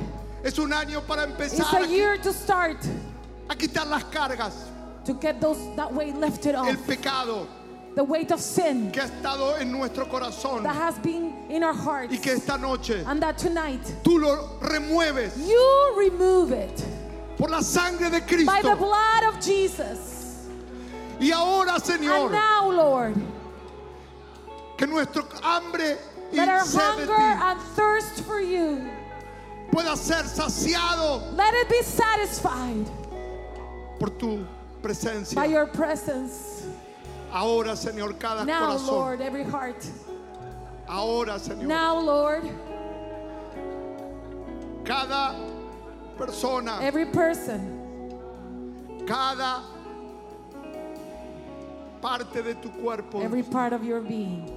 Speaker 3: es un año para
Speaker 5: it's
Speaker 3: empezar
Speaker 5: a
Speaker 3: a,
Speaker 5: year to start
Speaker 3: a quitar las cargas,
Speaker 5: to get those that weight lifted off,
Speaker 3: el pecado
Speaker 5: the weight of sin
Speaker 3: que ha estado en nuestro corazón
Speaker 5: that has been in our hearts,
Speaker 3: y que esta noche
Speaker 5: and that tonight
Speaker 3: tú lo remueves
Speaker 5: you remove it
Speaker 3: por la sangre de
Speaker 5: by the
Speaker 3: Cristo.
Speaker 5: blood of Jesus.
Speaker 3: Y ahora,
Speaker 5: And
Speaker 3: Señor,
Speaker 5: now, Lord,
Speaker 3: que nuestro hambre y
Speaker 5: let our
Speaker 3: sed de
Speaker 5: hunger ah.
Speaker 3: ti
Speaker 5: and thirst for you
Speaker 3: pueda ser saciado
Speaker 5: let it be satisfied
Speaker 3: por tu
Speaker 5: by
Speaker 3: presencia.
Speaker 5: your presence.
Speaker 3: Ahora, Señor, cada
Speaker 5: Now,
Speaker 3: corazón.
Speaker 5: Lord, every heart.
Speaker 3: Ahora, Señor,
Speaker 5: Now, Lord,
Speaker 3: cada persona,
Speaker 5: every person, Em.
Speaker 3: cada parte de tu cuerpo
Speaker 5: every part of your being.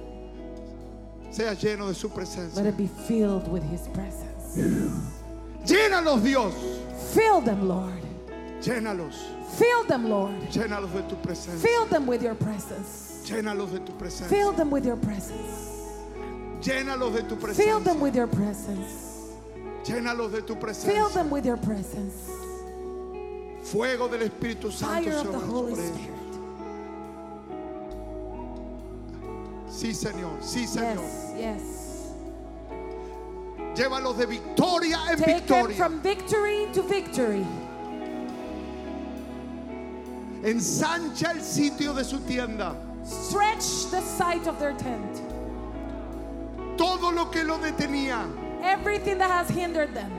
Speaker 3: sea lleno de su
Speaker 5: Let
Speaker 3: presencia.
Speaker 5: it be filled with His presence.
Speaker 3: Llénalos, Dios.
Speaker 5: Fill them, Lord.
Speaker 3: Llénalos.
Speaker 5: Fill them, Lord.
Speaker 3: Llénalos de tu presencia.
Speaker 5: Fill them with your presence.
Speaker 3: Llénalos de tu presencia.
Speaker 5: Fill them with your presence.
Speaker 3: Llénalos de tu
Speaker 5: Fill
Speaker 3: presencia.
Speaker 5: them with your presence.
Speaker 3: Llénalos de tu
Speaker 5: Fill
Speaker 3: presencia.
Speaker 5: them with your presence.
Speaker 3: Fuego del Espíritu Santo
Speaker 5: Fire of
Speaker 3: sobre
Speaker 5: the Holy
Speaker 3: sobre ellos.
Speaker 5: Spirit.
Speaker 3: Sí, Señor. Sí, Señor.
Speaker 5: Yes, yes.
Speaker 3: Llévalos de victoria en
Speaker 5: Take them
Speaker 3: victoria.
Speaker 5: from victory to victory.
Speaker 3: Ensancha el sitio de su tienda.
Speaker 5: Stretch the site of their tent.
Speaker 3: Todo lo que lo detenía,
Speaker 5: Everything that has hindered them.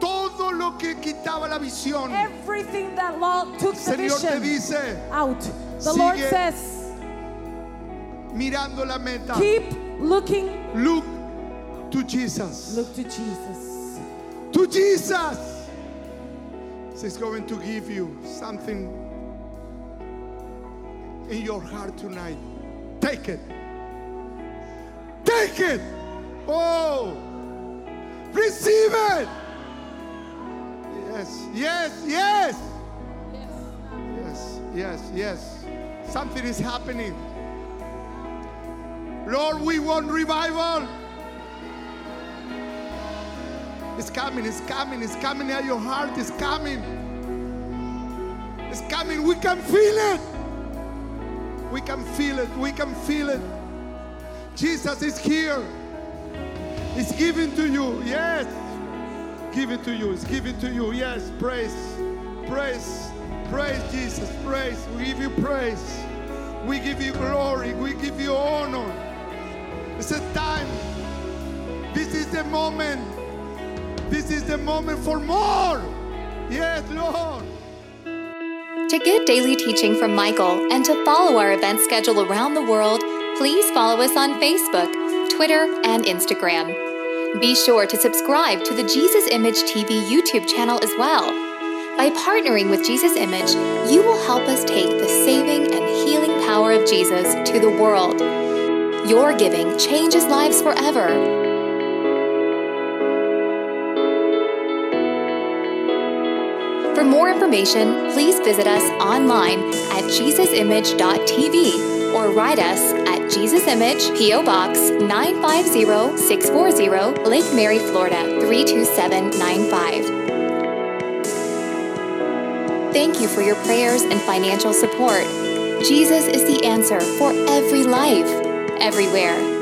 Speaker 3: todo lo que quitaba la visión.
Speaker 5: Everything that law took the
Speaker 3: Señor te
Speaker 5: vision
Speaker 3: dice,
Speaker 5: out. The Lord
Speaker 3: Sigue.
Speaker 5: says,
Speaker 3: mirando la meta,
Speaker 5: keep looking.
Speaker 3: look to Jesus.
Speaker 5: Look to Jesus.
Speaker 3: To Jesus. He's going to give you something in your heart tonight. Take it. Take it. Oh, receive it. Yes, yes, yes. Yes, yes, yes. Something is happening. Lord, we want revival. It's coming, it's coming, it's coming at your heart, it's coming. It's coming, we can feel it. We can feel it, we can feel it. Jesus is here. It's given to you, yes. Give it to you, it's given to you, yes. Praise, praise, praise Jesus, praise. We give you praise. We give you glory, we give you honor. It's a time. This is the moment. This is the moment for more. Yes, Lord.
Speaker 7: To get daily teaching from Michael and to follow our event schedule around the world, please follow us on Facebook, Twitter, and Instagram. Be sure to subscribe to the Jesus Image TV YouTube channel as well. By partnering with Jesus Image, you will help us take the saving and healing power of Jesus to the world. Your giving changes lives forever. For more information, please visit us online at jesusimage.tv or write us at Jesus Image, P.O. Box 950640, Lake Mary, Florida 32795. Thank you for your prayers and financial support. Jesus is the answer for every life, everywhere.